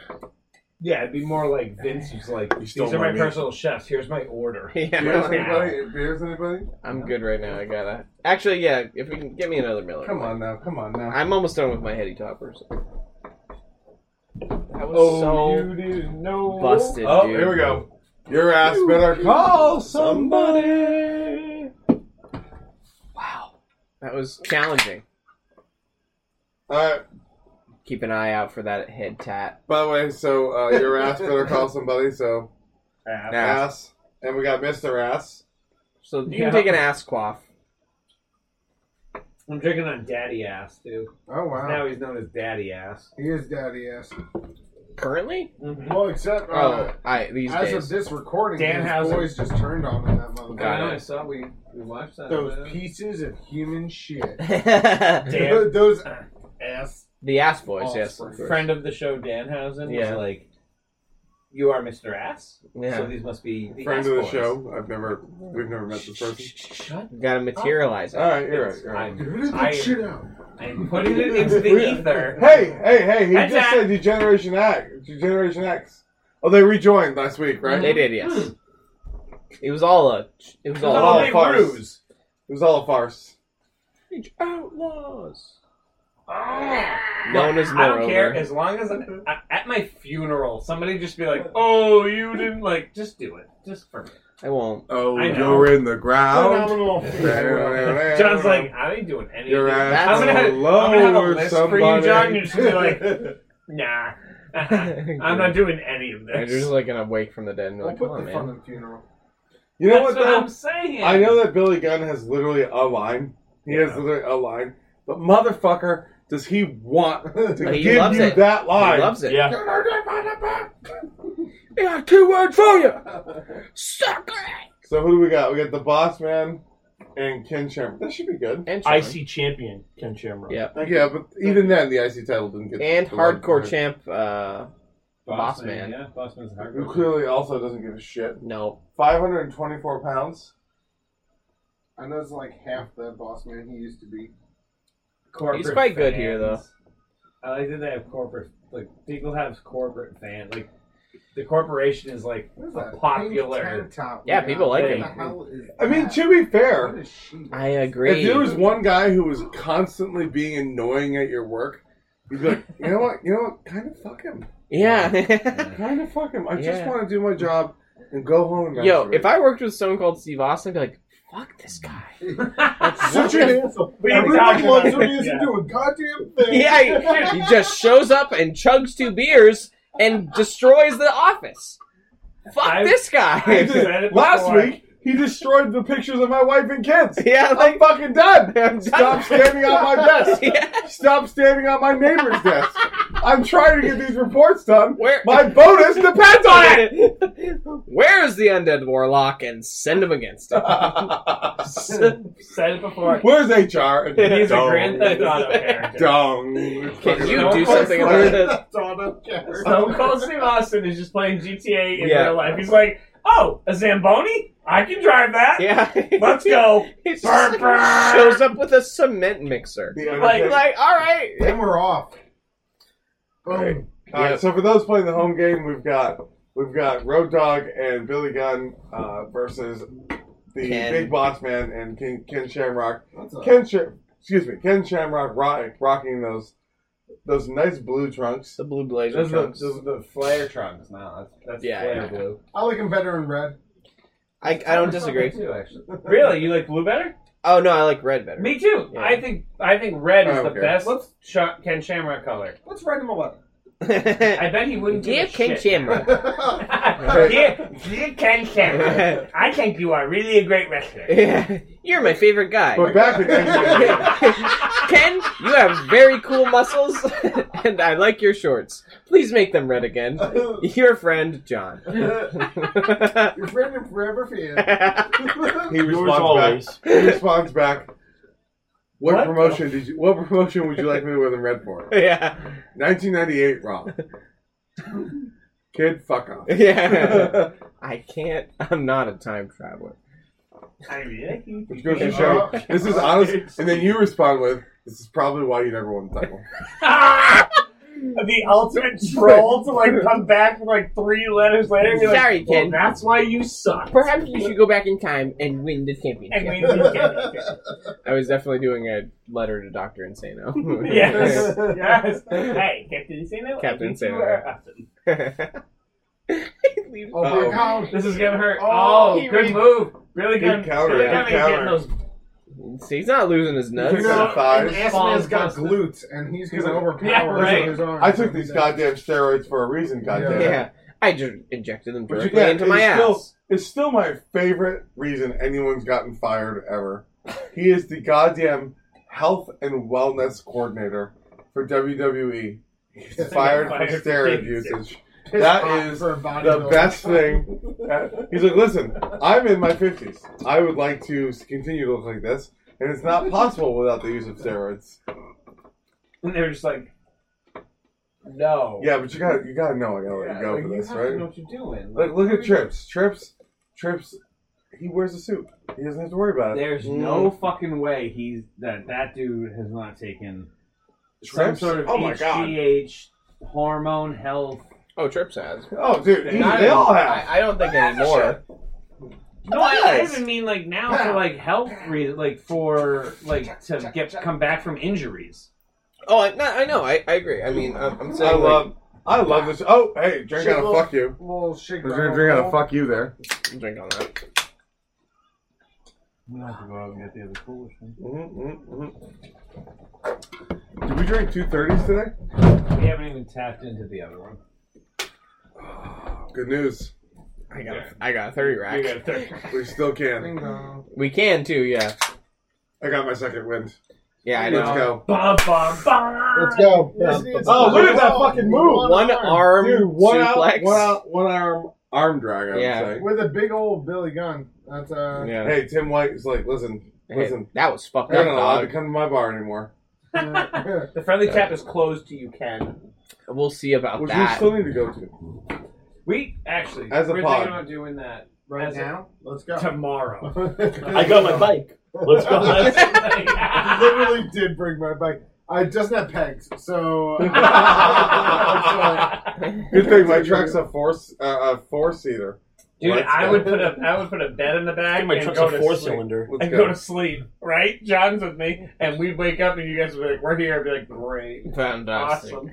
Yeah, it'd be more like Vince who's like, You these stole are my my meat." personal chefs. Here's my order. Yeah, Beers my- anybody? Beers anybody? I'm good right now. I gotta. Actually, yeah. If we can get me another Miller. Come on now, come on now. I'm almost done with my heady toppers. That was Oh, you didn't so know. busted. Oh, dude. here we go. Your ass better call somebody. Wow, that was challenging. All right. Keep an eye out for that head tat. By the way, so uh, your ass better call somebody. So Uh, Ass. ass, and we got Mister Ass. So you Yeah. can take an ass quaff. I'm drinking on daddy ass, too. Oh wow. Now he's known as daddy ass. He is daddy ass. Currently? Mm-hmm. Well, except uh, Oh, I these as days. of this recording, Dan his Housen. boys just turned on him that I motherfucker. Got know, it. I saw we, we watched that. uh, Those pieces of human shit. Dan- Those ass. the ass boys, yes. Offspring. of course. friend of the show, Danhausen, Yeah. was like, you are Mr. Ass? Yeah. So these must be the Friend ass of the boys. show. I've never, we've never met this person. Shut Gotta materialize it. All right, you're right. You're right. I'm, Who did I- that shit out? I'm putting it into the ether. Hey, hey, hey! He That's just it. said Degeneration X. Degeneration X. Oh, they rejoined last week, right? They did, yes. It was all a. It was all. all Oh, a big farce. ruse. It was all a farce. outlaws. Look, Known as Ah. I don't care moreover. as long as I'm, I, at my funeral, somebody just be like, "Oh, you didn't like." Just do it, just for me. I won't. Oh, I know. in the ground. Phenomenal. John's like, "I ain't doing anything." your ass I'm gonna, have, I'm gonna have a lower list somebody. for you, John. You're just gonna be like, "Nah, uh-uh. I'm I'm not doing any of You're this." just like gonna wake from the dead and be I'll like, come put on, the fun man. in funeral. you know That's what? what, I'm Though? saying. I know that Billy Gunn has literally a line. He has Yeah. literally a line, but motherfucker, does he want to He give loves you it. that line? He loves it. Yeah. I got two words for you. Sucker. So who do we got? We got the Boss Man and Ken Shamrock. That should be good. And Sean. IC champion Ken Shamrock. Yeah. Yeah, but even then, the IC title didn't get. And the love hardcore there. champ. Uh, Boss man. Yeah, boss man's hard. Who clearly also doesn't give a shit. no. 524 pounds. I know it's like half the boss man he used to be. Corporate He's quite good here, though. fans. I like that they have corporate. Like people have corporate fan. Like the corporation is like What is a that? pink popular. tank top we Yeah, got? people like What him. the hell is I mean, that? to be fair, What is she? I if agree. there was one guy who was constantly being annoying at your work, you'd be like, you know what? You know what? Kind of fuck him. Yeah. Kind of fucking. I just Yeah. want to do my job and go home. and Yo, masturbate. if I worked with someone called Steve Austin, I'd be like, fuck this guy. such an asshole. We Everybody talked about wants it. to be Yeah. do a goddamn thing. Yeah, he, he just shows up and chugs two beers and destroys the office. Fuck I- this I guy. said it Last before. week he destroyed the pictures of my wife and kids. yeah, like I'm fucking done. I'm Stop done. standing on my desk. Yeah. Stop standing on my neighbor's desk. I'm trying to get these reports done. Where My bonus depends on it. Where is the undead warlock and send him against him? Said it before. Where's HR? He's a Dong. Grand Theft Auto character. Dong. Can you Don't do fuck something with about this? Stone Cold Steve Austin is just playing GTA in Yeah. real life. He's like, oh, a Zamboni? I can drive that. Yeah. Let's go. He just Burr, burr. shows up with a cement mixer. The Undertaker. Like- Like, all right. Then we're off. Alright. Boom. All right, Yep. so for those playing the home game, we've got we've got Road Dog and Billy Gunn uh, versus the Ken. Big Boss Man and Ken, Ken Shamrock. That's a- Ken, Sh- excuse me, Ken Shamrock rock, rocking those those nice blue trunks. The blue blazer. trunks. the flare trunks now. That's, that's Yeah, flare yeah. blue. I like him better in red. I, I don't disagree. Too, actually. Really? You like blue better? Oh no, I like red better. Me too. Yeah. I think I think red is the Okay. best Sha- Ken Shamrock color. Let's write him a letter. Give I bet he wouldn't give a King shit. Shamrock. dear, dear Ken Shamrock, I think you are really a great wrestler. You're my favorite guy. But back to Ken Shamrock. Ken, you have very cool muscles, and I like your shorts. Please make them red again. Your friend, John. Your friend and forever fan. I He Yours responds always. back. He responds back. What, What promotion did you? What promotion would you like me to wear them red for? Yeah. 1998 Raw. Kid, fuck off. Yeah. can't. I'm not a time traveler. I really think Which goes you- to show this is honest. And then you respond with, "This is probably why you never won the title." Ah! the ultimate troll to like come back with like three letters later and be like, Sorry, well, Ken. that's why you suck. Perhaps you should go back in time and win the And we championship. did get it. I was definitely doing a letter to Doctor Insano. Yes. Yes. Hey, Captain Insano. Captain I think you Insano. are awesome. He leaves. Oh, big Uh-oh. house. This is gonna hurt. Oh, Oh, he good re- move. Really Good good. counter, really yeah, good good getting counter. those. See, he's not losing his nuts. You know, No, thighs. and Asman's got Fallen glutes, and he's gonna Yeah, overpower right. his arms. I took these goddamn steroids for a reason. Goddamn. Yeah. I just injected them But you directly can't- into my it's ass. still- It's still my favorite reason anyone's gotten fired ever. He is the goddamn health and wellness coordinator for WWE. He's fired for Fired for steroid things, usage. Piss That hot is for a the bodybuilder. best thing. He's like, listen, I'm in my 50s. I would like to continue to look like this, and it's not possible without the use of steroids. And they were just like, no. Yeah, but you gotta you gotta know I gotta let you go like, for this, have to know right? what you're doing. Like, look at Trips. Trips, Trips. He wears a suit. He doesn't have to worry about it. There's Mm. no fucking way he's that that dude has not taken some Trips. sort of oh my god. HGH hormone health. Oh, Trips has. Oh, dude, he- Not they all I, have. I don't think anymore. No, I, I Yes. even mean like now for like health reasons, like for like to get come back from injuries. Oh, I, no, I know. I, I agree. I mean, I'm, I'm I, saying. like, love. I love this. Oh, hey, drink Shit, out of look. fuck you. Little shake. There's gonna drink out of rattle. fuck you there. drink on that. We have to go out and get the other coolest one. Mhm, Mm-hmm, mhm, mhm. Did we drink two thirties today? We haven't even tapped into the other one. Good news. I got a, I got a thirty We rack. got thirty. We still can. Ding dong. We can too. Yeah. I got my second wind. Yeah, I Let's know. go. Bum bum bum. Let's go. Oh, look at that fucking move. One arm Dude, one suplex. out, one out, one arm, arm drag. I would Yeah. say. With a big old Billy gun. That's uh. Yeah. Hey, Tim White is like, listen, Hey, listen, that was fucked you're up, not allowed to dog. come to my bar anymore. The friendly tap is closed to you, Ken. We'll see about Which we that. still need to go to. We actually As a we're pod. thinking about doing that right That's it. now, let's go. tomorrow. I got my bike. Let's go. Let's I literally did bring my bike. I it doesn't have pegs, so. uh, Good thing my truck's a four uh, a four seater. Dude, Let's I go. would put a I would put a bed in the back I my and truck's go a to four sleep. cylinder. Let's And go to sleep, right? John's with me, and we'd wake up and you guys would be like, "We're here." I'd be like, "Great, Fantastic. awesome."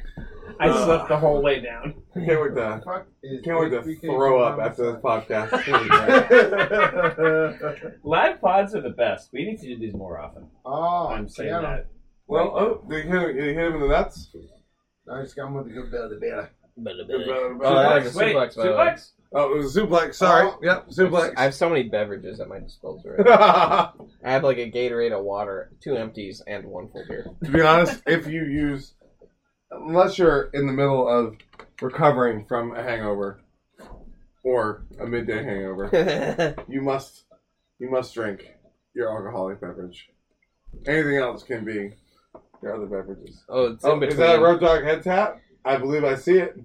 I slept the whole way down. Can't wait to, Fuck is can't wait to HBK throw up Thomas. after this podcast. Oh, Live pods are the best. We need to do these more often. oh, I'm saying yeah. that. well, oh, did you hit, did you hit him in the nuts? I just got him with a good belly, belly. Oh, I have a Wait, suplex, by the way. suplex? Oh, it was a suplex. Sorry. Oh. Yep, suplex. I have so many beverages at my disposal. Right now. to I have like a Gatorade, a water, two empties, and one full beer. be honest, if you use, unless you're in the middle of recovering from a hangover or a midday hangover, Oh, you must you must drink your alcoholic beverage. Anything else can be your other beverages. oh, it's in Oh, is between. that a road dog head tap? I believe I see it,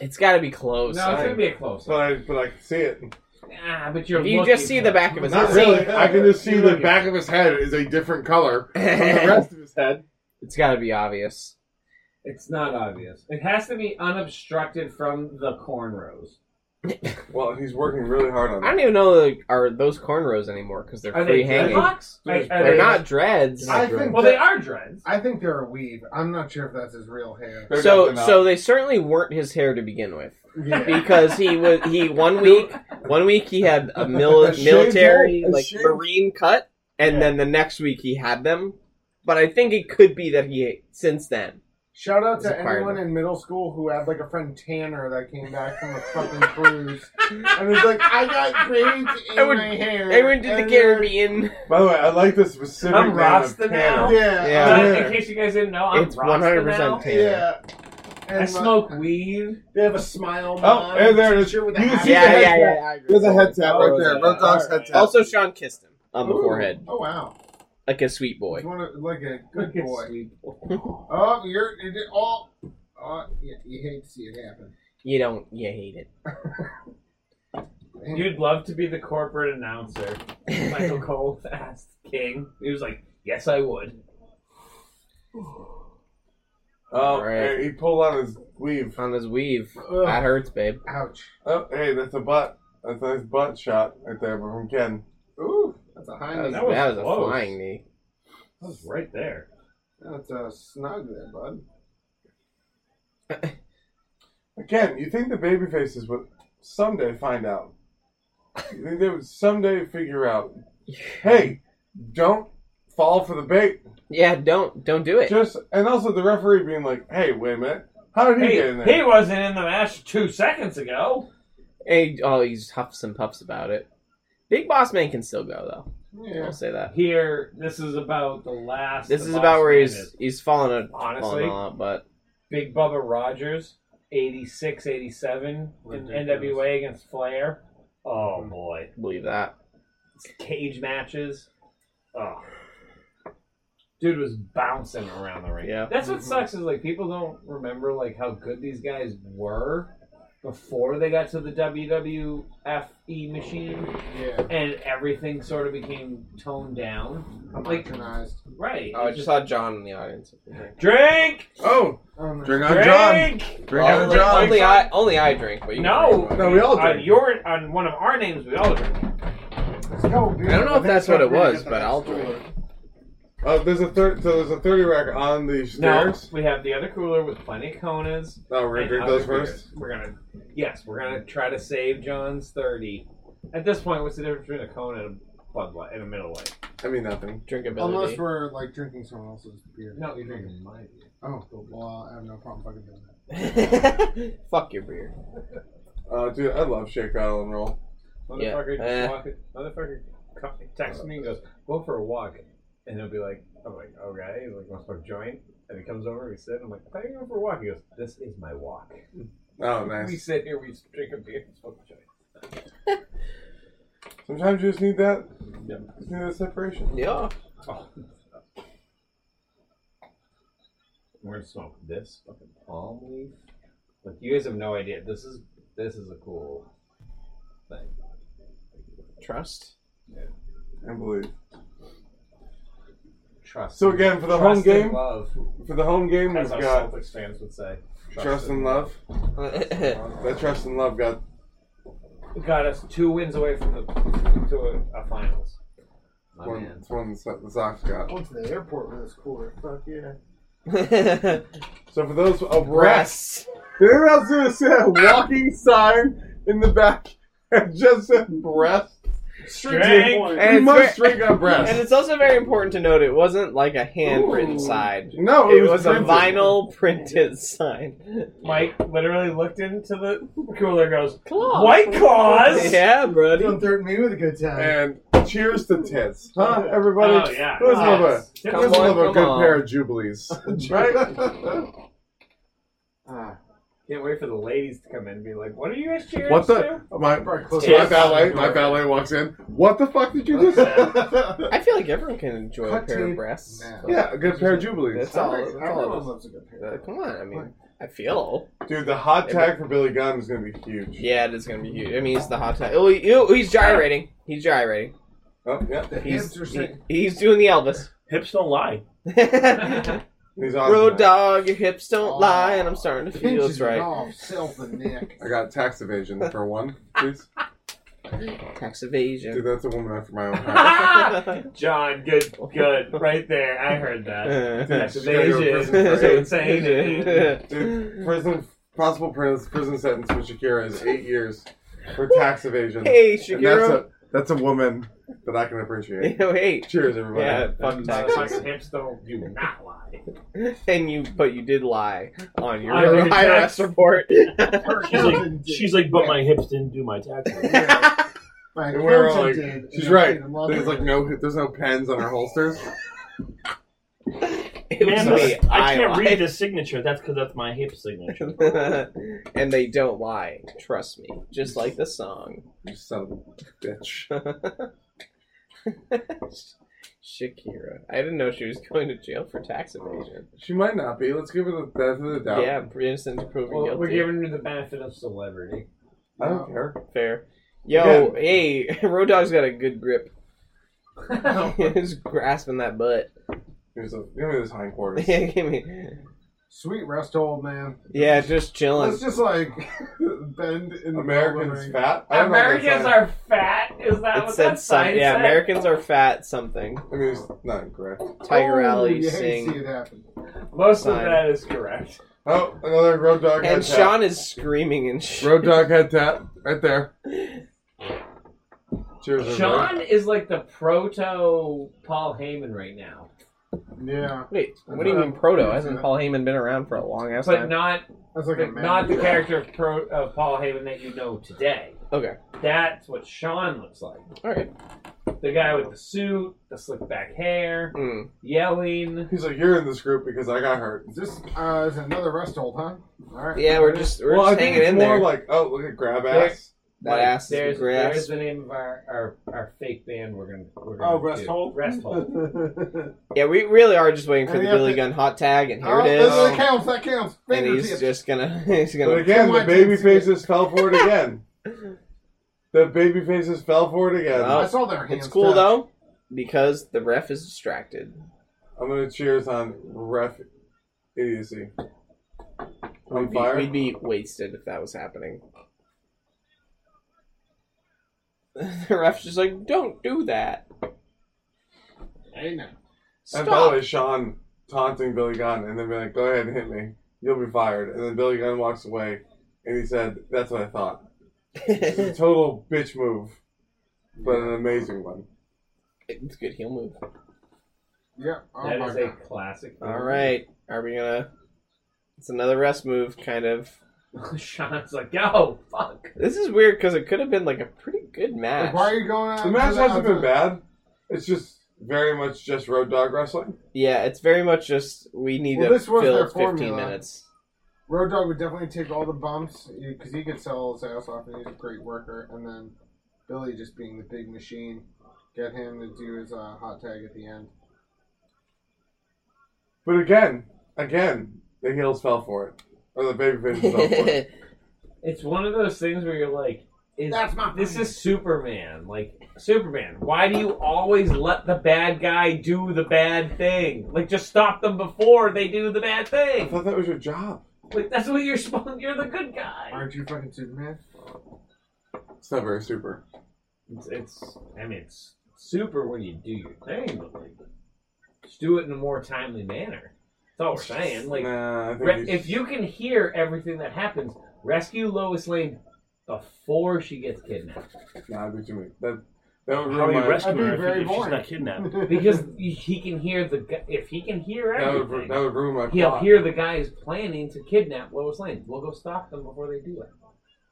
it's got to be close. No, it's gonna be a close but one. I but I can see it. Ah, but you're. If you looking just see for the it. back of his Not See, really. I can just see the back of his head is a different color from the rest of his head. It's got to be obvious. It's not obvious. It has to be unobstructed from the cornrows. Well, he's working really hard on I that. don't even know like, are those cornrows anymore because they're Are free they hanging. dreadlocks? They're- Are- are They're they- not dreads. I think Well, they that, are dreads. I think they're a weave. I'm not sure if that's his real hair. They're So definitely not. so they certainly weren't his hair to begin with Yeah. because he was he one week one week he had a A mil- shaved military head, a like shaved- marine cut and Yeah. then the next week he had them. But I think it could be that he since then. Shout out It's to a pirate. anyone in middle school who had like a friend Tanner that came back from a fucking cruise and was like, I got braids in I would- my hair. I went to the And Caribbean. By the way, I like the specific I'm name Rasta of now. then- Tanner. Yeah. Yeah. Uh, uh, Yeah. in case you guys didn't know, I'm It's Rasta 100% now. tan. yeah. And I like, smoke weed. They have a smile. Oh, and there it is. With You a can hat. see the Yeah, yeah, head yeah. tap. I agree. There's a head tap right Oh, there. yeah. Road dog's head Alright. tap. Also, Sean kissed him on the Ooh. forehead, Oh wow. like a sweet boy. He's one of, like a good Look at boy. sweet boy. Oh, you're you did- oh, oh yeah, you hate to see it happen. You don't, you hate it. You'd love to be the corporate announcer. Michael Cole asked King. He was like, "Yes, I would." Oh, Right. hey, he pulled on his weave. on his weave. Ugh. That hurts, babe. Ouch. Oh, hey, that's a butt. That's a nice butt shot right there from Ken. Ooh, that's a high That was, knee. That was that was a close. flying knee. That was right there. That's a snug there, bud. Again, you think the baby faces would someday find out? You think they would someday figure out? Hey, don't fall for the bait. Yeah, don't don't do it. Just and also the referee being like, "Hey, wait a minute, how did he get in Hey, there?" he wasn't in the match two seconds ago. Hey, oh, he's huffs and puffs about it. Big Boss Man can still go though. Yeah. I'll say that. Here, this is about the last. This the is boss about where man he's is. he's fallen a honestly fallen a lot, but Big Bubba Rogers, 86, 87 in Ridiculous. NWA against Flair. Oh boy, believe that. cage matches. Oh, dude was bouncing around the ring. Yeah. that's what Mhm. sucks is like people don't remember like how good these guys were before they got to the WWFE E machine, Yeah. and everything sort of became toned down. Like, Homogenized. right? Oh, I just saw John in the audience. drink, oh, Oh, no. drink on John. drink. Drink on only, John. only I only I drink, but you No, can drink. No, we all on drink. your on one of our names, we all drink. Let's go, dude. I don't know if think that's so. what it We're gonna was, get the but next I'll cooler. drink. Oh, there's a third. So there's a thirty rack on the No, stairs. we have the other cooler with plenty of Konas. No, we're gonna and drink other those first. beers. We're gonna, yes, we're gonna try to save John's thirty. At this point, what's the difference between a Kona and a Bud Light and a Middle Light? I mean nothing. drinkability. Unless we're like drinking someone else's beer. No, you're drinking mine. Oh, well, I have no problem fucking doing that. Fuck your beer. Uh, dude, I love shake, rattle, and roll. Yeah. Motherfucker, Eh. just walk, motherfucker, co- texts me and goes, "Go for a walk," and he'll be like, "I'm like, okay." He's like, "Want to smoke a joint?" And he comes over, we sit. I'm like, "I thought you were going for a walk." He goes, "This is my walk." Oh, We nice. sit here, we drink a beer, and smoke a joint. Sometimes you just need that. Just need that separation. Yeah. Oh. We're gonna smoke this fucking palm leaf. Like you guys have no idea. This is this is a cool thing. Trust. And believe. Trust. So again, for the Trust home game, and love. for the home game, we've As our got Celtics fans would say. trust and love. That trust and love got Got us two wins away from the to a, a finals. My one. man. It's one the So- the Sox got. Went to the airport with this cooler. Fuck yeah. So for those abreast, Breasts. did anyone else notice a walking sign in the back that just said breast? Strength. And And you it's must very- drink on breast. And it's also very important to note it wasn't like a handwritten sign. no, It was a Oh, printed. vinyl printed sign. Mike literally looked into the cooler and goes, Claw. White Claws? Yeah, buddy. Don't threaten me with a good time. And cheers to tits, huh, everybody? Oh, yeah. Who doesn't love a, Tits. who Come doesn't on, love a come good on. pair of jubilees, right? Ah, Can't wait for the ladies to come in and be like, "What are you guys cheering What the? to?" My, probably close my to- valet, my valet walks in. What the fuck did you just say? I feel like everyone can enjoy a Cut pair tape. of breasts. Nah. yeah, a good pair of jubilees. That's all. That's all. Everyone it is. loves a good Uh, pair. come on, I mean, I feel. Dude, the hot tag for Billy Gunn is going to be huge. Yeah, it is gonna be huge. I mean, it's the hot time. Oh, he- oh, he's gyrating. He's gyrating. Oh, yeah. The He's hamster he- sing. he's doing the Elvis. Hips don't lie. He's on. Road tonight. dog, your hips Oh. don't lie, and I'm starting to feel it's Pinches it right. off, self and neck. I got tax evasion for one, please. Tax Dude, evasion. that's a woman after my own heart. Uh, John, good, good, right there. I heard that. That's She's gotta go to amazing. prison for So eight- insane. Dude, prison, possible prison, prison sentence for Shakira is eight years for tax evasion. hey, And that's Shakira. a that's a woman that I can appreciate. Oh, hey. Cheers, everybody. Yeah, fuck uh, taxes. Motherfucking hips don't do not lie. And you, but you did lie on your I did IRS tax. report. She's like, she's like, but my hips didn't do my taxes. My And we're all like- content did, and she's I right. paid them all There's like back. no there's no pens on our holsters. it was Man, me. this- I can't lied. read the signature. That's because that's my hip signature. and they don't lie. Trust me. Just like the song. You son of a bitch. Shakira. I didn't know she was going to jail for tax evasion. She might not be. Let's give her the benefit of the doubt. Yeah, innocent to proven Well, we're guilty. giving her the benefit of celebrity. I Oh, don't care. Fair. Yo, hey, Road Dog's got a good grip. He's grasping that butt. Here's a, give me this hindquarters. Yeah, give me. Sweet rest hold, man. Yeah, just chilling. Let's just like bend in the Americans middle fat. I don't know if that's Americans not- are fat. Is that It what said that some. sign Yeah, said? Americans are fat. Something. I mean, it's not correct. Tiger Oh, Alley you hate to See sing. it happen. Most of Sign. that is correct. Oh, another road dog head And tap. Sean is screaming and shit. Road dog head tap right there. Cheers, everybody. Sean is like the proto Paul Heyman right now, Yeah, Wait, what do you mean proto? Hasn't Paul Heyman been around for a long ass but time? not that's like a man. not the character of, pro, of Paul Heyman that you know today. Okay. That's what Sean looks like. All right. The guy with the suit, the slick back hair, Mm. yelling. He's like, you're in this group because I got hurt. Is This uh, is another rest hold, huh? All right. Yeah, we're just we're well, I just think hanging it's in more there. like, oh, look at grab ass. That ass is there's, grass. there's the name of our, our, our fake band we're gonna we're gonna Oh, rest do. hold. Rest hold. yeah, we really are just waiting for And the we have Billy to- Gun hot tag, and here oh, it That is. counts. That counts. And Finger he's tips. just gonna he's But gonna. again, the Come on, baby Jesse. faces fell for it again. the baby faces fell for it again. Oh. I saw their hands. It's cool touch. though because the ref is distracted. I'm gonna cheers on ref idiocy. On We'd be, fire. we'd be wasted if that was happening. the ref's just like, don't do that. Hey now. and by the Stop. way, Sean taunting Billy Gunn and then be like, "Go ahead and hit me. You'll be fired." And then Billy Gunn walks away, and he said, "That's what I thought." It's a total bitch move, but an amazing one. it's a good heel move. Yeah. Oh That my is a god. classic. All right, are we gonna? It's another rest move, kind of. Sean's like, oh fuck. This is weird because it could have been like a pretty good Like, match. why are you going out? The match hasn't been bad. It's just very much just road dog wrestling. Yeah, it's very much just we need Well, to this was fill their fifteen formula. minutes. Road Dog would definitely take all the bumps because he could sell his ass off, and he's a great worker. And then Billy, just being the big machine, get him to do his uh, hot tag at the end. But again, again, the heels fell for it, or the baby faces fell for it. It's one of those things where you're like, is, That's my this is Superman. Like Superman, why do you always let the bad guy do the bad thing? Like just stop them before they do the bad I thing. thought that was your job. Like that's what you're supposed. You're the good guy. Aren't you fucking Superman? It's not very super. It's, it's I mean it's super when you do your thing, but like just do it in a more timely manner. That's all we're saying. Like, Nah, I think re- we- if you can hear everything that happens, rescue Lois Lane before she gets kidnapped, nah, I think too many. That that would How ruin do you my rescue I'd be her if, very if she's boring. not kidnapped? because he can hear the gu- if he can hear that would, ru- everything, that would ruin my he'll plot. hear the guys planning to kidnap Lois Lane. We'll go stop them before they do it.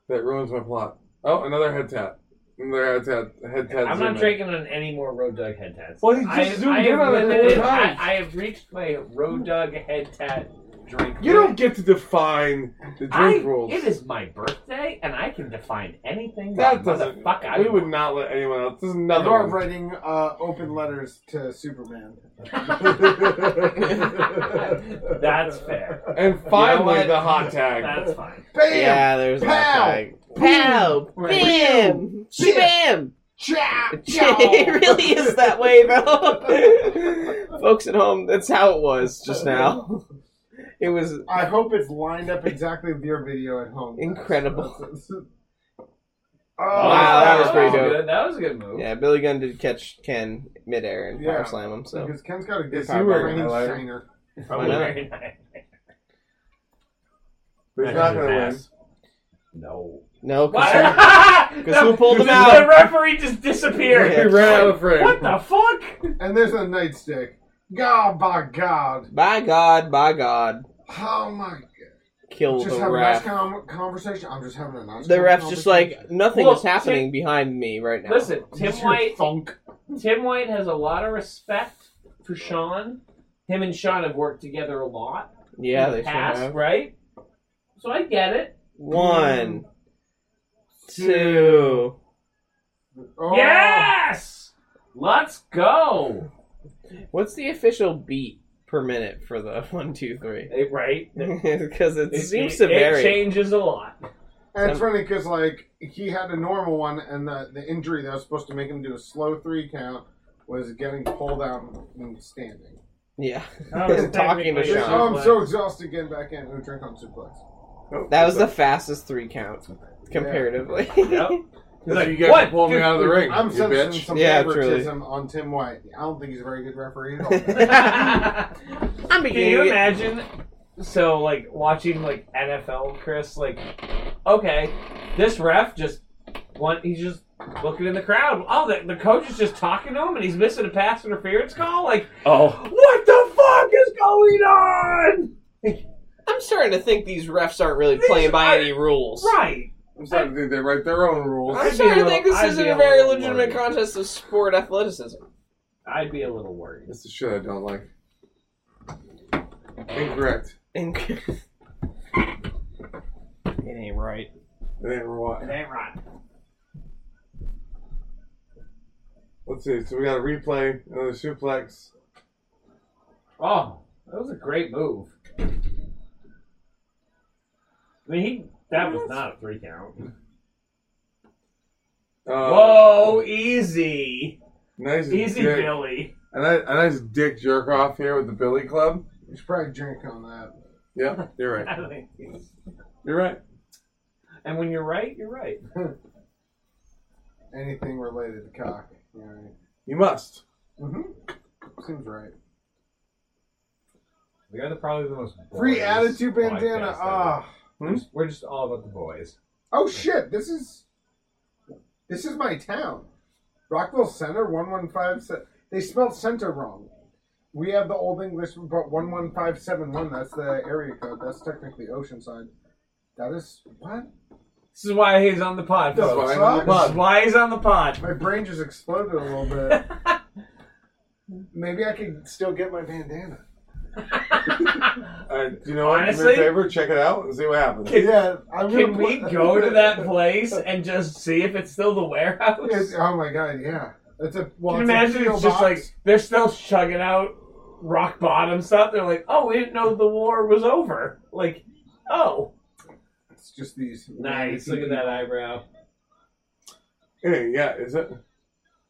That ruins my plot. Oh, another head tap. Another head tap. Head tap. I'm zoom not in. drinking on any more road dog head tats. Well, he just I, have- zoomed I in have on it at the limited- time. I, I have reached my road dog head tat drink. You don't get to define the drink I, rules. It is my birthday, and I can define anything That that, doesn't. motherfucker I we want. would not let anyone else. This is You another are one. writing uh, open letters to Superman. That's fair. And finally, what? the hot tag. That's fine. Bam! Yeah, there's Pow! that tag. Pow! Pow! Right. Bam! Yeah. Bam! Chow! it really is that way, though. Folks at home, that's how it was just now. It was I hope it's lined up exactly with your video at home. incredible. Oh, Wow, that was pretty dope. good. That was a good move. Yeah, Billy Gunn did catch Ken midair and Yeah. power slam him. So Because Ken's got a good Yes, you were brain gonna like it. shiner. why Probably not? very nice. He's not gonna win. Pass. No. no, 'cause What? he- Because who pulled him The out? referee just disappeared. Yeah. We ran out of frame. What the fuck? And there's a nightstick. God, by God. by God, by God, Oh my kill Just the having a nice ref. com- conversation. I'm just having a nice The ref's just like conversation. nothing Well, is happening behind me right now. Listen, Tim Just your White. Funk. Tim White has a lot of respect for Sean. Him and Sean have worked together a lot. yeah, in the they sure past, have. right? So I get it. One, two. Oh, Yes. Let's go. What's the official beat per minute for the one, two, three? Eh, right. Because it, seems it- to vary. It changes a lot. And it's funny because like he had a normal one, and the the injury that was supposed to make him do a slow three count was getting pulled out and standing. Yeah, That was talking to technically- Sean. Oh, I'm so exhausted getting back in. Ooh, drink on suplex. That was the fastest three count comparatively. Yep. So He's you like, guys what? pulled me Dude, out of the ring. I'm you sensing bitch. some Yeah, truly. favoritism on Tim White. I don't think he's a very good referee at all. Can I'm beginning. you to get- imagine? So, like, watching like NFL, Chris, like, okay, this ref just one, he's just looking in the crowd. Oh, the, the coach is just talking to him, and he's missing a pass interference call. Like, Oh, what the fuck is going on? I'm starting to think these refs aren't really These playing by are- any rules. Right? I'm starting to think they write their own rules. I'm I'd be starting a to think little- I'd this isn't be a a very little legitimate worried. contest of sport athleticism. I'd be a little worried. That's the shit I don't like. Incorrect. And it ain't right. It ain't right. ain't right. Let's see. So we got a replay, another suplex. Oh, that was a great move. I mean, he that was not a three count. Uh, Whoa, easy, Nice easy, dick. Billy. A nice, a nice dick jerk off here with the Billy Club. You should probably drink on that. Yeah, you're right. I like these. You're right. And when you're right, you're right. Anything related to cock. Alright. You must. Mm-hmm. Seems right. We are the, probably the most Free boys attitude bandana. podcast ever. Ah. We're just all about the boys. Oh shit! This is this is my town, Rockville Center, one one five. They spelled center wrong. We have the old English, but one one five seven one. That's the area code. That's technically Oceanside. That is what? This is why he's on the pod. The folks. why I'm on the fuck? pod. This is why he's on the pod. My brain just exploded a little bit. Maybe I could still get my bandana. Uh, you know what? Honestly? Do me a favor, check it out and see what happens. yeah, I'm Can we go to that place and just see if it's still the warehouse? It's, oh my god! Yeah, it's a. Well, Can you it's a imagine PO it's just box. like they're still chugging out rock bottom stuff. They're like, oh, we didn't know the war was over. Like, oh, it's just these. eyebrow. Hey, yeah, is it?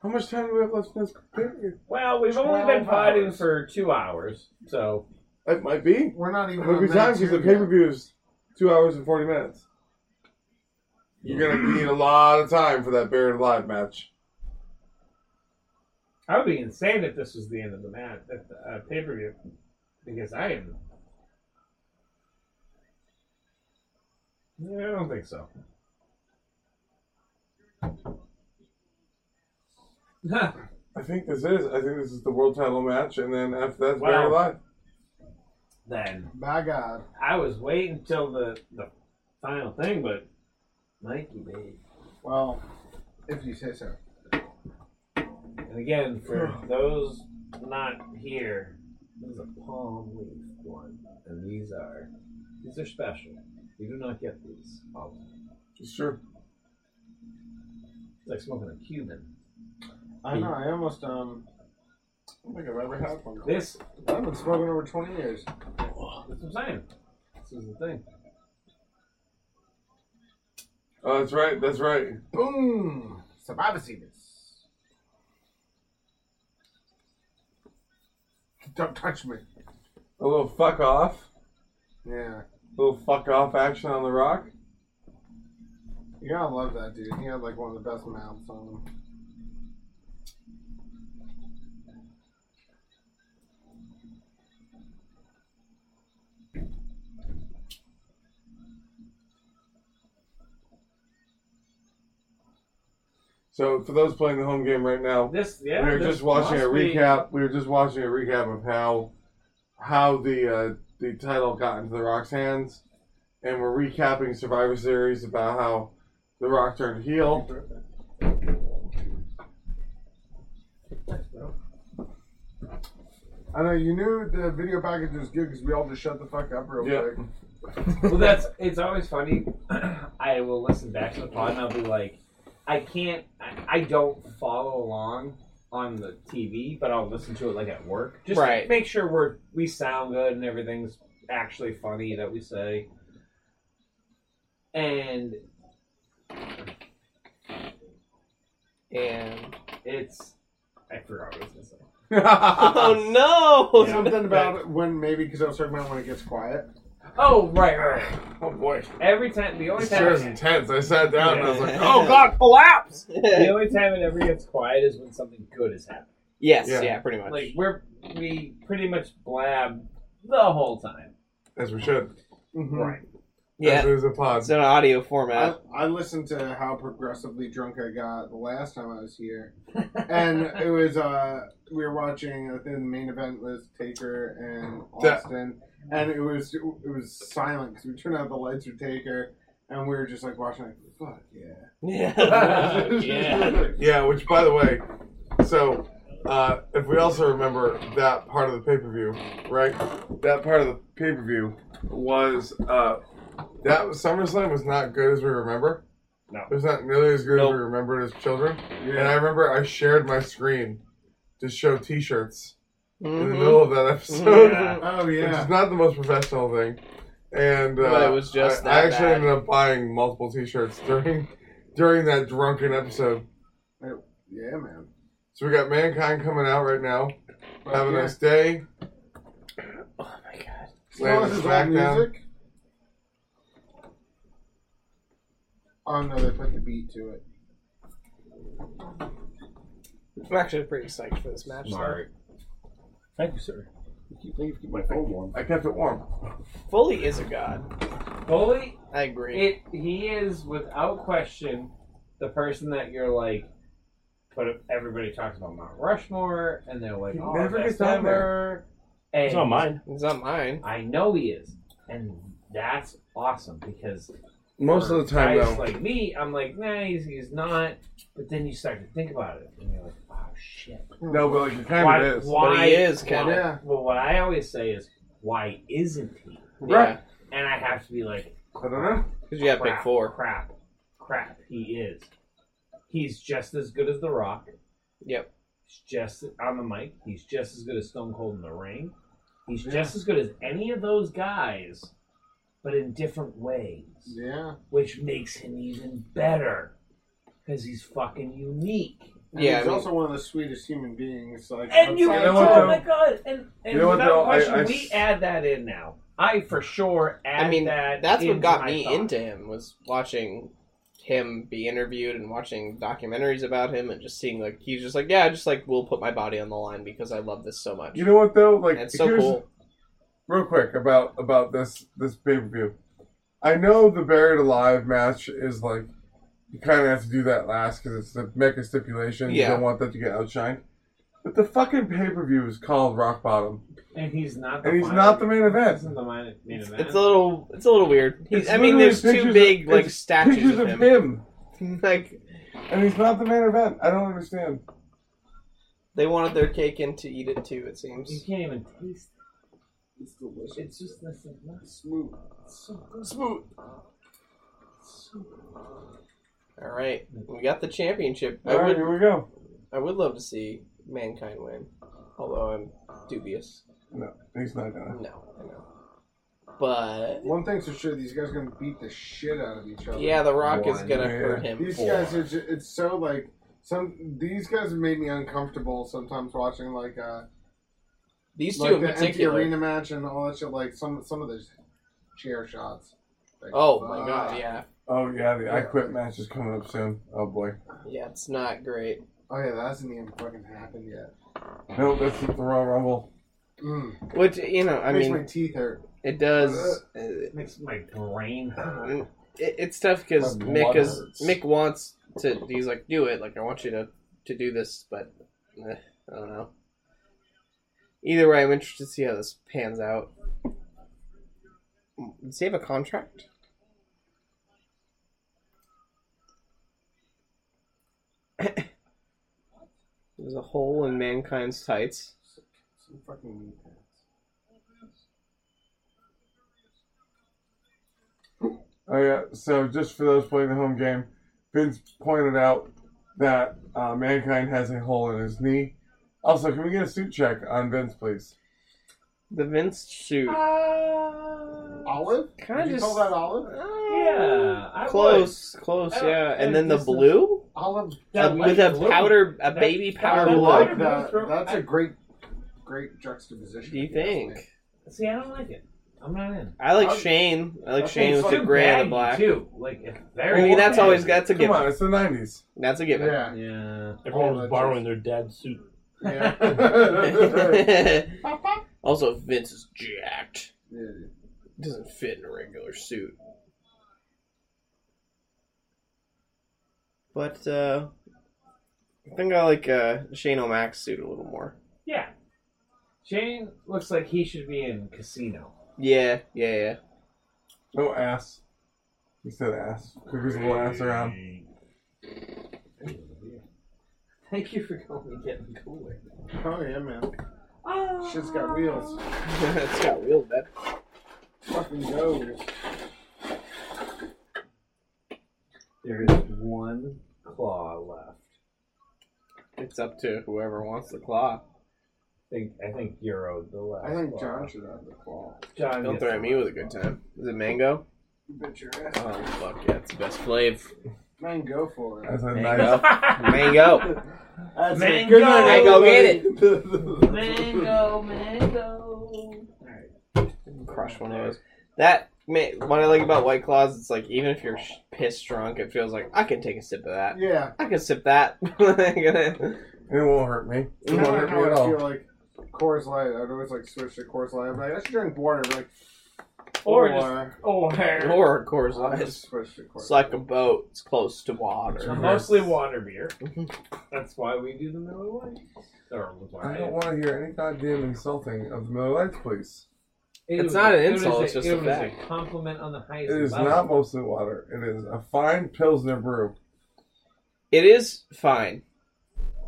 How much time do we have left in this period? Well, we've only Twelve been potting hours. for two hours, so It might be. We're not Oh, even. It'll be on time that because the tier pay yet. per view is two hours and forty minutes. You're gonna need a lot of time for that buried alive match. I would be insane if this was the end of the match at the uh, pay per view because I am Yeah, I don't think so. I think this is. I think this is the world title match, and then after that's Wow. Barry Alive. then By God. I was waiting till the the final thing, but Mikey made. Well, if you say so. And again, for those not here, this is a palm leaf one, and these are these are special. You do not get these all the time. It's true. It's like smoking a Cuban. I know, I almost, um, I don't think I've ever had one. This, I've been smoking over 20 years. that's what I'm saying. This is the thing. Oh, that's right. That's right. Boom! Survivor Series. Don't touch me. A little fuck off. Yeah. A little fuck off action on the rock. You gotta love that dude. He had like one of the best mouths on him. So for those playing the home game right now, This, yeah. we were this just watching a must be- recap. We were just watching a recap of how how the uh, the title got into the Rock's hands, and we're recapping Survivor Series about how the Rock turned heel. I know you knew the video package was good because we all just shut the fuck up real Yeah. quick. well, that's it's always funny. I will listen back to the pod and I'll be like, I can't, I, I don't follow along on the TV, but I'll listen to it like at work. Just Right. to make sure we're we sound good and everything's actually funny that we say. And And it's, I forgot what I was gonna say. oh no! Something about when maybe because I was talking about when it gets quiet. Oh right, right. Oh boy, Every time the only this time chair's intense. I sat down and I was like, oh god. God, collapse! the only time it ever gets quiet is when something good is happening. yes, Yeah. yeah. pretty much. Like we're we pretty much blab the whole time. As we should. Mm-hmm. Right. As yeah, it is a pod. it's an audio I, format. I listened to how progressively drunk I got the last time I was here, and it was uh we were watching. I think the main event was Taker and That- Austin, and it was it was silent because we turned out the lights for Taker, and we were just like watching like fuck yeah. yeah. Yeah, which by the way, so uh, if we also remember that part of the pay per view, right? That part of the pay per view was uh, that was- SummerSlam was not good as we remember. No. it was not nearly as good as Nope. we remembered as children. And I Yeah. remember I shared my screen to show T-shirts in the Mhm. middle of that episode, Yeah. Oh which yeah. is not the most professional thing. And uh, But it was just I, I that actually bad. ended up buying multiple T-shirts during during that drunken episode. Yeah, man. So we got Mankind coming out right now. Fuck Have a yeah. nice day. Oh my god. Well, this is all SmackDown. music. Oh no, they put the beat to it. I'm actually pretty psyched for this match. though. Thank you, sir. You keep, you keep my phone warm. I kept it warm. Foley is a god. Foley, I agree. it he is without question the person that you're like. But everybody talks about Mount Rushmore, and they're like, He "Oh, never best gets on ever." And It's not mine. it's not mine. I know he is, and that's awesome because Most of the time, guys though. like me, I'm like, "Nah, he's, he's not." But then you start to think about it, and you're like, "Oh shit." No, but like it kind why, of is. Why But he is, why- kinda. Yeah. Well, what I always say is, why isn't he? Right. And I have to be like, I don't know. Because you have crap, pick four. crap, crap. He is. He's just as good as The Rock. Yep. He's just on the mic. He's just as good as Stone Cold in the ring. He's just as good as any of those guys, but in different ways, Yeah. which makes him even better because he's fucking unique. And Yeah, I He's mean- also one of the sweetest human beings. Like, And you, You outside know oh of- what, though? my god! And, and You know what, without though? I- question, I we s- add that in now. I for sure add I mean, that. that's what into got my me thought. into him was watching him be interviewed and watching documentaries about him and just seeing like he's just like yeah, I just like will put my body on the line because I love this so much. You know what though? Like and it's so here's cool. real quick about about this this pay per view. I know the buried alive match is like you kind of have to do that last because it's the mega stipulation. You Yeah. don't want that to get outshined. But the fucking pay per view is called Rock Bottom, And he's not the and he's final- not the main this event. isn't the main main event. It's a little, it's a little weird. He, It's I mean, literally there's pictures two of- big like it's statues Pictures of of him. him, like and he's not the main event. I don't understand. they wanted their cake and to eat it too. It seems. you can't even taste It's delicious. it. It's just this like, not smooth. It's so good. Smooth. All right, we got the championship. I All right, would, here we go. I would love to see mankind win, although I'm dubious. No, he's not gonna. No, I know. But One thing's for sure, these guys are gonna beat the shit out of each other. yeah, The Rock is One, gonna yeah. hurt him. These guys are just, it's so like some these guys have made me uncomfortable sometimes watching like uh These two like in the empty particular. arena match and all that shit like some some of those chair shots. Like, Oh my fuck. god, yeah, Oh yeah, the I Quit match is coming up soon. Oh boy. yeah, it's not great. Oh yeah, that hasn't even fucking happened yet. No, that's the Royal Rumble. Mm, Which you know, I makes mean, my teeth hurt. it does. uh, makes my brain hurt. Mm, it, it's tough because My Mick blood is hurts. Mick wants to. He's like, do it. Like, I want you to to do this, but eh, I don't know. Either way, I'm interested to see how this pans out. Does he have a contract? There's a hole in mankind's tights. Some fucking meat pants. Oh yeah. So just for those playing the home game, Vince pointed out that uh, mankind has a hole in his knee. Also, can we get a suit check on Vince, please? The Vince suit. Olive? Kinda Did you just- call that olive? Yeah, uh, I Close, close, I don't- yeah. I And then the just- blue Olive. would. That Uh, light with a blue. powder, a That- baby I powder that blue. light like that. That's a great, great juxtaposition. Do you if ask me. think? See, I don't like it. I'm not in. I like I'll- Shane. I like I'll Shane say with the Too gray and baggy, the black. too. Like if I very. mean, that's always that's a Come given. on, it's the '90s. That's a given. Yeah. Yeah. Everyone Oh, was that's borrowing their dad's suit. Yeah. also, Vince is jacked. yeah. Doesn't fit in a regular suit. But uh, I think I like uh, Shane O'Mac's suit a little more. Yeah. Shane looks like he should be in Casino. Yeah, yeah, yeah. No ass. He said ass. Quick his little ass around. Thank you for calling me getting cooler. Oh yeah, man. Shit's got wheels. it's got real bad. Fucking goes. There is one claw left. It's up to whoever wants the claw. I think I think you're owed the last. I think claw. John should have the claw. John Don't gets throw the at me with a good time. Is it mango? You bet your ass. Oh fuck yeah, it's the best flavor. Man, go for it. That's a Mango. nice. mango. That's Mango! Good night, Mango, get it. Mango, mango. Alright. Crush one of those. That ma- what I like about White Claws, it's like even if you're sh- piss drunk, it feels like I can take a sip of that. Yeah. I can sip that. yeah, It won't hurt me. It You won't know hurt how me at I feel all. like Coors Light. I'd always like switch to Coors Light. I'm like, I should drink water. but, Like, Or just- or Oh, hair. or of course, I it's, just switch to Coors. it's like a boat. It's close to water. Mostly water beer. That's why we do the Miller Lite. Or I why- don't want to hear any goddamn insulting of the Miller Lights, please. It It's was not a- an it insult, was it's just it a was fact. a compliment on the highest It is level. not mostly water. It is a fine pilsner brew. It is fine.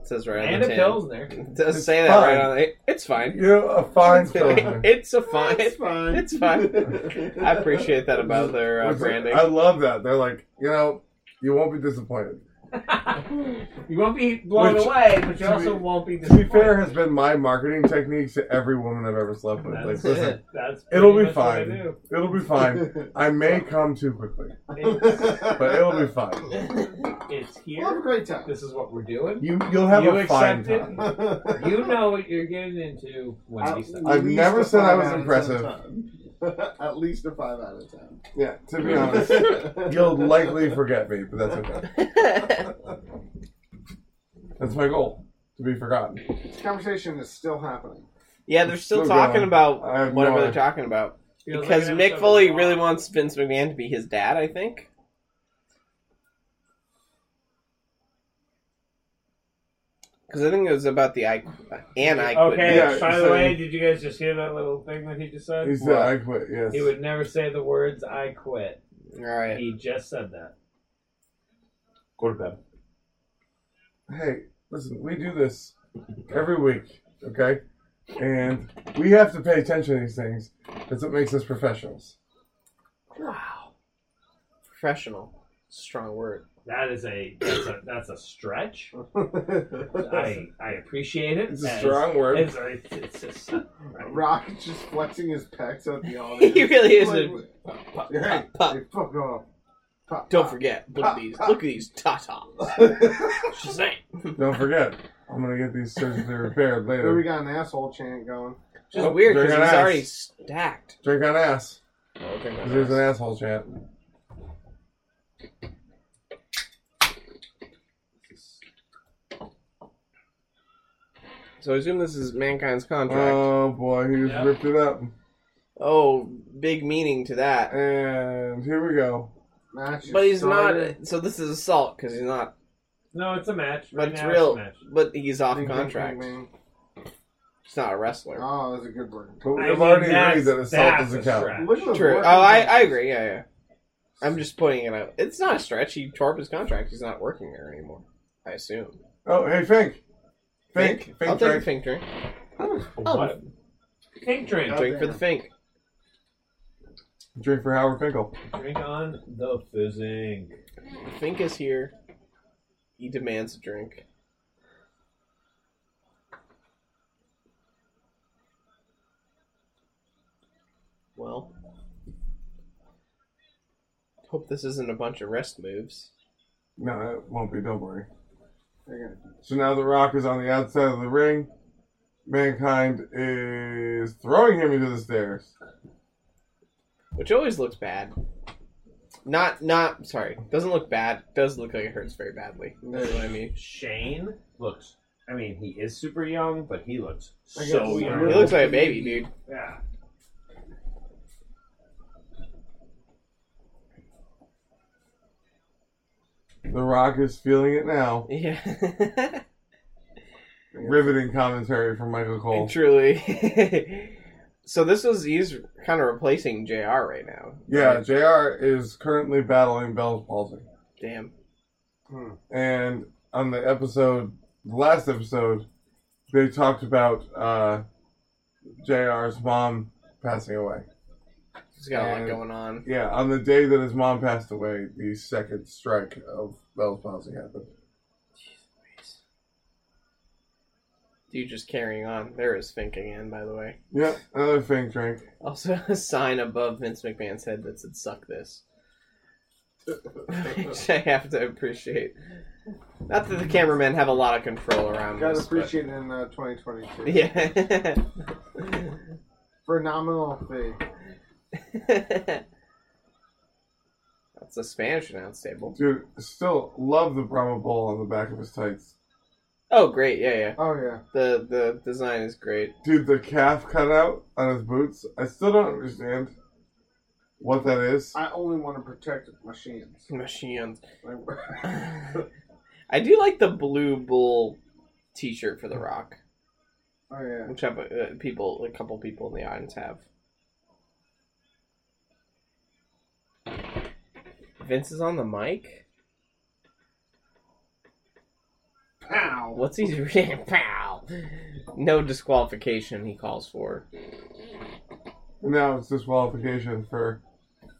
It says right on and the a tin. pilsner. It does It's say that right fine. on it. It's fine. You know, a fine pilsner. it's a fine. It's fine. It's fine. I appreciate that about their uh, Which- branding. I love that. They're like, you know, you won't be disappointed. You won't be blown Which- away, but you to also be- won't be To be disappointed. fair, has been my marketing technique to every woman I've ever slept with. Like, That's, listen, that's it'll pretty be much what I fine. do. it'll be fine. I may come too quickly, but it'll be fine. It's We'll have a here. great time. This is what we're doing. You you'll have You a fine accept it? time. You know what you're getting into when Uh, you start. I've least never a said I five was out of impressive. 10. At least a five out of ten. Yeah, to be honest, you'll likely forget me, but that's okay. That's my goal to be forgotten. This conversation is still happening. yeah, they're still Still talking going. about I have no whatever they're idea. talking about. Feels like because an Mick episode Foley of really Raw. wants Vince McMahon to be his dad. I think. Because I think it was about the I and I quit. Okay. Yeah, by so- the way, did you guys just hear that little thing that he just said? He said, I quit, yes. He would never say the words "I quit." All right. He just said that. Go to bed. hey, listen, we do this every week, okay? And we have to pay attention to these things. That's what makes us professionals. Wow. Professional. Strong word. That is a that's a, that's a stretch. Rock I I appreciate it. It's a as- strong word. It's, it's, it's just, is just flexing his pecs at the audience. he really is. Like, A, hey, pop. hey, fuck off. Pop, don't pop. forget. Look at these. Look at these tatas. Shazam. Don't forget, I'm going to get these surgically repaired Here we later. got an asshole chant going. Just Oh, weird because they're gonna he's ask. already stacked. Drink on ass. Okay. 'cause There's an asshole chant. So I assume this is mankind's contract. Oh boy, he just Yep. ripped it up. oh, big meaning to that. And here we go. Match is But he's started. not. So this is assault because he's not. no, it's a match. But Right it's now, real. It's a match. But he's off Ding, ding, contract. ding, ding. He's not a wrestler. Oh, that's a good word. But we've I mean, already agreed that's- that assault that's doesn't a count. stretch. Look at the True. work Oh, I, he's I agree. Yeah, yeah. I'm just pointing it out. It's not a stretch. He tore up his contract. He's not working there anymore. I assume. Oh, hey, Fink. Fink. Fink, I'll take a drink. fink drink. Oh. What? Pink drink. Yep. Drink for the fink. Drink for Howard Finkel. Drink on the fizzing. The fink is here. He demands a drink. Well, hope this isn't a bunch of rest moves. No, it won't be. Don't worry. Okay. So now The Rock is on the outside of the ring. Mankind is throwing him into the stairs. which always looks bad. Not not sorry, doesn't look bad. Does look like it hurts very badly. That's what I mean. Shane looks. I mean, he is super young, but he looks I guess so it's He young. really- looks like a baby, dude. yeah. The Rock is feeling it now. Yeah, Riveting commentary from Michael Cole. truly. so this was he's kind of replacing Jr. right now. Yeah, JR is currently battling Bell's palsy. Damn. and on the episode, the last episode, they talked about uh, JR's mom passing away. He's got a lot And- going on. Yeah, on the day that his mom passed away, the second strike of Bell's palsy happened. Dude, just carrying on. There is Fink again, by the way. Yeah, another thing, drink. Also, a sign above Vince McMahon's head that said "Suck this," which I have to appreciate. Not that the cameramen have a lot of control around Gotta this, but- appreciate it in uh, 2022. Yeah. For a nominal fee. That's a Spanish announce table. Dude, still love the Brahma Bull on the back of his tights. Oh, great. Yeah, yeah. Oh, yeah. The the design is great. Dude, the calf cutout on his boots, I still don't understand what that is. I only want to protect machines. Machines. Like, I do like the blue bull t-shirt for The Rock, oh, yeah. which have, uh, people, a couple people in the audience have. Vince is on the mic. Pow! What's he reading? Pow! No disqualification he calls for. And now it's disqualification for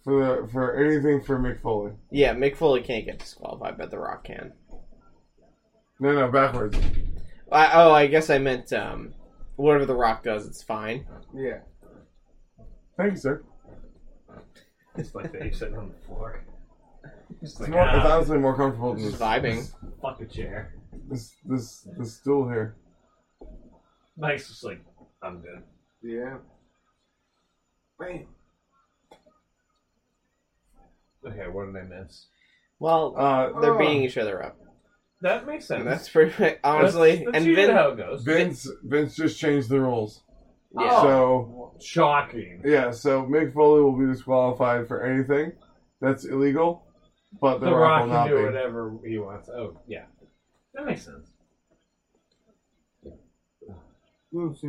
for the, for anything for Mick Foley. Yeah, Mick Foley can't get disqualified, but The Rock can. No, no, backwards. I, oh, I guess I meant um, whatever The Rock does, it's fine. Yeah. Thank you, sir. It's like Dave sitting on the floor. It's, Just like, more, it's ah, honestly more comfortable than Just this, vibing. fuck a chair. This, this this this stool here. Mike's just like, I'm good. Yeah. Man. Okay, what did I miss? Well, Uh, they're oh. beating each other up. That makes sense. And that's pretty much, honestly. That's, that's and usually Vin, how it goes. Vince Vince just changed the rules. Yeah. So Shocking. yeah, so Mick Foley will be disqualified for anything that's illegal, but The, The, Rock will can not do be. whatever he wants. Oh, yeah. That makes sense. Hmm,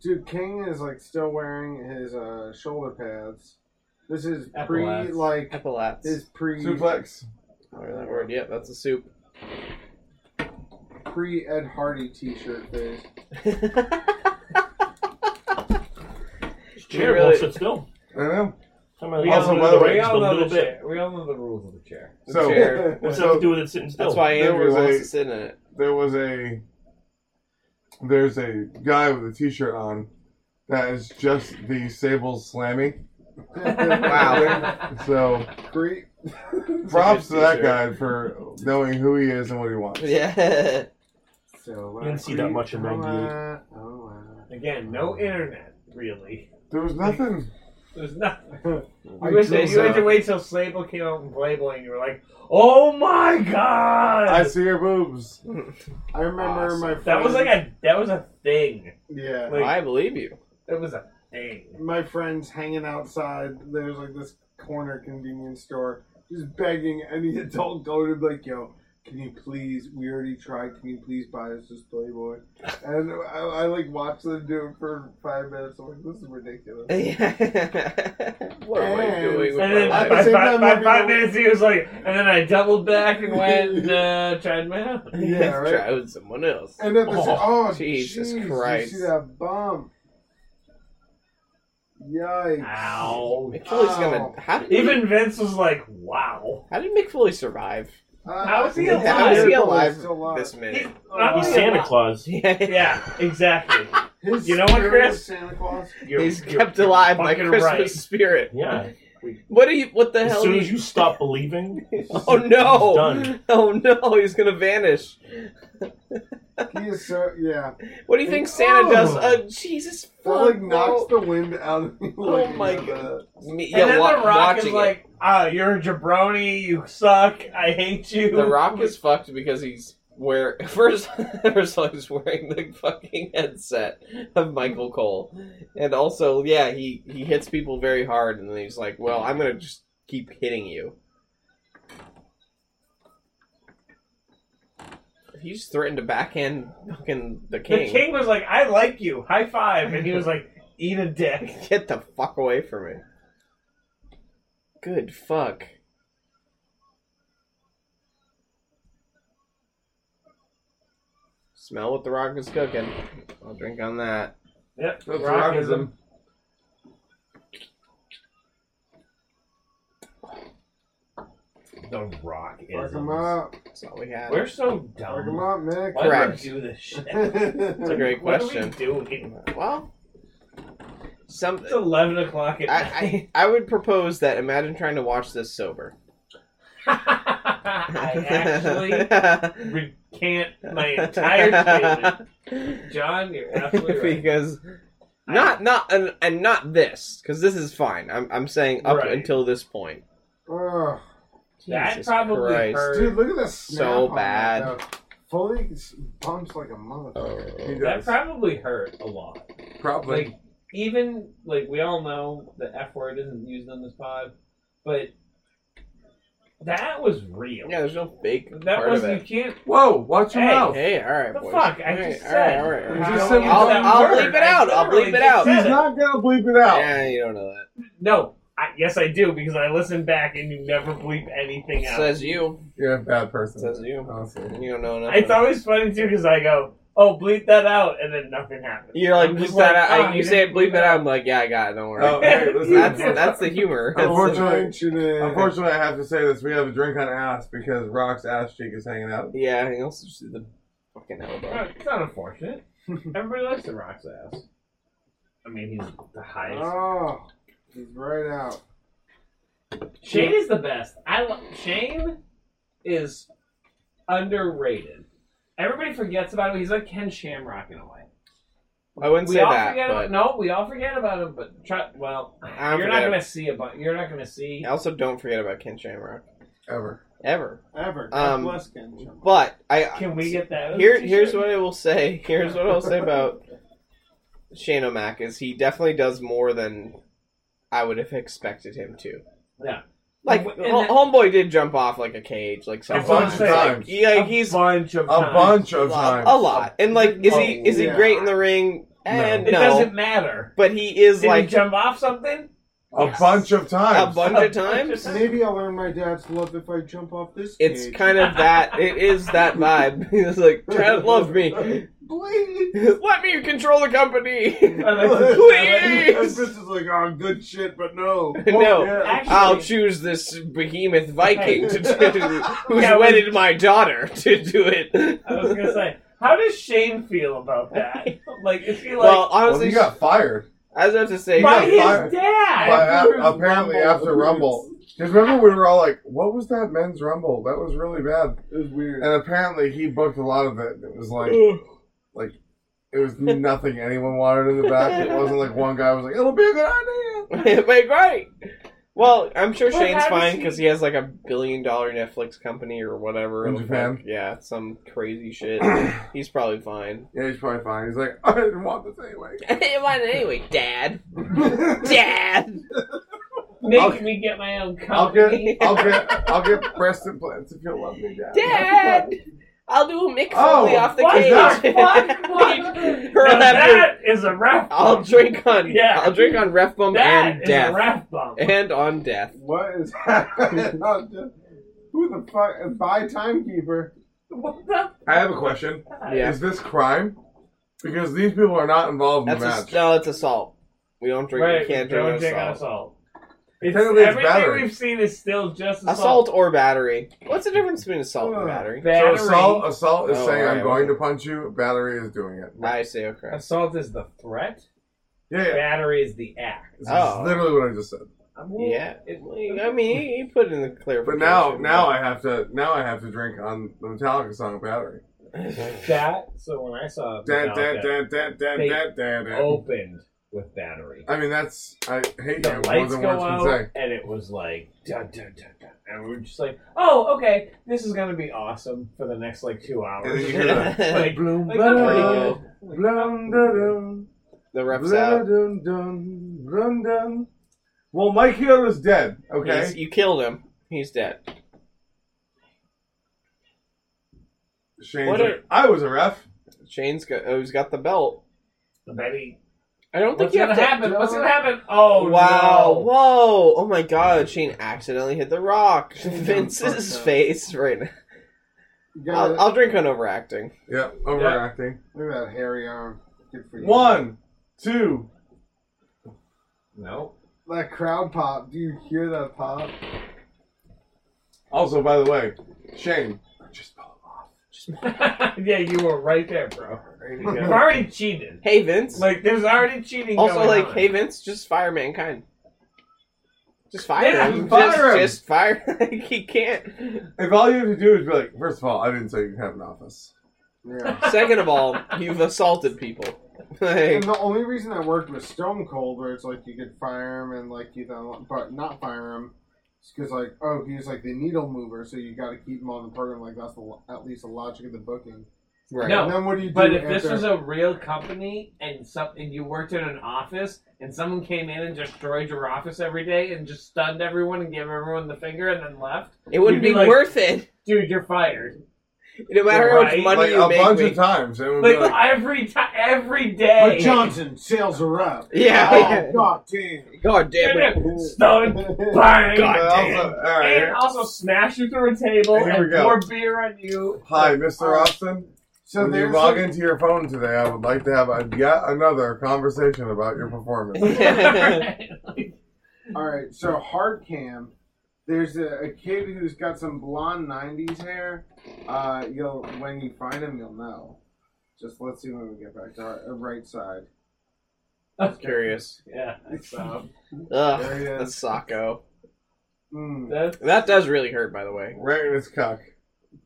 Dude, King is like still wearing his uh, shoulder pads. This is pre Epaulets. like Epaulets. is pre Suplex. Or that word. Yep, that's a soup. pre Ed Hardy t shirt phase. Chair really- won't sit still. I know. Somebody Also, else by the does way- it We just a all, know little the bit. chair. we all know the rules of the chair. So Chair. What's So- that to do with it sitting still? That's why There Andrew was wants a- to sit in it. there was a there's a guy with a t-shirt on that is just the Sable Slammy. Wow. So Pre props to that t-shirt. guy for knowing who he is and what he wants. Yeah. so uh, You didn't see that pre- much in oh, 98. uh, oh, Again, no internet, really. There was nothing. There's nothing. uh, You, wish drew that, you had to some. wait till Sable came out in Playboy and you were like, oh my god! I see your boobs. I remember Awesome. my friend, that was like a that was a thing. yeah. Like- I believe you. That was a thing. my friends hanging outside. There's like this corner convenience store, just begging any adult go to be like, yo, can you please? We already tried. Can you please buy us this Playboy? And I, I like watched them do it for five minutes. I'm like, this is ridiculous. what am I And- doing with And my then life? by, At the same five, time, by looking five at- minutes, he was like, and then I doubled back and went, uh, tried my own. Yeah, right. Try with someone else. And then the oh, Oh, Jesus jeez, Christ. You see that bump? Yikes! Ow. Mick Foley's Ow. gonna. How did Even Vince was like, wow. How did Mick Foley survive Uh, How is he yeah, alive? How is he He's alive? Oh, still this minute? Not Oh, He's only Santa alive- Claus. Yeah. Yeah, exactly. His You know what, spirit Chris? was Santa Claus. You're- He's you're kept alive by fucking Christmas right. spirit. Yeah. What are you? What the As hell? soon are as you stop believing, oh no! He's done. Oh no! He's gonna vanish. He is so yeah. What do you think Santa Oh. does? Uh, Jesus That fuck! like knocks no. the wind out of me. Oh looking my at God. Me- And yeah, then wa- The Rock watching is it. like, ah, you're a jabroni, you suck, I hate you. The Rock is fucked because he's wear first first of all, he's wearing the fucking headset of Michael Cole, and also yeah he he hits people very hard, and then he's like, well I'm gonna just keep hitting you. He just threatened to backhand fucking the The king. king was like, I like you, high five. And he was like, eat a dick. Get the fuck away from me. Good fuck. Smell what the rock is cooking. I'll drink on that. Yep, That's Rockism. rockism. The Rock the- Fuck is. him up. That's all we had. We're so Fuck dumb. him up, Mick. Why Correct. do we do this shit? That's a great what question. What are we doing? Well, some It's 11 o'clock at night. I, I I would propose that imagine trying to watch this sober. I actually recant my entire statement. John, you're absolutely right. because not not and, and not this because this is fine. I'm I'm saying up Right. until this point. Ugh. That Jesus probably Christ. hurt. Dude, look at that snap So on that, bad. though. Fully bumps like a motherfucker. He That does. probably hurt a lot. Probably. Like, even, like, we all know the F word isn't used on this pod, but that was real. Yeah, there's no fake that part was, of you it. can't. Whoa! Watch your Hey. mouth. Hey, all right, The boys. fuck? all I right, just said. All right, all You right. just How said is I'll- that I'll word? bleep it I out. I'll literally bleep it just out. said He's it. not gonna bleep it out. Yeah, you don't know that. No, I, yes, I do because I listen back and you never bleep anything out. Says you. You're a bad person. Says you. Honestly. You don't know nothing. It's always funny too because I go, "Oh, bleep that out," and then nothing happens. You're like I'm bleep just that like, out. "Ah, I, you you say didn't bleep bleep it out. I'm like, yeah, I got it. Don't worry. Oh, hey, listen. that's that's the humor. That's the- Unfortunately, Unfortunately. unfortunately, I have to say this: we have a drink on ass because Rock's ass cheek is hanging out. yeah, and also just the fucking elbow. It's not unfortunate. Everybody likes the Rock's ass. I mean, he's the highest. Oh, he's right out. Shane is the best. I lo- Shane is underrated. Everybody forgets about him. He's like Ken Shamrock in a way. I wouldn't we say all that, forget but about no, we all forget about him. But try, well, I don't you're not forget. gonna see a bu- You're not gonna see. I also don't forget about Ken Shamrock Ever. ever. Ever. Um, God bless Ken. But I Can we get that? as a Here, t-shirt? here's what I will say. Here's what I'll say about Shane O'Mac is he definitely does more than I would have expected him to. Yeah. Like And Hol- that- Homeboy did jump off like a cage, like That's what sometimes. I'm saying. Like, he- like, he's a, bunch of A times. bunch of lot, times. a lot, and like, is he is he Yeah. great in the ring? And It no, doesn't matter. but he is Did like he jump off something? A bunch of a times. bunch of times. Maybe I'll earn my dad's love if I jump off this. It's cage. kind of that. It is that vibe. He's like, Chad, love me. Please. Let me control the company. I like to- Please. This is like, oh, good shit, but no. No. Yeah. Actually, I'll choose this behemoth Viking to do, who's Yeah, wedded my daughter to do it. I was gonna say, how does Shane feel about that? Like, is he like, well, Well, honestly, you got fired. I was about to say, by yeah, his fire- dad? But a- Rumble. apparently after Rumble. Because remember we were all like, what was that men's Rumble? That was really bad. It was weird. Uh, And apparently he booked a lot of it. It was like, like, it was nothing anyone wanted in the back. It wasn't like one guy was like, it'll be a good idea. but great. Well, I'm sure But Shane's how does fine he- because he has like a billion dollar Netflix company or whatever. In Like, Japan? yeah, some crazy shit. He's probably fine. Yeah, he's probably fine. He's like, I didn't want this anyway. anyway, Dad. Dad. Make I'll- me get my own I'll company. get, I'll get, I'll get breast implants if you'll love me, Dad. Dad. I'll do a Mick Oh, Foley off the what cage. the fuck? What? Or I'll Now have your- that is a ref I'll bump. drink on Yeah. I'll drink on ref bump That and is a death ref bump. and on death. What is happening? Who the fuck? By timekeeper. What the? I have a question. Yeah. Is this crime? Because these people are not involved in That's the match. a, no, it's assault. We don't drink. Right, we can't drink, don't on drink on assault. assault. It's, Technically, it's everything battery. we've seen is still just assault. Assault or battery. What's the difference between assault and Ugh. battery? So Battery. assault, assault is Oh, saying alright, I'm going okay. to punch you. Battery is doing it. I say okay. Assault is the threat. Yeah, yeah. Battery is the act. This Oh. is literally what I just said. I'm all- Yeah. It, I mean, he, he put in the clear. But now, now I have to, now I have to drink on the Metallica song "Battery." that. So when I saw Dan, Metallica, dan, dan, dan, dan, They- dan, dan, dan. Oh. opened with battery. I mean, that's I hate The you more lights than go words can say. out, and it was like dun, dun, dun, dun. and we were just like, "Oh, okay, this is gonna be awesome for the next like two hours." And then you hear that. like, Bloom, like, I'm pretty good. blum, da-dum, the refs out. blum, dum, blum, dum. Well, Mike Hill is dead. He's- Okay, you killed him. He's dead. Shane's What like, are- I was a ref. Shane's got. Oh, he's got the belt. Betty, I don't think what's you gonna have to. happen? What's gonna happen? Oh wow! no. Whoa! Oh my God! Shane accidentally hit the rock. Vince's fucked up. face right now. You got I'll, it. I'll drink on overacting. Yeah, overacting. Look at that hairy arm. Good for you. One, two. No. That crowd pop. Do you hear that pop? Also, by the way, Shane. Just yeah, you were right there, bro. There you You've go. already cheated. hey Vince. Like, there's already cheating. also, going like, on. hey Vince, just fire mankind. Just fire Yeah, him. fire just, him. just fire. like, he can't. If all you have to do is be like, first of all, I didn't say you can have an office. Yeah. Second of all, you've assaulted people. and Like, the only reason I worked with Stone Cold, where it's like you could fire him and like you don't, but not fire him, is because like oh he was like the needle mover, so you got to keep him on the program. Like that's the, lo- at least the logic of the booking. right. No, And then what do you do? But if this after- was a real company and some, and you worked in an office and someone came in and destroyed your office every day and just stunned everyone and gave everyone the finger and then left, It wouldn't You'd be be like- worth it. dude, you're fired. No matter how much Right, money like you a make. bunch we- of times, and it would Like be like, every time, every but day. Johnson sales are up. yeah. Oh god damn! God damn it. Stone, bang, but God damn. also, all right, and here- also smash you through a table Here we and go. pour beer on you. hi, Mr. Austin. So when you there's log like- into your phone today, I would like to have a, yet another conversation about your performance. All right, so hard cam. There's a, a kid who's got some blonde '90s hair. Uh, you'll when you find him, you'll know. Just let's see when we get back to our uh, right side. I'm curious. yeah, so Ugh. There he That's is. Socko. Mm. that's That does really hurt, by the way. right in his cock.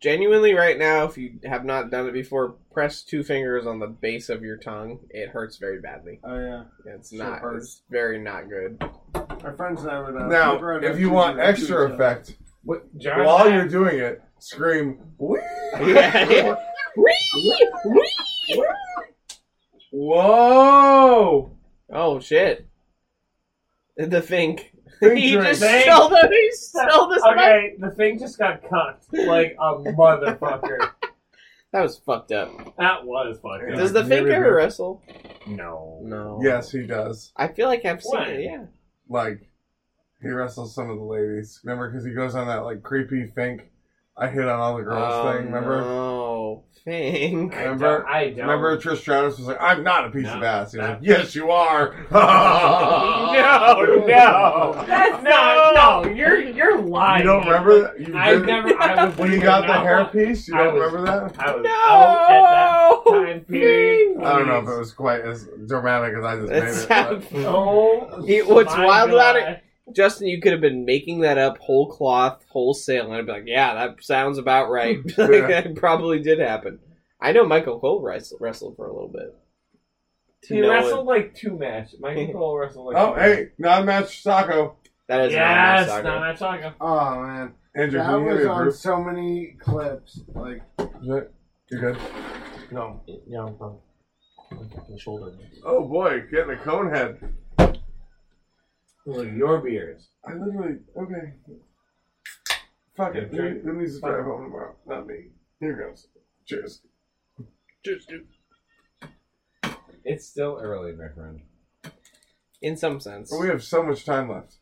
Genuinely, right now, if you have not done it before, press two fingers on the base of your tongue. It hurts very badly. Oh yeah, It's Sure not. hurts. It's very not good. our friends and I would. Uh, Now, flip around if and you choose want around to extra each other. effect, what John. while you're doing it, scream, "Wee!" Yeah. Whoa! Oh shit! The fink. he drink. just Fink. spelled out. He spelled his name. Okay, the thing just got cocked like a motherfucker. That was fucked up. that was fucking. Does the fink maybe- ever wrestle? no. No. Yes, he does. I feel like I've seen Why? it. Yeah. Like, he wrestles some of the ladies. Remember, because he goes on that like creepy think. I hit on all the girls Oh, thing. Remember? No. Fink. Remember? I don't. Remember Trish Stratus was like, "I'm not a piece No. of ass." He was like, That- "Yes, you are." No, no. That's not. No, you're you're lying. You don't remember that? You I didn't- never. I was When you got the hairpiece, you I don't was- remember that? I was out at that No. time period. I don't know if it was quite as dramatic as I just It's made it. Oh, He- what's my wild about God. Justin, you could have been making that up whole cloth, wholesale, and I'd be like, yeah, that sounds about right. like, that probably did happen. I know Michael Cole wrestled, wrestled for a little bit. To He no one- wrestled like two matches. Michael Cole wrestled but- like. Oh, two matches. hey, non-match Sacco. That is Yes, not now my that's talking. Oh man, Andrew, that can you give was me a on group? so many clips. Like, Is it- You good? No, yeah, I'm fine. I'm fucking shoulder. Oh boy, getting a cone head. Look, your beers. I literally okay. Fuck it. Yeah, Who needs to drive home tomorrow? Not me. Here goes. Cheers. Cheers, dude. It's still early, my friend. In some sense. Well, we have so much time left.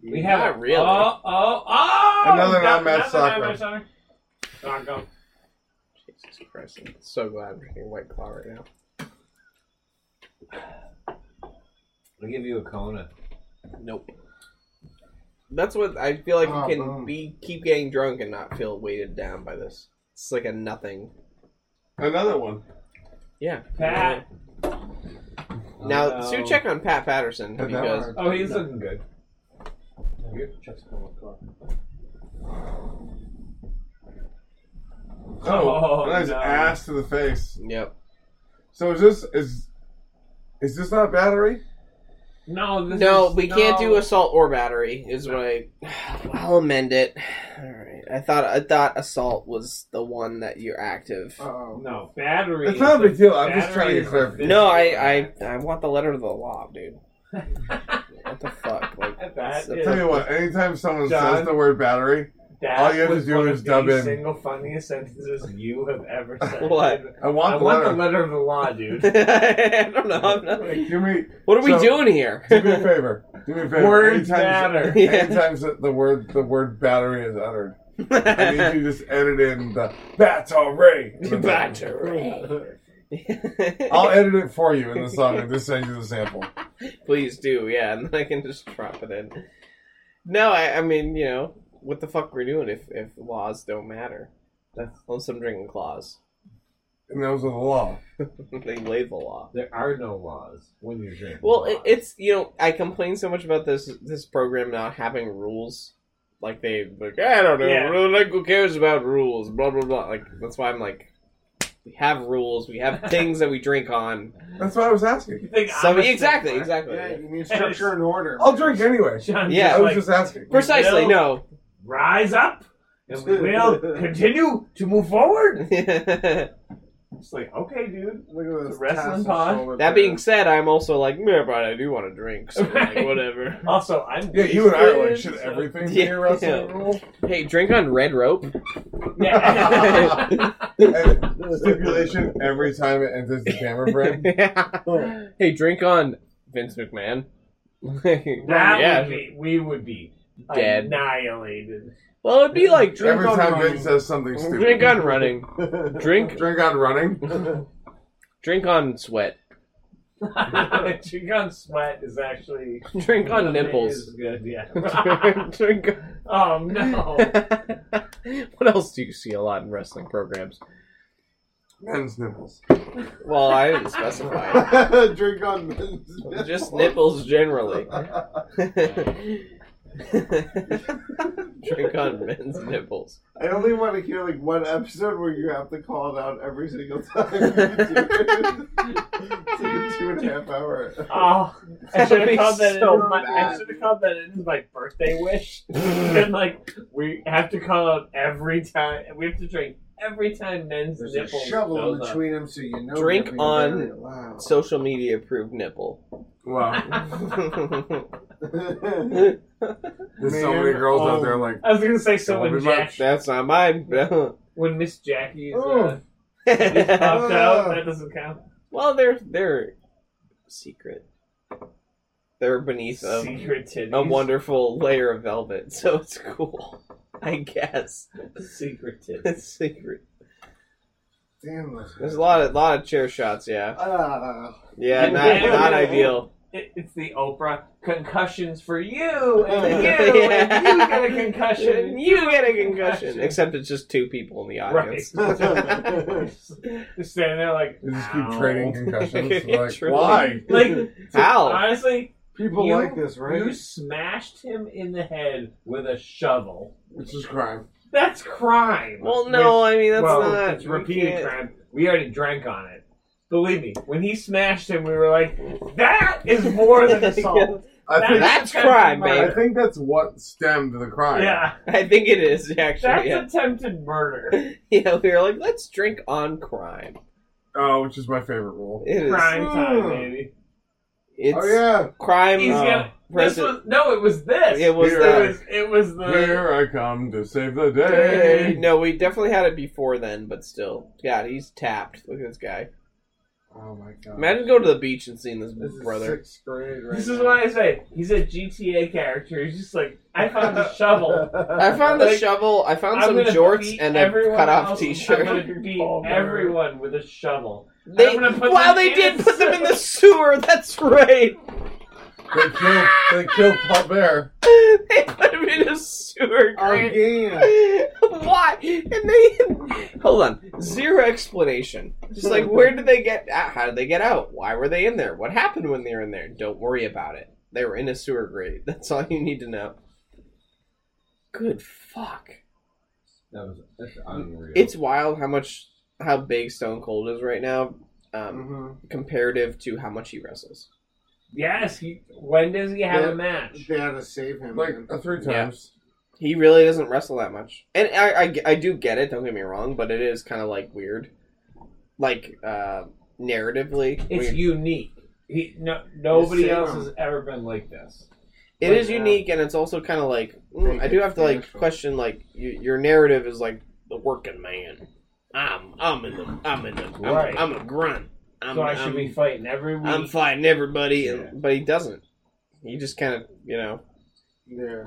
We have Not really. Oh, oh, oh! Another Got- non-match another non-match soccer. Soccer. Jesus Christ. I'm so glad I'm drinking White Claw right now. I'll give you a Kona. Nope. That's what I feel like Ah, you can boom. be keep getting drunk and not feel weighted down by this. It's like a nothing. Another one. Yeah. Pat. Now, Oh, no. so check on Pat Patterson Another because one. Oh, he's looking good. Oh, Oh, nice no. ass to the face. Yep. So is this is is this not battery? No, this No, is, we can't no. do assault or battery. Is what I. I'll amend it. All right. I thought I thought assault was the one that you're active. oh, No, battery. It's not a big deal. I'm just battery trying to is get a clarification. no, I, I I want the letter of the law, dude. what the fuck? Like That I'll is, Tell you what, anytime someone John. says the word battery, that all you have to was do one is of dub the in. single funniest sentences you have ever said. What? I want I want the letter. the letter of the law, dude. I don't know. I'm not, Like, give me what are we So- doing here? do me a favor. Do me a favor. Words anytime, matter. Yeah. anytime the the word the word battery is uttered, I need you to just edit in the battery. I'll edit it for you in the song and just send you the sample. Please do, yeah, and then I can just drop it in. No, I, I mean, you know, what the fuck we're doing if, if laws don't matter? That's unless I'm drinking claws. And those are the law. they lay the law. There are no laws when you're drinking. Well, it, it's you know, I complain so much about this this program not having rules. Like they like "Eh, I don't know, Yeah. like who cares about rules? Blah blah blah. Like that's why I'm like, we have rules. We have things that we drink on. That's what I was asking. you think I'm So a stickler? exactly, Oh, exactly. yeah, you need structure and order. I'll drink anyway. John, Yeah, just I was like, just asking. Precisely, no. rise up, and we will continue to move forward. that It's like, okay, dude. Look at It's this a wrestling tassel pod. shoulder being there. said, I'm also like, yeah, but I do want to drink, so like, Right. whatever. Also, I'm. Yeah, you and I are like, wasted, should so- everything be Yeah. a wrestling rule? Hey, drink on red rope. Yeah. And stipulation every time it enters the camera frame. Hey, drink on Vince McMahon. that yeah. would be. We would be Dead. annihilated. Well, it'd be like drink Every on time running. Vince says something stupid. drink on running. Drink Drink on running. drink on sweat. Drink on sweat is actually Drink on Is nipples. good, yeah. drink. oh no. what else do you see a lot in wrestling programs? Men's nipples. Well, I didn't specify. drink on men's Just nipples generally. drink on men's nipples. I only want to hear like one episode where you have to call it out every single time. you do it. it's like a two and a half hour. Oh, I That should would have be called that. so in my, I bad. should have called that in my birthday wish. and like, we have to call out every time. We have to drink every time Nen's There's a nipple shovel in shows up. between them, so you know. Drink they're being on- very loud. Social media approved nipple. Wow. There's so Man, many girls out oh. there like, I was gonna say so Yeah, when we might- Jack, That's not my. when Miss Jackie's uh, Oh. popped out, that doesn't count. well, they're they're secret. They're beneath a, Secret titties. a wonderful layer of velvet, so it's cool. I guess Secret titties. it's secret. Damn. There's a lot of lot of chair shots. Yeah, Ah. yeah, not not ideal. It, it's the Oprah concussions for you and you Yeah. and you get a concussion. You get a concussion. Except it's just two people in the Right. audience. Just standing there like, you just keep "Ow." trading concussions. Like, Truly. why? Like, How? honestly, People You- like this, right? you smashed him in the head with a shovel. Which is crime. That's crime. Well, no, I mean that's well, not. it's we repeated can't- crime. We already drank on it. Believe me, when he smashed him, we were like, that is more than assault. I think, That's crime, I baby. think that's what stemmed the crime. Yeah, I think it is actually. that's Yeah. attempted murder. yeah, we were like, let's drink on crime. Oh, which is my favorite rule. It is. Crime time, Hmm. baby. It's oh, yeah. crime. He's uh, gonna- This present- was, no, it was this. It was Here that. It was, it was the. Here I come to save the Hey, day. No, we definitely had it before then, but still, God, he's tapped. Look at this guy. Oh my god. Imagine going to the beach and seeing this, This is brother. sixth grade, right? This is now. why I say he's a GTA character. He's just like I found a shovel. I found the Like, shovel. I found I'm some gonna jorts beat and a everyone cut off else. t I'm shirt. gonna beat Palmer. everyone with a shovel. They, I'm gonna put them wow, they in did the put them in the sewer. That's right. They killed, they killed Paul Bear. They put them in a sewer. Great. Again. Why? And they hold on. Zero explanation. Just like where did they get? out? How did they get out? Why were they in there? What happened when they were in there? Don't worry about it. They were in a sewer grate. That's all you need to know. Good fuck. That was that's unreal. It's wild how much how big Stone Cold is right now, um, Mhm. comparative to how much he wrestles. Yes. He, when does he have Yeah. a match? They had to save him. Like man. uh, three Yeah. times. He really doesn't wrestle that much, and I, I, I do get it. Don't get me wrong, but it is kind of like weird, like uh, narratively. It's weird. unique. He, no, nobody same. else has ever been like this. It uh, is Yeah. unique, and it's also kind of like mm, I Thank do you. have to like Beautiful. question like y- your narrative is like the working man. I'm I'm in the I'm in the I'm, Right. I'm a grunt. I'm, so I should I'm- be fighting every week. I'm fighting everybody, and, but he doesn't. He just kind of you know, yeah.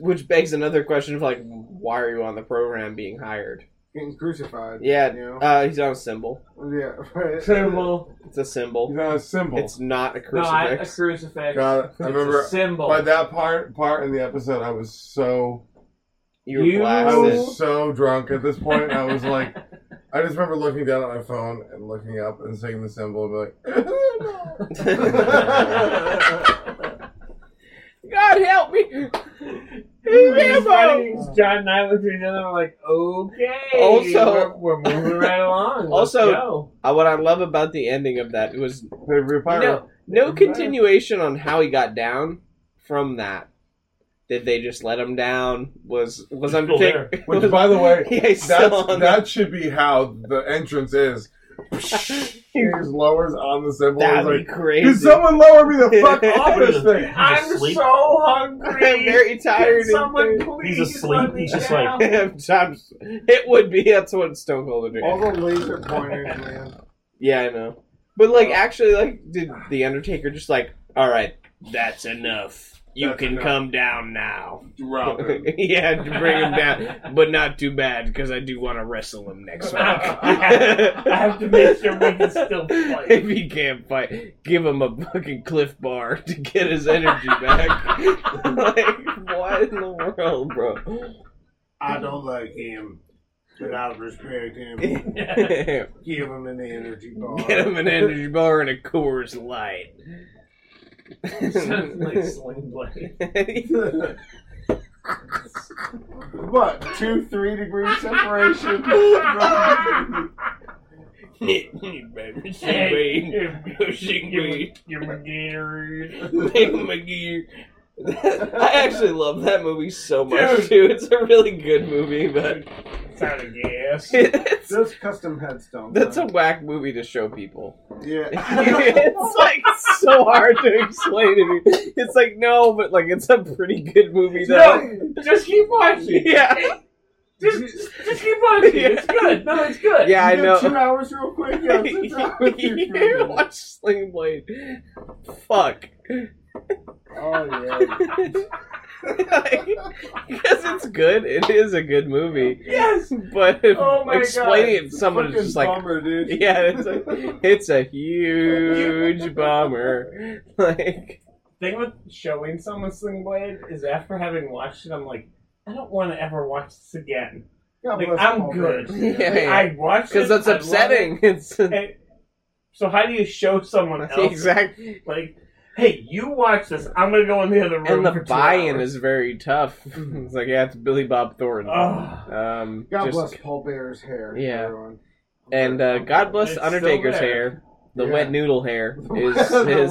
which begs another question of like why are you on the program being hired? Getting crucified. Yeah, You know? uh, he's on a symbol. yeah. Right. symbol, It's a symbol. He's on a symbol. It's not a not a crucifix. crucifix. God, I It's remember a symbol. by that part part in the episode, I was so you were You- I blasted. was so drunk at this point. I was like, I just remember looking down at my phone and looking up and seeing the symbol and be like, God help me! We were just Rambo! fighting, John and I looked at each other and we're like, okay. we're, Also- we're moving right along. Let's Also- go. Uh, what I love about the ending of that it was "Favorite pirate." no no continuation on how he got down from that. Did they just let him down? Was was He's still Undertaker? Which, by the way, yeah, he's still That's, on that should be how the entrance is. he just lowers on the symbol. That'd He's like, be crazy. Can someone lower me the fuck off this thing? I'm asleep? so I'm hungry. very tired. and Someone please He's asleep. let me He's just down. like- I'm- it would be that's what Stone Cold would do. Oh, All the laser pointers, man. Yeah, I know. But like, actually, like, did the Undertaker just like, all right, that's enough. You That's can enough." come down now. Drop it. yeah, to bring him down, but not too bad because I do want to wrestle him next week. I I have to make sure we can still fight. If he can't fight, give him a fucking cliff bar to get his energy back. like, what in the world, bro? I don't like him, but I respect him. Get Give him an energy bar. him an energy bar and a Coors Light. Sounds like Sling Blade. what? Two, three degree separation. Make Give him a Gatorade. McGee. I actually love that movie so much too. It's a really good movie, but kind of gas. it's, Those custom heads don't. that's a work. whack movie to show people. yeah. it's like so hard to explain to me. It's like no, but like it's a pretty good movie though. Just keep watching. Yeah, Just, just keep watching. It's good. No, it's good. yeah, I You get Two know. hours real quick. Yeah, sit down with your You food. Watch Sling Blade. Fuck. Oh yeah. because it's good. It is a good movie, Yes. but Oh my explaining it to someone Fucking is just like, bummer, dude. yeah, it's a, it's a huge bummer. Like, thing with showing someone Sling Blade is after having watched it, I'm like, I don't want to ever watch this again. God Like, bless I'm Paul good. Bear. yeah, I watched because it, that's I loved upsetting. It's it, and- so how do you show someone else? exactly, Like, hey, you watch this. I'm gonna go in the other room. and for the two buy-in hours. is very tough. It's like yeah, it's Billy Bob Thornton. Ugh. Um, God just- bless Paul Bear's hair. Yeah. everyone. and uh, God bless It's still Undertaker's there. hair. The Yeah. wet noodle hair is The is.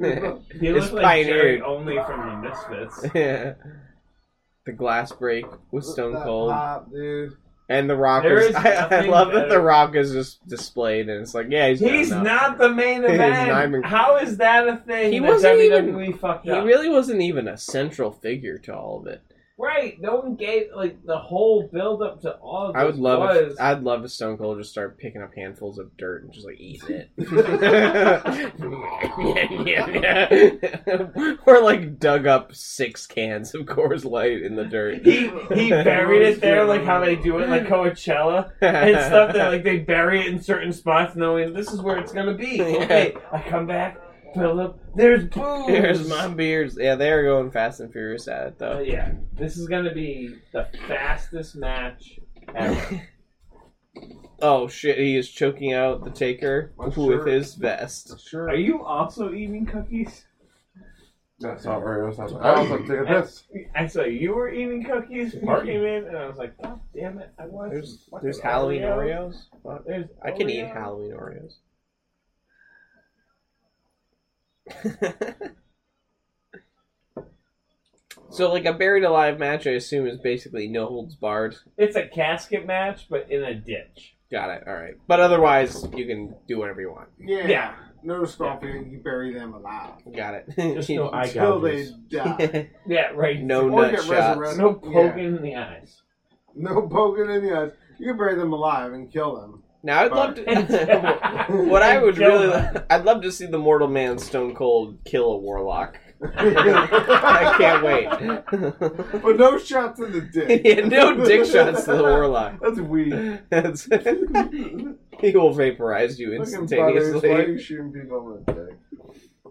noodle. He It's looks like Jerry pioneered. only from the Misfits. Yeah. The glass break with Stone That Cold pop, dude. and The Rock. There Is, is I, I nothing love that The better. Rock is just displayed, and it's like, yeah, he's, He's not. not the main He's not event. even- How is that a thing? He that wasn't even- WWE fucked He up? really wasn't even a central figure to all of it. Right. No one gave like the whole build up to all. Of I would this love, Was, if, I'd love if Stone Cold just started picking up handfuls of dirt and just like eating it, or like dug up six cans of Coors Light in the dirt. he he buried it there like how they do it like Coachella and stuff that like they bury it in certain spots knowing this is where it's gonna be. Yeah. Okay, I come back, fill up. There's booze. Here's my beers. Yeah, they're going fast and furious at it Uh, though. yeah, this is gonna be the fastest match ever. Oh shit, he is choking out the taker I'm with sure. his vest. Sure. Are you also eating cookies? That's not Oreos. That's I also take this. I saw you were eating cookies when you came in, and I was like, God damn it! I want There's some there's fucking Halloween Oreos." Oreos. Fuck. There's I can eat Oreos. Halloween Oreos. so like a buried alive match I assume is basically no holds barred. It's a casket match, but in a ditch. Got it, alright. But otherwise you can do whatever you want. Yeah. Yeah. No scorpion. You bury them alive Got it. Just no eye until they gouges. die. Yeah, right. no Or nut get shots. resurrected. No poking Yeah. in the eyes. No poking in the eyes. You can bury them alive and kill them. Now I'd love to What I would really, I'd love to see the Mortal Man Stone Cold kill a warlock. I can't wait. But no shots in the dick. yeah, no dick shots to the warlock. That's weird. That's- he will vaporize you Fucking brothers, why are instantaneously. you shooting people in the dick?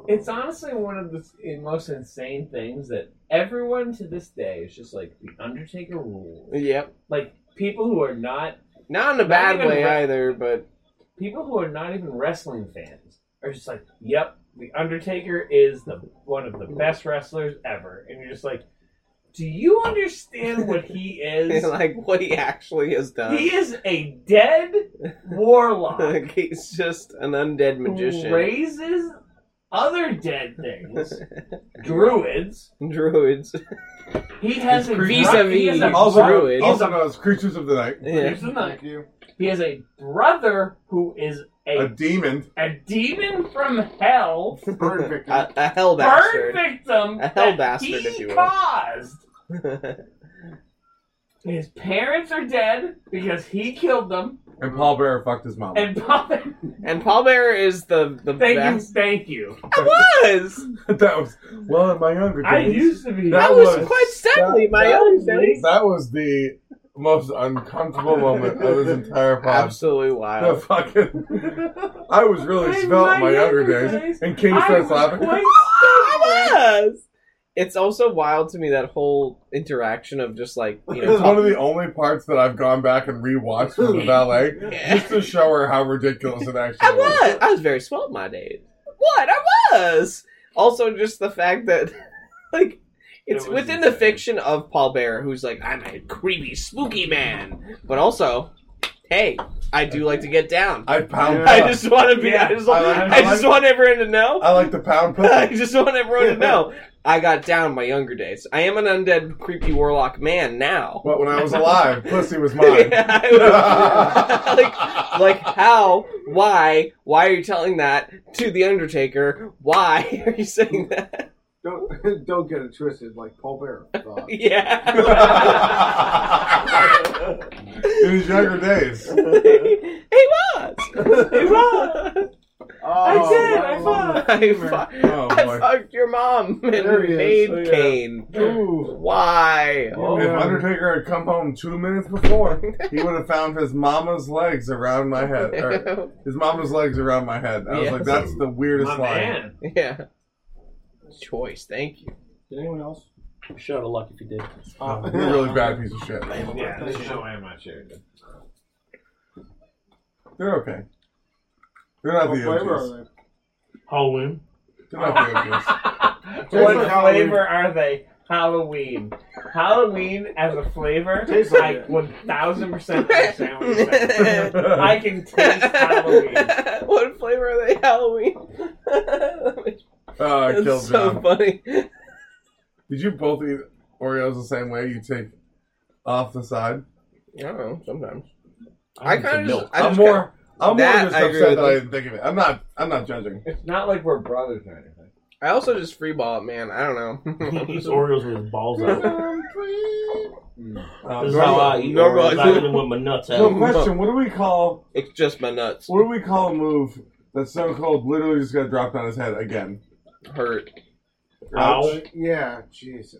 It's honestly one of the s- eh, most insane things that everyone to this day is just like the Undertaker rules. Yep, Like people who are not not in a Not bad even way re- either, but people who are not even wrestling fans are just like, "Yep, the Undertaker is the one of the best wrestlers ever," and you're just like, "Do you understand what he is? like what he actually has done. he is a dead warlock." Like, he's just an undead magician, raises other dead things, druids. druids. He has a vis-a-vis he has a Also- brother. Druid. Also known as creatures of the night. Yeah. Thank you. He has a brother who is A a demon. a demon from hell, Bird victim. A, a hell burn bastard. victim, A hell that bastard, he if you will. caused. His parents are dead because he killed them, And Paul Bear fucked his mom. and Papa, and Pallbearer is the the thank best. you, thank you. I was. that was well in my younger days. I used to be. That I was, was- quite steadily my that own was- That was the most uncomfortable moment of this entire podcast. Absolutely The wild. fucking, I was really In svelte my in my younger younger days, days, and King I was starts laughing. quite stubborn. Yes. It's also wild to me that whole interaction of just like you know It's one talk- of the only parts that I've gone back and rewatched from the ballet just to show her how ridiculous it I actually was. was I was very swell my day. What I was also just the fact that like it's It was within the insane. fiction of Paul Bear who's like I'm a creepy spooky man, but also hey, I do like to get down. I pound. Uh, Yeah. I just want to be. I just, I like- I just want everyone to know. I like the pound I pussy. just want everyone to know I got down my younger days. I am an undead, creepy warlock man now. But when I was alive, pussy was mine. Yeah, I was- like, like how? Why? Why are you telling that to the Undertaker? Why are you saying that? Don't don't get it twisted like Paul Bear. thought. Yeah. In his younger days. he was. He was. Oh, I did. I love fucked. I, fu- Oh I boy. fucked your mom and There he is. made Oh, yeah. Cain. it. Ooh. Why? Oh, If yeah. Undertaker had come home two minutes before, he would have found his mama's legs around my head. or his mama's legs around my head. I was Yeah. like, that's the weirdest Oh, My line. man. yeah. Choice. Thank you. Did anyone else? Shout out luck if you did. Uh, You're a really bad piece of shit. Oh, Yeah, this is why I'm not sharing it. They're okay. They're not What the flavor OGs. are they? Halloween. They're not the OGs. Tastes What like Halloween. flavor are they? Halloween. Halloween as a flavor, Tastes I like it. 1000% understand what you're saying. I can taste Halloween. what flavor are they? Halloween. That's Oh, I killed so John. funny. Did you both eat Oreos the same way? You take off the side. I don't know. Sometimes I need some kind of just. milk. I I'm just more. I'm more That just I agree upset with that I you. didn't think of it. I'm not. I'm not judging. It's not like we're brothers or anything. I also just freeball it, man. I don't He eats know. Oreos with his balls out. Uh, This is Norma, how I eat normal- Oreos. Not even with my nuts so out. question: What do we call? it's just my nuts What do we call a move that Stone Cold literally just got dropped on his head again? hurt. Ow. Yeah, Jesus.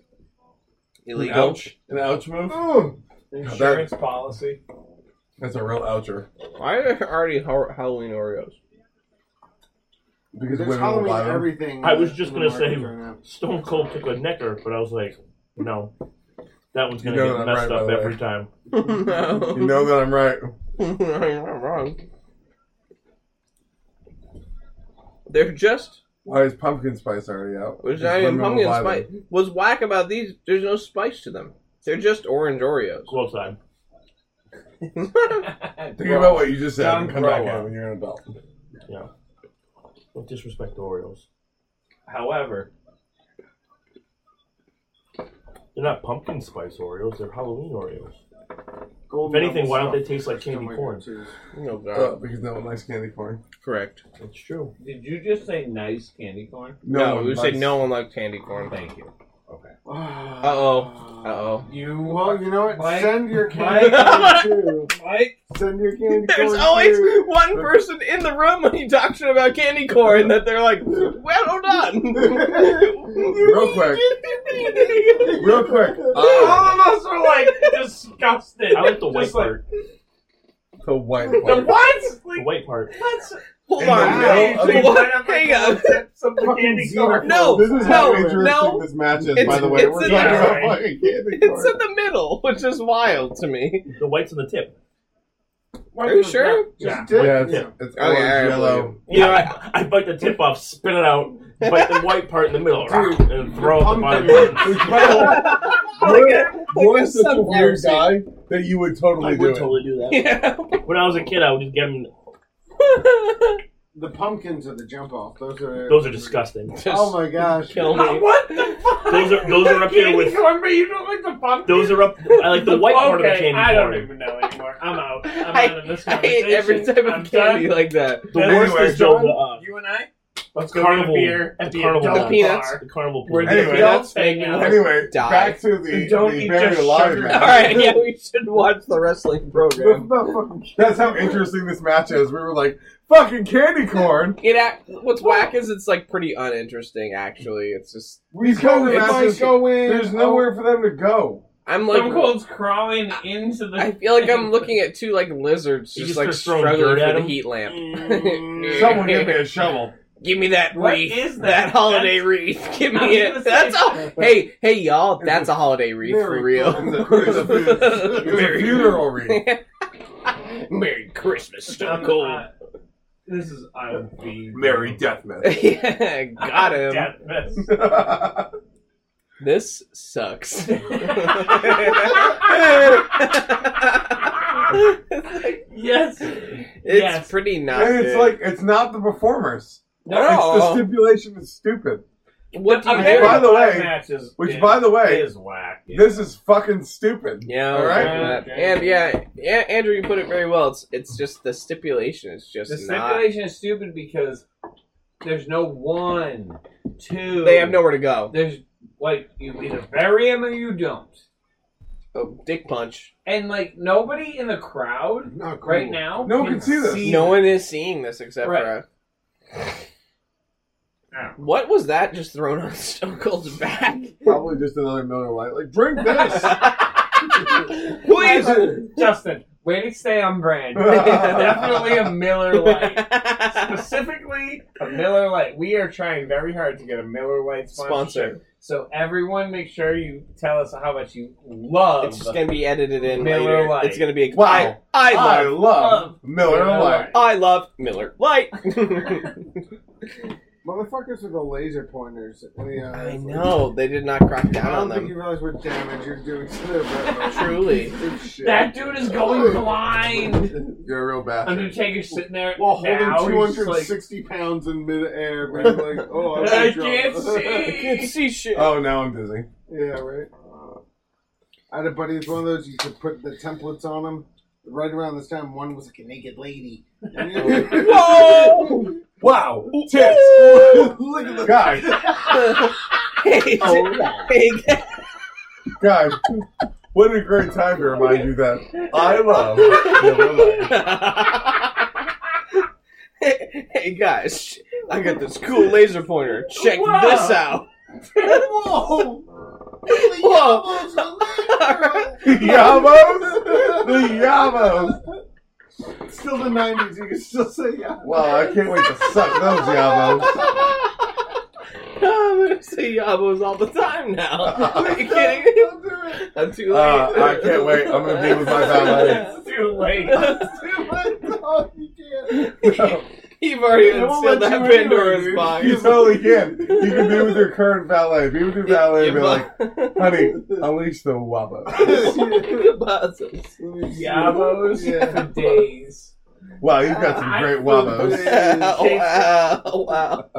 Illegal. ouch. An ouch move. Oh, Insurance policy. That's a real oucher Why are there already ha- Halloween Oreos? because women there's will Halloween buy them. everything. I was just in the gonna market say- right now. Stone Cold took a necker, but I was like, no. That one's going You to know get I'm right, messed by up the way. every time. no. You know that I'm right. I'm not wrong. They're just. Why is pumpkin spice already out? There's Because not even women will pumpkin buy them. spice. What's whack about these? There's no spice to them. They're just orange Oreos. Oh, Close time. Think about what you just said Don't and come back grow in up. when you're an adult. Don't disrespect the Oreos. However, They're not pumpkin spice Oreos. They're Halloween Oreos. If Golden anything, why don't Apple they taste like stuff. candy Somewhere corn? too. Oh, God. Uh, because no one likes candy corn. Correct. It's true. did you just say nice candy corn? No, one we likes- said no one liked candy corn. Thank you. Okay. Uh-oh. Uh oh. You Well, you know what? Mike- Send your Mike- candy corn too. Mike, Send your candy corn There's always too. one person in the room when you're talking about candy corn that they're like, well, hold on. Real quick. Real quick. Uh, all of us are like disgusted. I like the white Just like, part. the white The one. what? The Like, white part. let's hold In the on. middle of the- What? Hang on. something candy Fucking corn. No, This is how no, interesting no. this match is, by It's- the way. it's We're in talking about there. fucking candy corn. It's in the middle, which is wild to me. The white's on the tip. Are you sure? Yeah. Just dip. yeah, it's, it's Okay, orange, I believe yellow. you. Yeah, I, I bite the tip off, spit it out, bite the white part in the middle, Dude, and throw out the bottom. pumpkin. part. You're Like a such a weird sub-Arab. guy that you would I totally would do it. totally do that. Yeah. When I was a kid, I would just get them. The pumpkins are the jump off. Those are Those are disgusting. Oh my gosh! Kill me. What the fuck? Those are those are up Candy here with. corn, but you don't like the pumpkin. Those are up. I like the white part of the Okay, candy I don't corn. even know anymore. I'm out. I'm I- out of this I conversation. hate every type of I'm candy done. like that. The Anyway, worst is the, John, uh, You and I, let's go get a carnival. beer at the the carnival. adult The peanuts. bar. The carnival. Where the Anyway, adults that's hang making out. Anyway, Die. back to the, Don't the eat buried just alive sugar. match. All right, yeah, we should watch the wrestling What program. about fucking That's how interesting this match is. We were like, fucking candy corn. It act, what's whack is it's like pretty uninteresting. Actually, it's just These kinds of If I matches, go in, there's nowhere for them to go. I'm Stone like Cold's crawling into the. I feel like I'm looking at two like lizards You just, just like start throwing struggling dirt at for the them? heat lamp. Someone give me a shovel. Give me that What wreath. is that? that? holiday wreath. Give I me was it. gonna say- That's all. Hey, hey, y'all. That's a holiday wreath Merry for real. It's a, it's a funeral wreath. Merry Christmas, I'm, Stone uh, Cold. this is I'm being Merry Deathmatch. yeah, got him. Death mess. This sucks. It's like, Yes. It's Yes. pretty not. And it's good. like it's not the performers. It's the no. stipulation is stupid. what do you Okay. do? By the way- matches, Which, by the way, is whack. yeah. This is fucking stupid. Yeah, All right. that. and yeah, A- Andrew, you put it very well. It's it's just the stipulation is just the not. stipulation is stupid because there's no one, two. They have nowhere to go. There's like you either bury him or you don't, Oh, dick punch. and like nobody in the crowd Not cool. right now. No one can see this. No one is seeing this except Right. for us. Ow. What was that just thrown on Stone Cold's back? Probably just another Miller Lite. Like, drink this. Please. Justin, way to stay on brand. Definitely a Miller Lite. Specifically, a Miller Lite. We are trying very hard to get a Miller Lite sponsorship. Sponsor. So everyone, make sure you tell us how much you love. It's just gonna be edited in Miller later. Lite. It's gonna be a, Wow. I, I I love love Miller Miller Lite. I love Miller Light. Motherfuckers with the laser pointers. And the, uh, I know they did not crack I down on don't think them. you realize what damage you're doing to their brain. Truly. Good shit. That dude is going blind. You're a real bastard. Undertaker's sitting there While holding now, he's just 260 pounds in midair, being like, oh, I'm I drunk. can't I can't see. see shit. Oh, now I'm dizzy. Yeah, right. I had a buddy with one of those. You could put the templates on them. Right around this time, one was like a naked lady. And you- Whoa! Wow. Tits. Look at the guys. hey, hey, Guys. What a great time to remind you that I love Miller Lite. hey guys, I got this cool laser pointer. Check Wow. this out. Whoa! Whoa! Yabos? The Yabos. Still the 90s. You can still say yeah. Wow, I can't wait to suck those Yabos. I'm gonna say yabos all the time now. Are you kidding me? Don't do it. I'm too late. Uh, I can't wait. I'm gonna be with my valet. It's too late. Do it. No, you can't. You've already They won't unsealed let that you anywhere, Pandora's dude. box. You totally can. You can be with your current valet. Be with your valet and be like, honey, unleash the Wabos. Yabos Yeah. for days. Wow, you've got some great Wabos. wow, wow.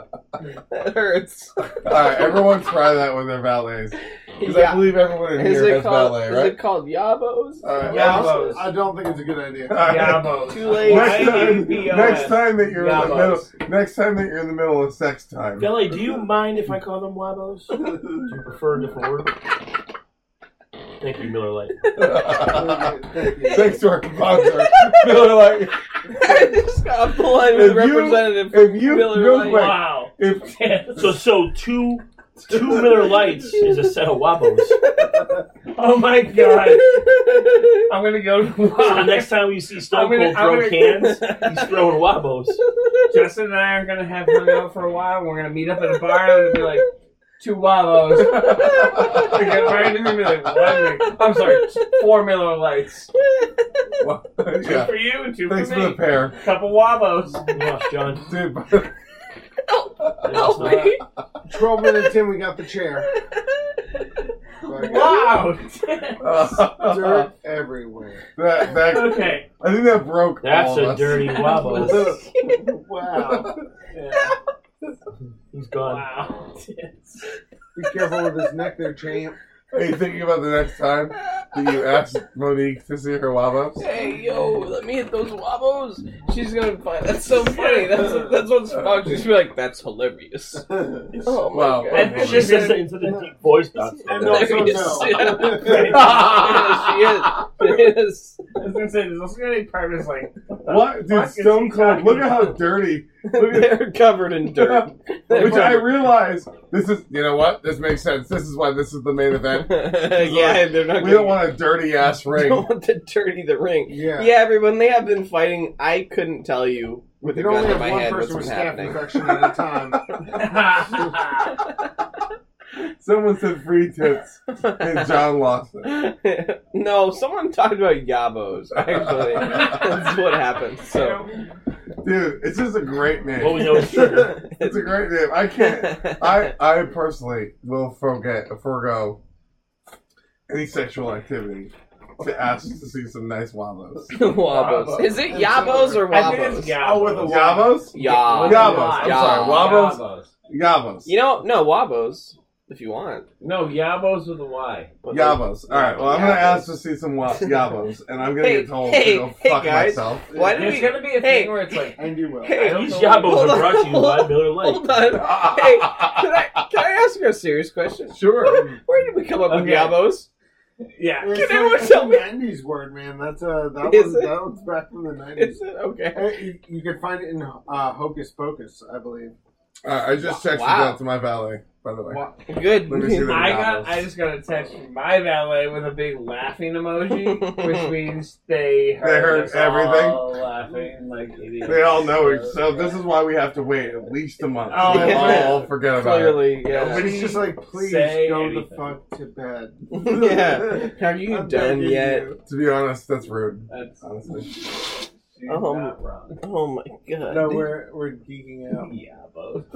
That hurts. All right, everyone try that with their valets. Because I Yeah. believe everyone in Is here it has called? valet, Is right? it called yabos? All right. Yabos. I don't think it's a good idea. All right. Yabos. Too late. Next time, Y-A-B-O-S. next time that you're in the middle, Yabos. next time that you're in the middle of sex time. Billy, do you mind if I call them Wabos? Do you prefer a different word? Thank you, Miller Lite. Thank you. Thanks to our sponsor, Miller Lite. I just got off the line with If a you- representative from If you Miller real Lite. quick, Wow. if So, so two two Miller Lights is a set of Wabos. Oh my god. I'm gonna go to So the Wow. next time you see Stone I'm gonna- Cold throw I'm cans, he's throwing Wabos. Justin and I are gonna have hung out for a while. We're gonna meet up at a bar and be like, two Wabos. We're gonna get married and be like, "What?" I'm sorry, four Miller Lights. Two yeah, for you and two thanks for for me. the pair, Couple Wabos. You lost John. dude. by the You lost Help John. me. 12 minutes in, we got the chair. Like, Wow. Uh, Dirt everywhere. that, that, okay. I think that broke. That's all of a us. dirty Wabos. Wow. He's gone. Wow. Be careful with his neck there, champ. Are you thinking about the next time that you ask Monique to see her wabos? Hey yo, let me hit those wabos. She's gonna find that's so funny. That's that's what's wrong. She's gonna be like, that's hilarious. Oh my Wow. god. And She she's says gonna, it in such a deep voice. Doc. And also, Hilarious. no. Yeah, she is. She is. I was gonna say, there's also gonna be part of this like, What, dude? fuck is Stone he Cold. talking Look at how dirty. Look at They're covered in dirt. Which I realize this is. You know what? This makes sense. This is why this is the main event. yeah, they're not. We don't gonna- want a dirty ass ring. Don't want to dirty the ring. Yeah. Yeah, everyone, they have been fighting. I couldn't tell you with a You can only gun to my have one head what's person with was staph happening. infection at a time. Someone said free tips, and John lost it. no, someone talked about yabos. Actually, that's what happened. So Dude, it's just a great name. What we know is true. It's a great name. I can't. I I personally will forget forego any sexual activity to ask to see some nice wobbles. Wabos. Is it Yabos or I think Wabos? it's Oh, with Gabos. the Yabos? Yabos. Yabos. I'm sorry. Wabos. Gabos. Yabos. You know, no, Wabos, if you want. No, Yabos with a Y. But Yabos. All right. Well, I'm gonna Yabos. ask to see some wa- yabos, and I'm gonna Hey, get told hey, to go hey, fuck guys. myself. Why did There's we... gonna be a Hey. thing where it's like, And you will. Hey, These yabos Hold are on, brought to you by Miller Lite. Hold on. Hey, can I, can I ask you a serious question? Sure. Where did we come up with Okay. Yabos? yeah. It's Can like- everyone it's tell a me? 90s word, man. That's uh, that Is was it? that was back from the 90s. Is it? Okay. Uh, You, you can find it in uh, Hocus Pocus, I believe. Uh, I just texted Wow. that to my valet, by the way. Wow. Good. Let me see the I yabos. got. I just got a text from my valet with a big laughing emoji, which means they heard, heard us everything. all laughing like idiots. They all know it, so this is why we have to wait at least a month. Oh, They'll yeah. all forget about it. Clearly, yeah. But it's just like, please Say go the anything. fuck to bed. yeah. Have you I'm done begging yet? you. To be honest, that's rude. That's Honestly, she's Um, not wrong. Oh my god. No, we're we're geeking out. Yabos.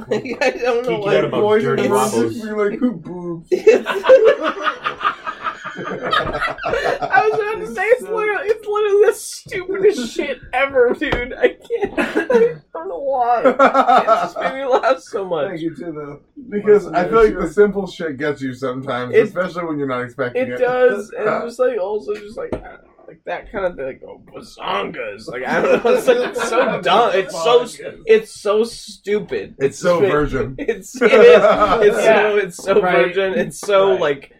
I don't know Geeking why. out about boys are dirty the worst. wobbles. you're like who boobs. I was about to say it's literally it's literally the stupidest shit ever, dude. I can't. I don't know why. It just made me laugh so Thank much. you to the. because I feel like the simple shit gets you sometimes, It- especially when you're not expecting it. It does, and it's just like also just like uh, like that kind of thing, like oh bazongas. Like I don't know. It's like it's so dumb. It's so it's so stupid. It's so just- virgin. It's it is. It's Yeah. so it's so Right. virgin. It's so Right. like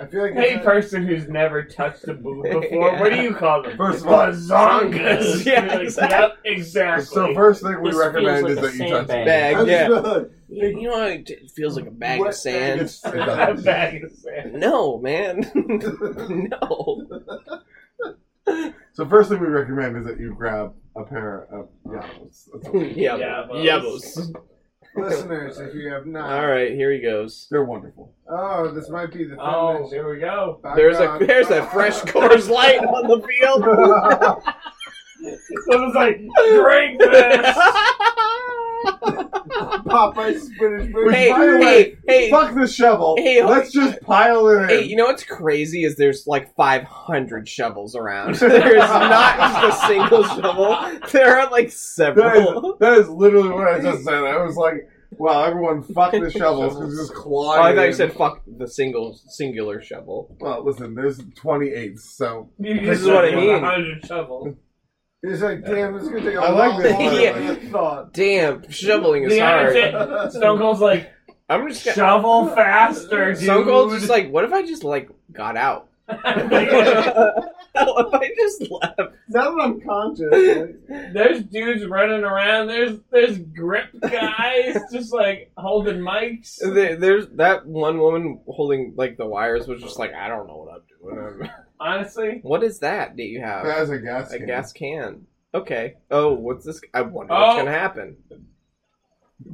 I feel like Hey, it's a- person who's never touched a boob before, what do you call them? First of all, Bazongas. Yeah, Like, exactly. Yep, exactly. So first thing we This recommend feels is like that a you touch sandbag. bag. I'm Yeah. good. You know, it it feels like a bag What of sand. It's- it doesn't. bag of sand. No, man. no. So first thing we recommend is that you grab a pair of yabos. That's all. Yabos. Yabos. Listeners, if you have not. All right, here he goes. They're wonderful. Oh, this might be the. Oh, here we go. There's a there's a fresh Coors Light on the field. Someone's like, drink this. Popeye spinach. Which, hey, by the hey, way, hey, Fuck the shovel. Hey, oh, Let's just pile it in. hey! You know what's crazy is there's like 500 shovels around. There's not just a single shovel. There are like that, is, several. that is literally what I just said. I was like, wow, everyone fuck the shovels because just clawing. Oh, I thought it you in. said fuck the single singular shovel. Well, listen, there's 28, so This is what I mean. Hundred shovel. It's like, damn, it's gonna take a I lot like this longer Yeah. than I thought. Damn, shoveling is Yeah, hard. that's it. Stone Cold's like, I'm just gonna, shovel faster, dude. Stone Cold's just like, what if I just like got out? What if I just left? Now that I'm conscious, like, there's dudes running around. There's there's grip guys just like holding mics. There, there's that one woman holding like the wires was just like, I don't know what I'm doing. Honestly. what is that that you have? that's a gas A can. gas can. Okay. Oh, what's this? I wonder what's Oh. gonna happen.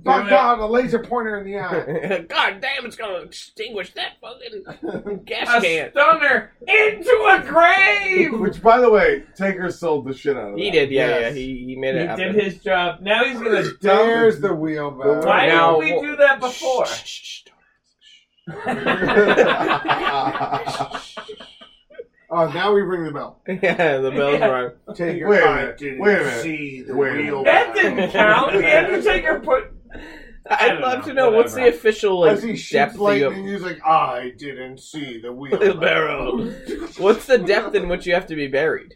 fuck God, a laser pointer in the eye. God damn, it's gonna extinguish that fucking A gas can. stunner into a grave. Which, by the way, Taker sold the shit out of He that. did, yeah, Yes. yeah. He, he made it He happen. did his job. Now he's gonna. There's the wheelbarrow. Why Now- didn't we do that before? Shh, shh, shh, don't- Oh, now we ring the bell. yeah, the bell's Yeah. rung. Take your Wait a I minute, didn't wait a minute, see the wait a minute. That wheelbarrow. didn't count. The Undertaker put. I I'd don't love know, to know what's the whatever. official like As he shoots depth of lightning, he's like, I didn't see the wheelbarrow. barrel. What's the depth in which you have to be buried?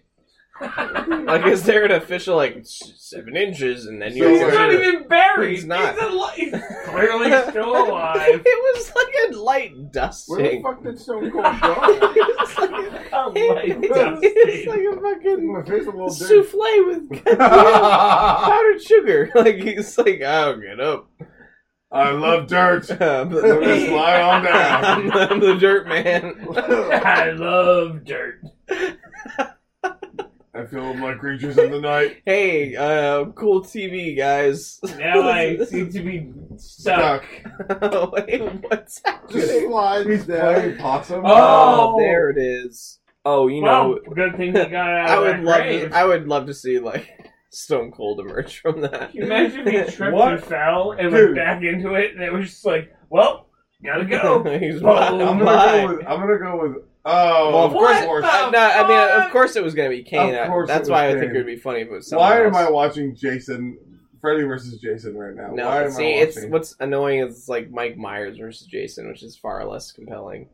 Like, is there an official like s- seven inches and then you? He's So, not uh, even buried. He's not. He's, al- he's clearly still alive. It was like a light dusting. Where the fuck did Stone Cold go? it was like a, Oh it, my God. it's like a fucking My face a little dirty. souffle with goddamn powdered sugar. Like he's like, oh, get up. I love dirt. I'm So the, just lie on "Ah." down. I'm, I'm the dirt man. I love dirt. I feel like creatures in the night. Hey, uh, cool TV guys. Now I seem to be stuck. Duck. Wait, what's Just happening? slides Play down. possum. Oh! Oh, there it is. Oh, you know, Well, good thing he got out I of would that love. grave. To, I would love to see like Stone Cold emerge from that. Can you imagine if he tripped What? and fell and Dude. went back into it, and it was just like, well, gotta go. He's Well, bye- I'm gonna bye. go with. I'm gonna go with Oh, well, of Oh, what course. the I, no, I mean, fuck? of course it was going to be Kane. Of I- course That's it why was I think Kane. it would be funny if it was someone Why am else. I watching Jason, Freddy versus Jason right now? No, Why am see, I it's watching? what's annoying is it's like Mike Myers versus Jason, which is far less compelling.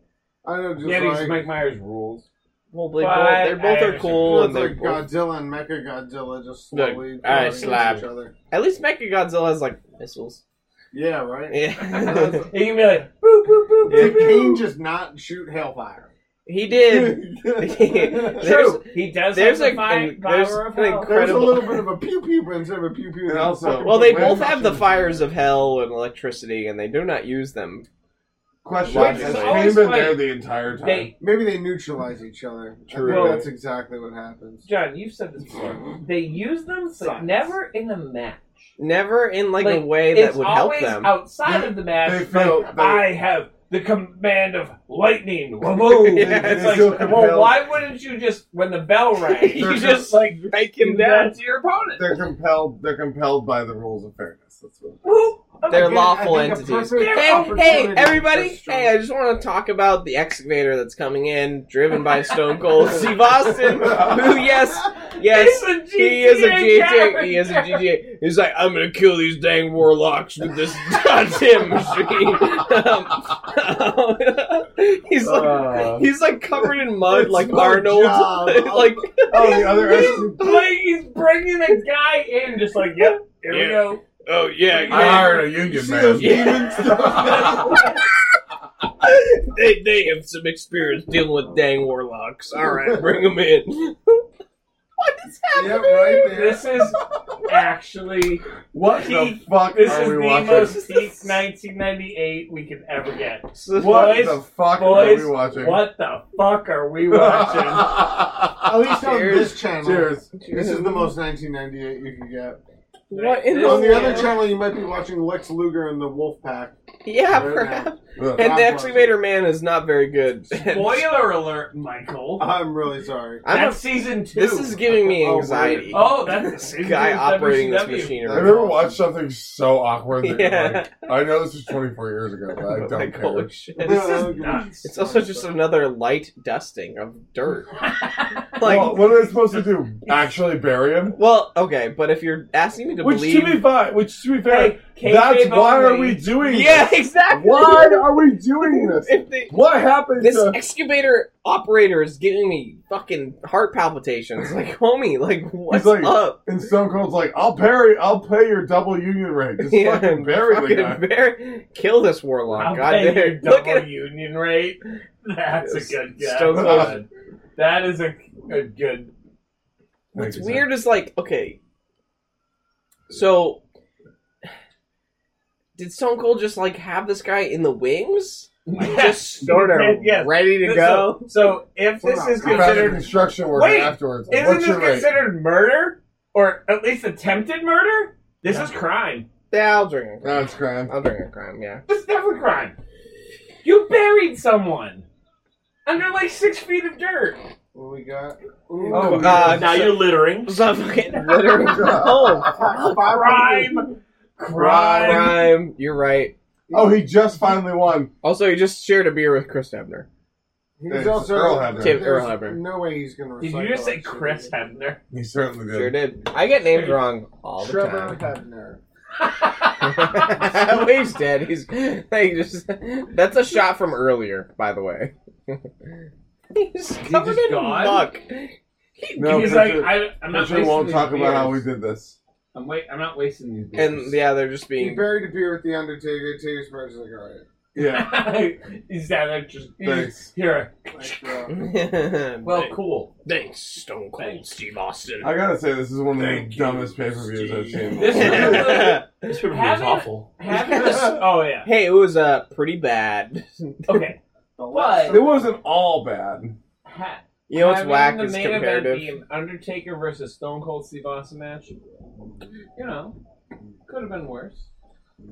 I know, just Yeah, because like, Mike Myers rules. Well, they But both, they're both I- are cool, it's and they're like both- Godzilla and Mecha Godzilla just Look, slowly all right, going against slab. each other. at least Mechagodzilla has like missiles. Yeah, right. Yeah, You can be like, boop, boop, boop, Did boop, Kane boop. just not shoot Hellfire? he did. there's, True. He does there's have a- the fi- an- power there's of an hell. There was a Incredible. little bit of a pew pew, but instead of a pew pew, And they also- fucking well, they put both red have the mushrooms fires in of hell and electricity, and they do not use them. Question: Why does Has it Kane always been fight? there the entire time? They, there. Maybe they neutralize each other. I True. think that's exactly what happens. John, you've said this before. They use them, but Science. never in a match. Never in like, a Like, way that It's would help always them. outside of the They match. feel- like, they- I have the command of lightning. Whoa! Yeah, it's they like, feel well, compelled. why wouldn't you just when the bell rang? You you just, just like Break him do that down. to your opponent. They're compelled. They're compelled by the rules of fairness. That's what. Whoop. They're Again, I lawful think a entities. perfect Hey, hey, opportunity for everybody! strong- Hey, I just want to talk about the excavator that's coming in, driven by Stone Cold Steve Austin. Who, yes, yes, He's a he is GTA a GTA. He is a character. GTA. He's like, I'm gonna kill these dang warlocks with this goddamn machine. Um, he's like, Uh, he's like covered in mud, It's like my Arnold. job. like, oh, the other He's bring- he's bringing a guy in, just like, yep, here we Yeah. go. oh yeah, I yeah. hired a You union see those man. demons? they they have some experience dealing with dang warlocks. All right, bring them in. what is Yeah, right there. This is actually What the He- fuck this are is we the watching? most peak 1998 we could ever get. what boys, the fuck boys, are we watching? What the fuck are we watching? At least on Cheers. this channel. Cheers. This is the most 1998 you can get. What in the, On the other world? channel, you might be watching Lex Luger and the Wolf Pack. Yeah, Right perhaps. Ugh. And the excavator man is not very good. Spoiler alert, Michael. I'm really sorry. I'm a- that's season two. Uh, this is giving me Oh, anxiety. oh, that's this guy operating this WCW. machine. I never watched something so awkward. That Yeah. like, I know this was 24 years ago, but I don't Like, care. holy shit. This No, is no, nuts. It's also just another light dusting of dirt. like, well, what are they supposed to do? Actually bury him? well, okay, but if you're asking me to Which believe, to be fine. Which to be fair, Hey, kayfabe that's why are only. we doing? yeah, This? exactly. Why are we doing this? If they- What happened this to? excavator operator is giving me fucking heart palpitations. Like, homie, like what's like, up? And Stone Cold's like, "I'll bury, I'll pay your double union rate. Just Yeah, fucking bury Fucking the guy." bear- kill this warlock. I'll God pay you damn. Look double at union rate. That's a good guess. Stone Cold. That is a a good. What's Like, weird is like okay, so did Stone Cold just like have this guy in the wings, like just started Yes. ready to go? So, so if this is You're about to considered, construction work Wait, afterwards. Like, isn't What's this your rate? considered murder or at least attempted murder? This is crime. Yeah, I'll drink. A crime. That's crime. I'll drink a crime. Yeah. This is definitely crime. You buried someone under like six feet of dirt. What we got? Oh, Ooh, uh, now so- you're littering. So fucking littering. oh, Crime. Crime. crime. You're right. Oh, he just finally won. Also, you just shared a beer with Chris Hebner. He's It's also Earl Hebner. Tim there's Earl Hebner. No way he's gonna. Did you recycle just say that shit. Chris Hebner? He certainly did. Sure did. I get names wrong all the Trevor time. Hebner. Well, he's dead. He's they just. That's a shot from earlier, by the way. he's covered just in gone? muck. No, He's like, Pritchard, I, I'm not Pritchard wasting won't these talk about how we beers. did this. I'm wait. I'm not wasting these. Beers. And yeah, they're just He being. buried a beer with the Undertaker. Taker's brother's like, all right, Yeah. is that a- just you just Thanks. here? like, uh, bro. Well, well, cool. thanks, Stone Cold Steve Austin. I gotta say, this is one of the dumbest pay per views I've seen. This is- This review is Have it- awful. Having this, oh yeah. hey, it was uh pretty bad. Okay. But it wasn't all bad. ha- You know what's having whack the is main event comparative. be an Undertaker versus Stone Cold Steve Austin match. You know, could have been worse.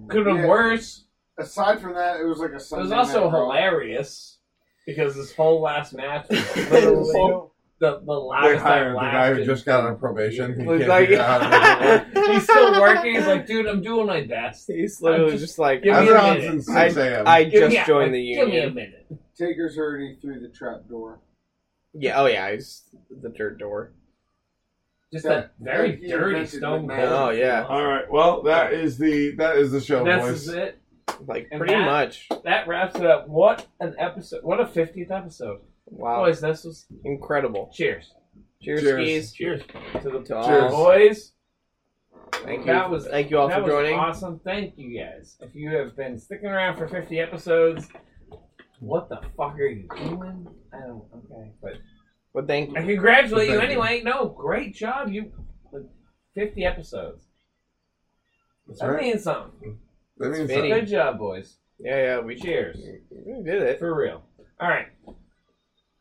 Could have been Yeah. worse. aside from that, it was like a It Sunday. was also night Raw. hilarious because this whole last match was literally they the, the loudest I hired the guy laughed who in just got on probation. He Was can't like- figure out how to He's still working. He's like, dude, I'm doing my best. He's literally I'm just- just like, Give I've me a been on minute. since 6 I a.m. just Yeah, like, joined the Give me a union. minute. Taker's already through the trap door. Yeah. Oh yeah. He's the dirt door. Just that very Like he dirty invented stone the cold. man. Oh yeah. All right. Well, that is the that is the show, And That's boys. is it. Like And pretty that- much. That wraps it up. What an episode! What a fiftieth episode, Wow. boys. This was Incredible. cheers Cheers, Cheers. skis. Cheers. to the To Cheers. all. boys. Thank you. That was- Thank you all that for was joining. awesome. Thank you guys. If you have been sticking around for fifty episodes, what the fuck are you doing? I don't. Okay, but But thank you. I congratulate you Thank you. anyway. No, great job. You like, fifty episodes. That's That right. means something. That means something. Vinny. Good job, boys. Yeah. Yeah. We Cheers. we did it. For real. All right.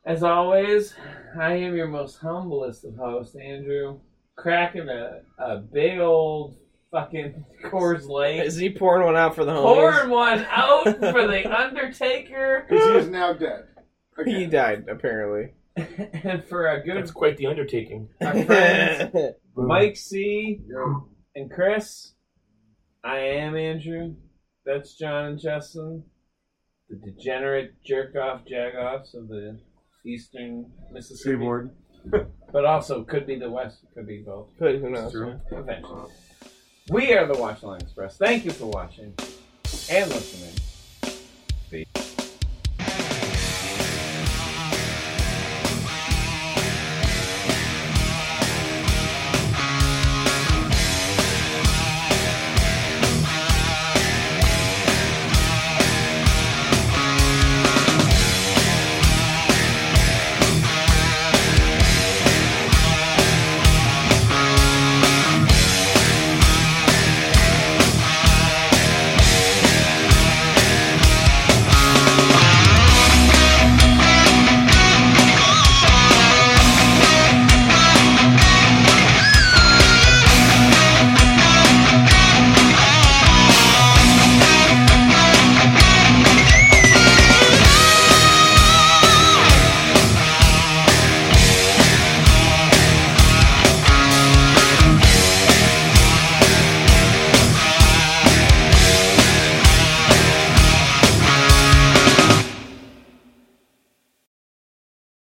As always, I am your most humblest of hosts, Andrew. Cracking a, a big old fucking Coors Light. Is he pouring one out for the homies? Pouring one out for the Undertaker 'Cause he is now dead. He Again. died apparently. and for our good That's quite the undertaking. our friends Mike C and Chris. I am Andrew. That's John and Justin, the degenerate jerk-off jagoffs of the Eastern Mississippi. Seaboard. but also could be the West, could be both But who It's knows? true. eventually. We are the Watchline Express. Thank you for watching and listening.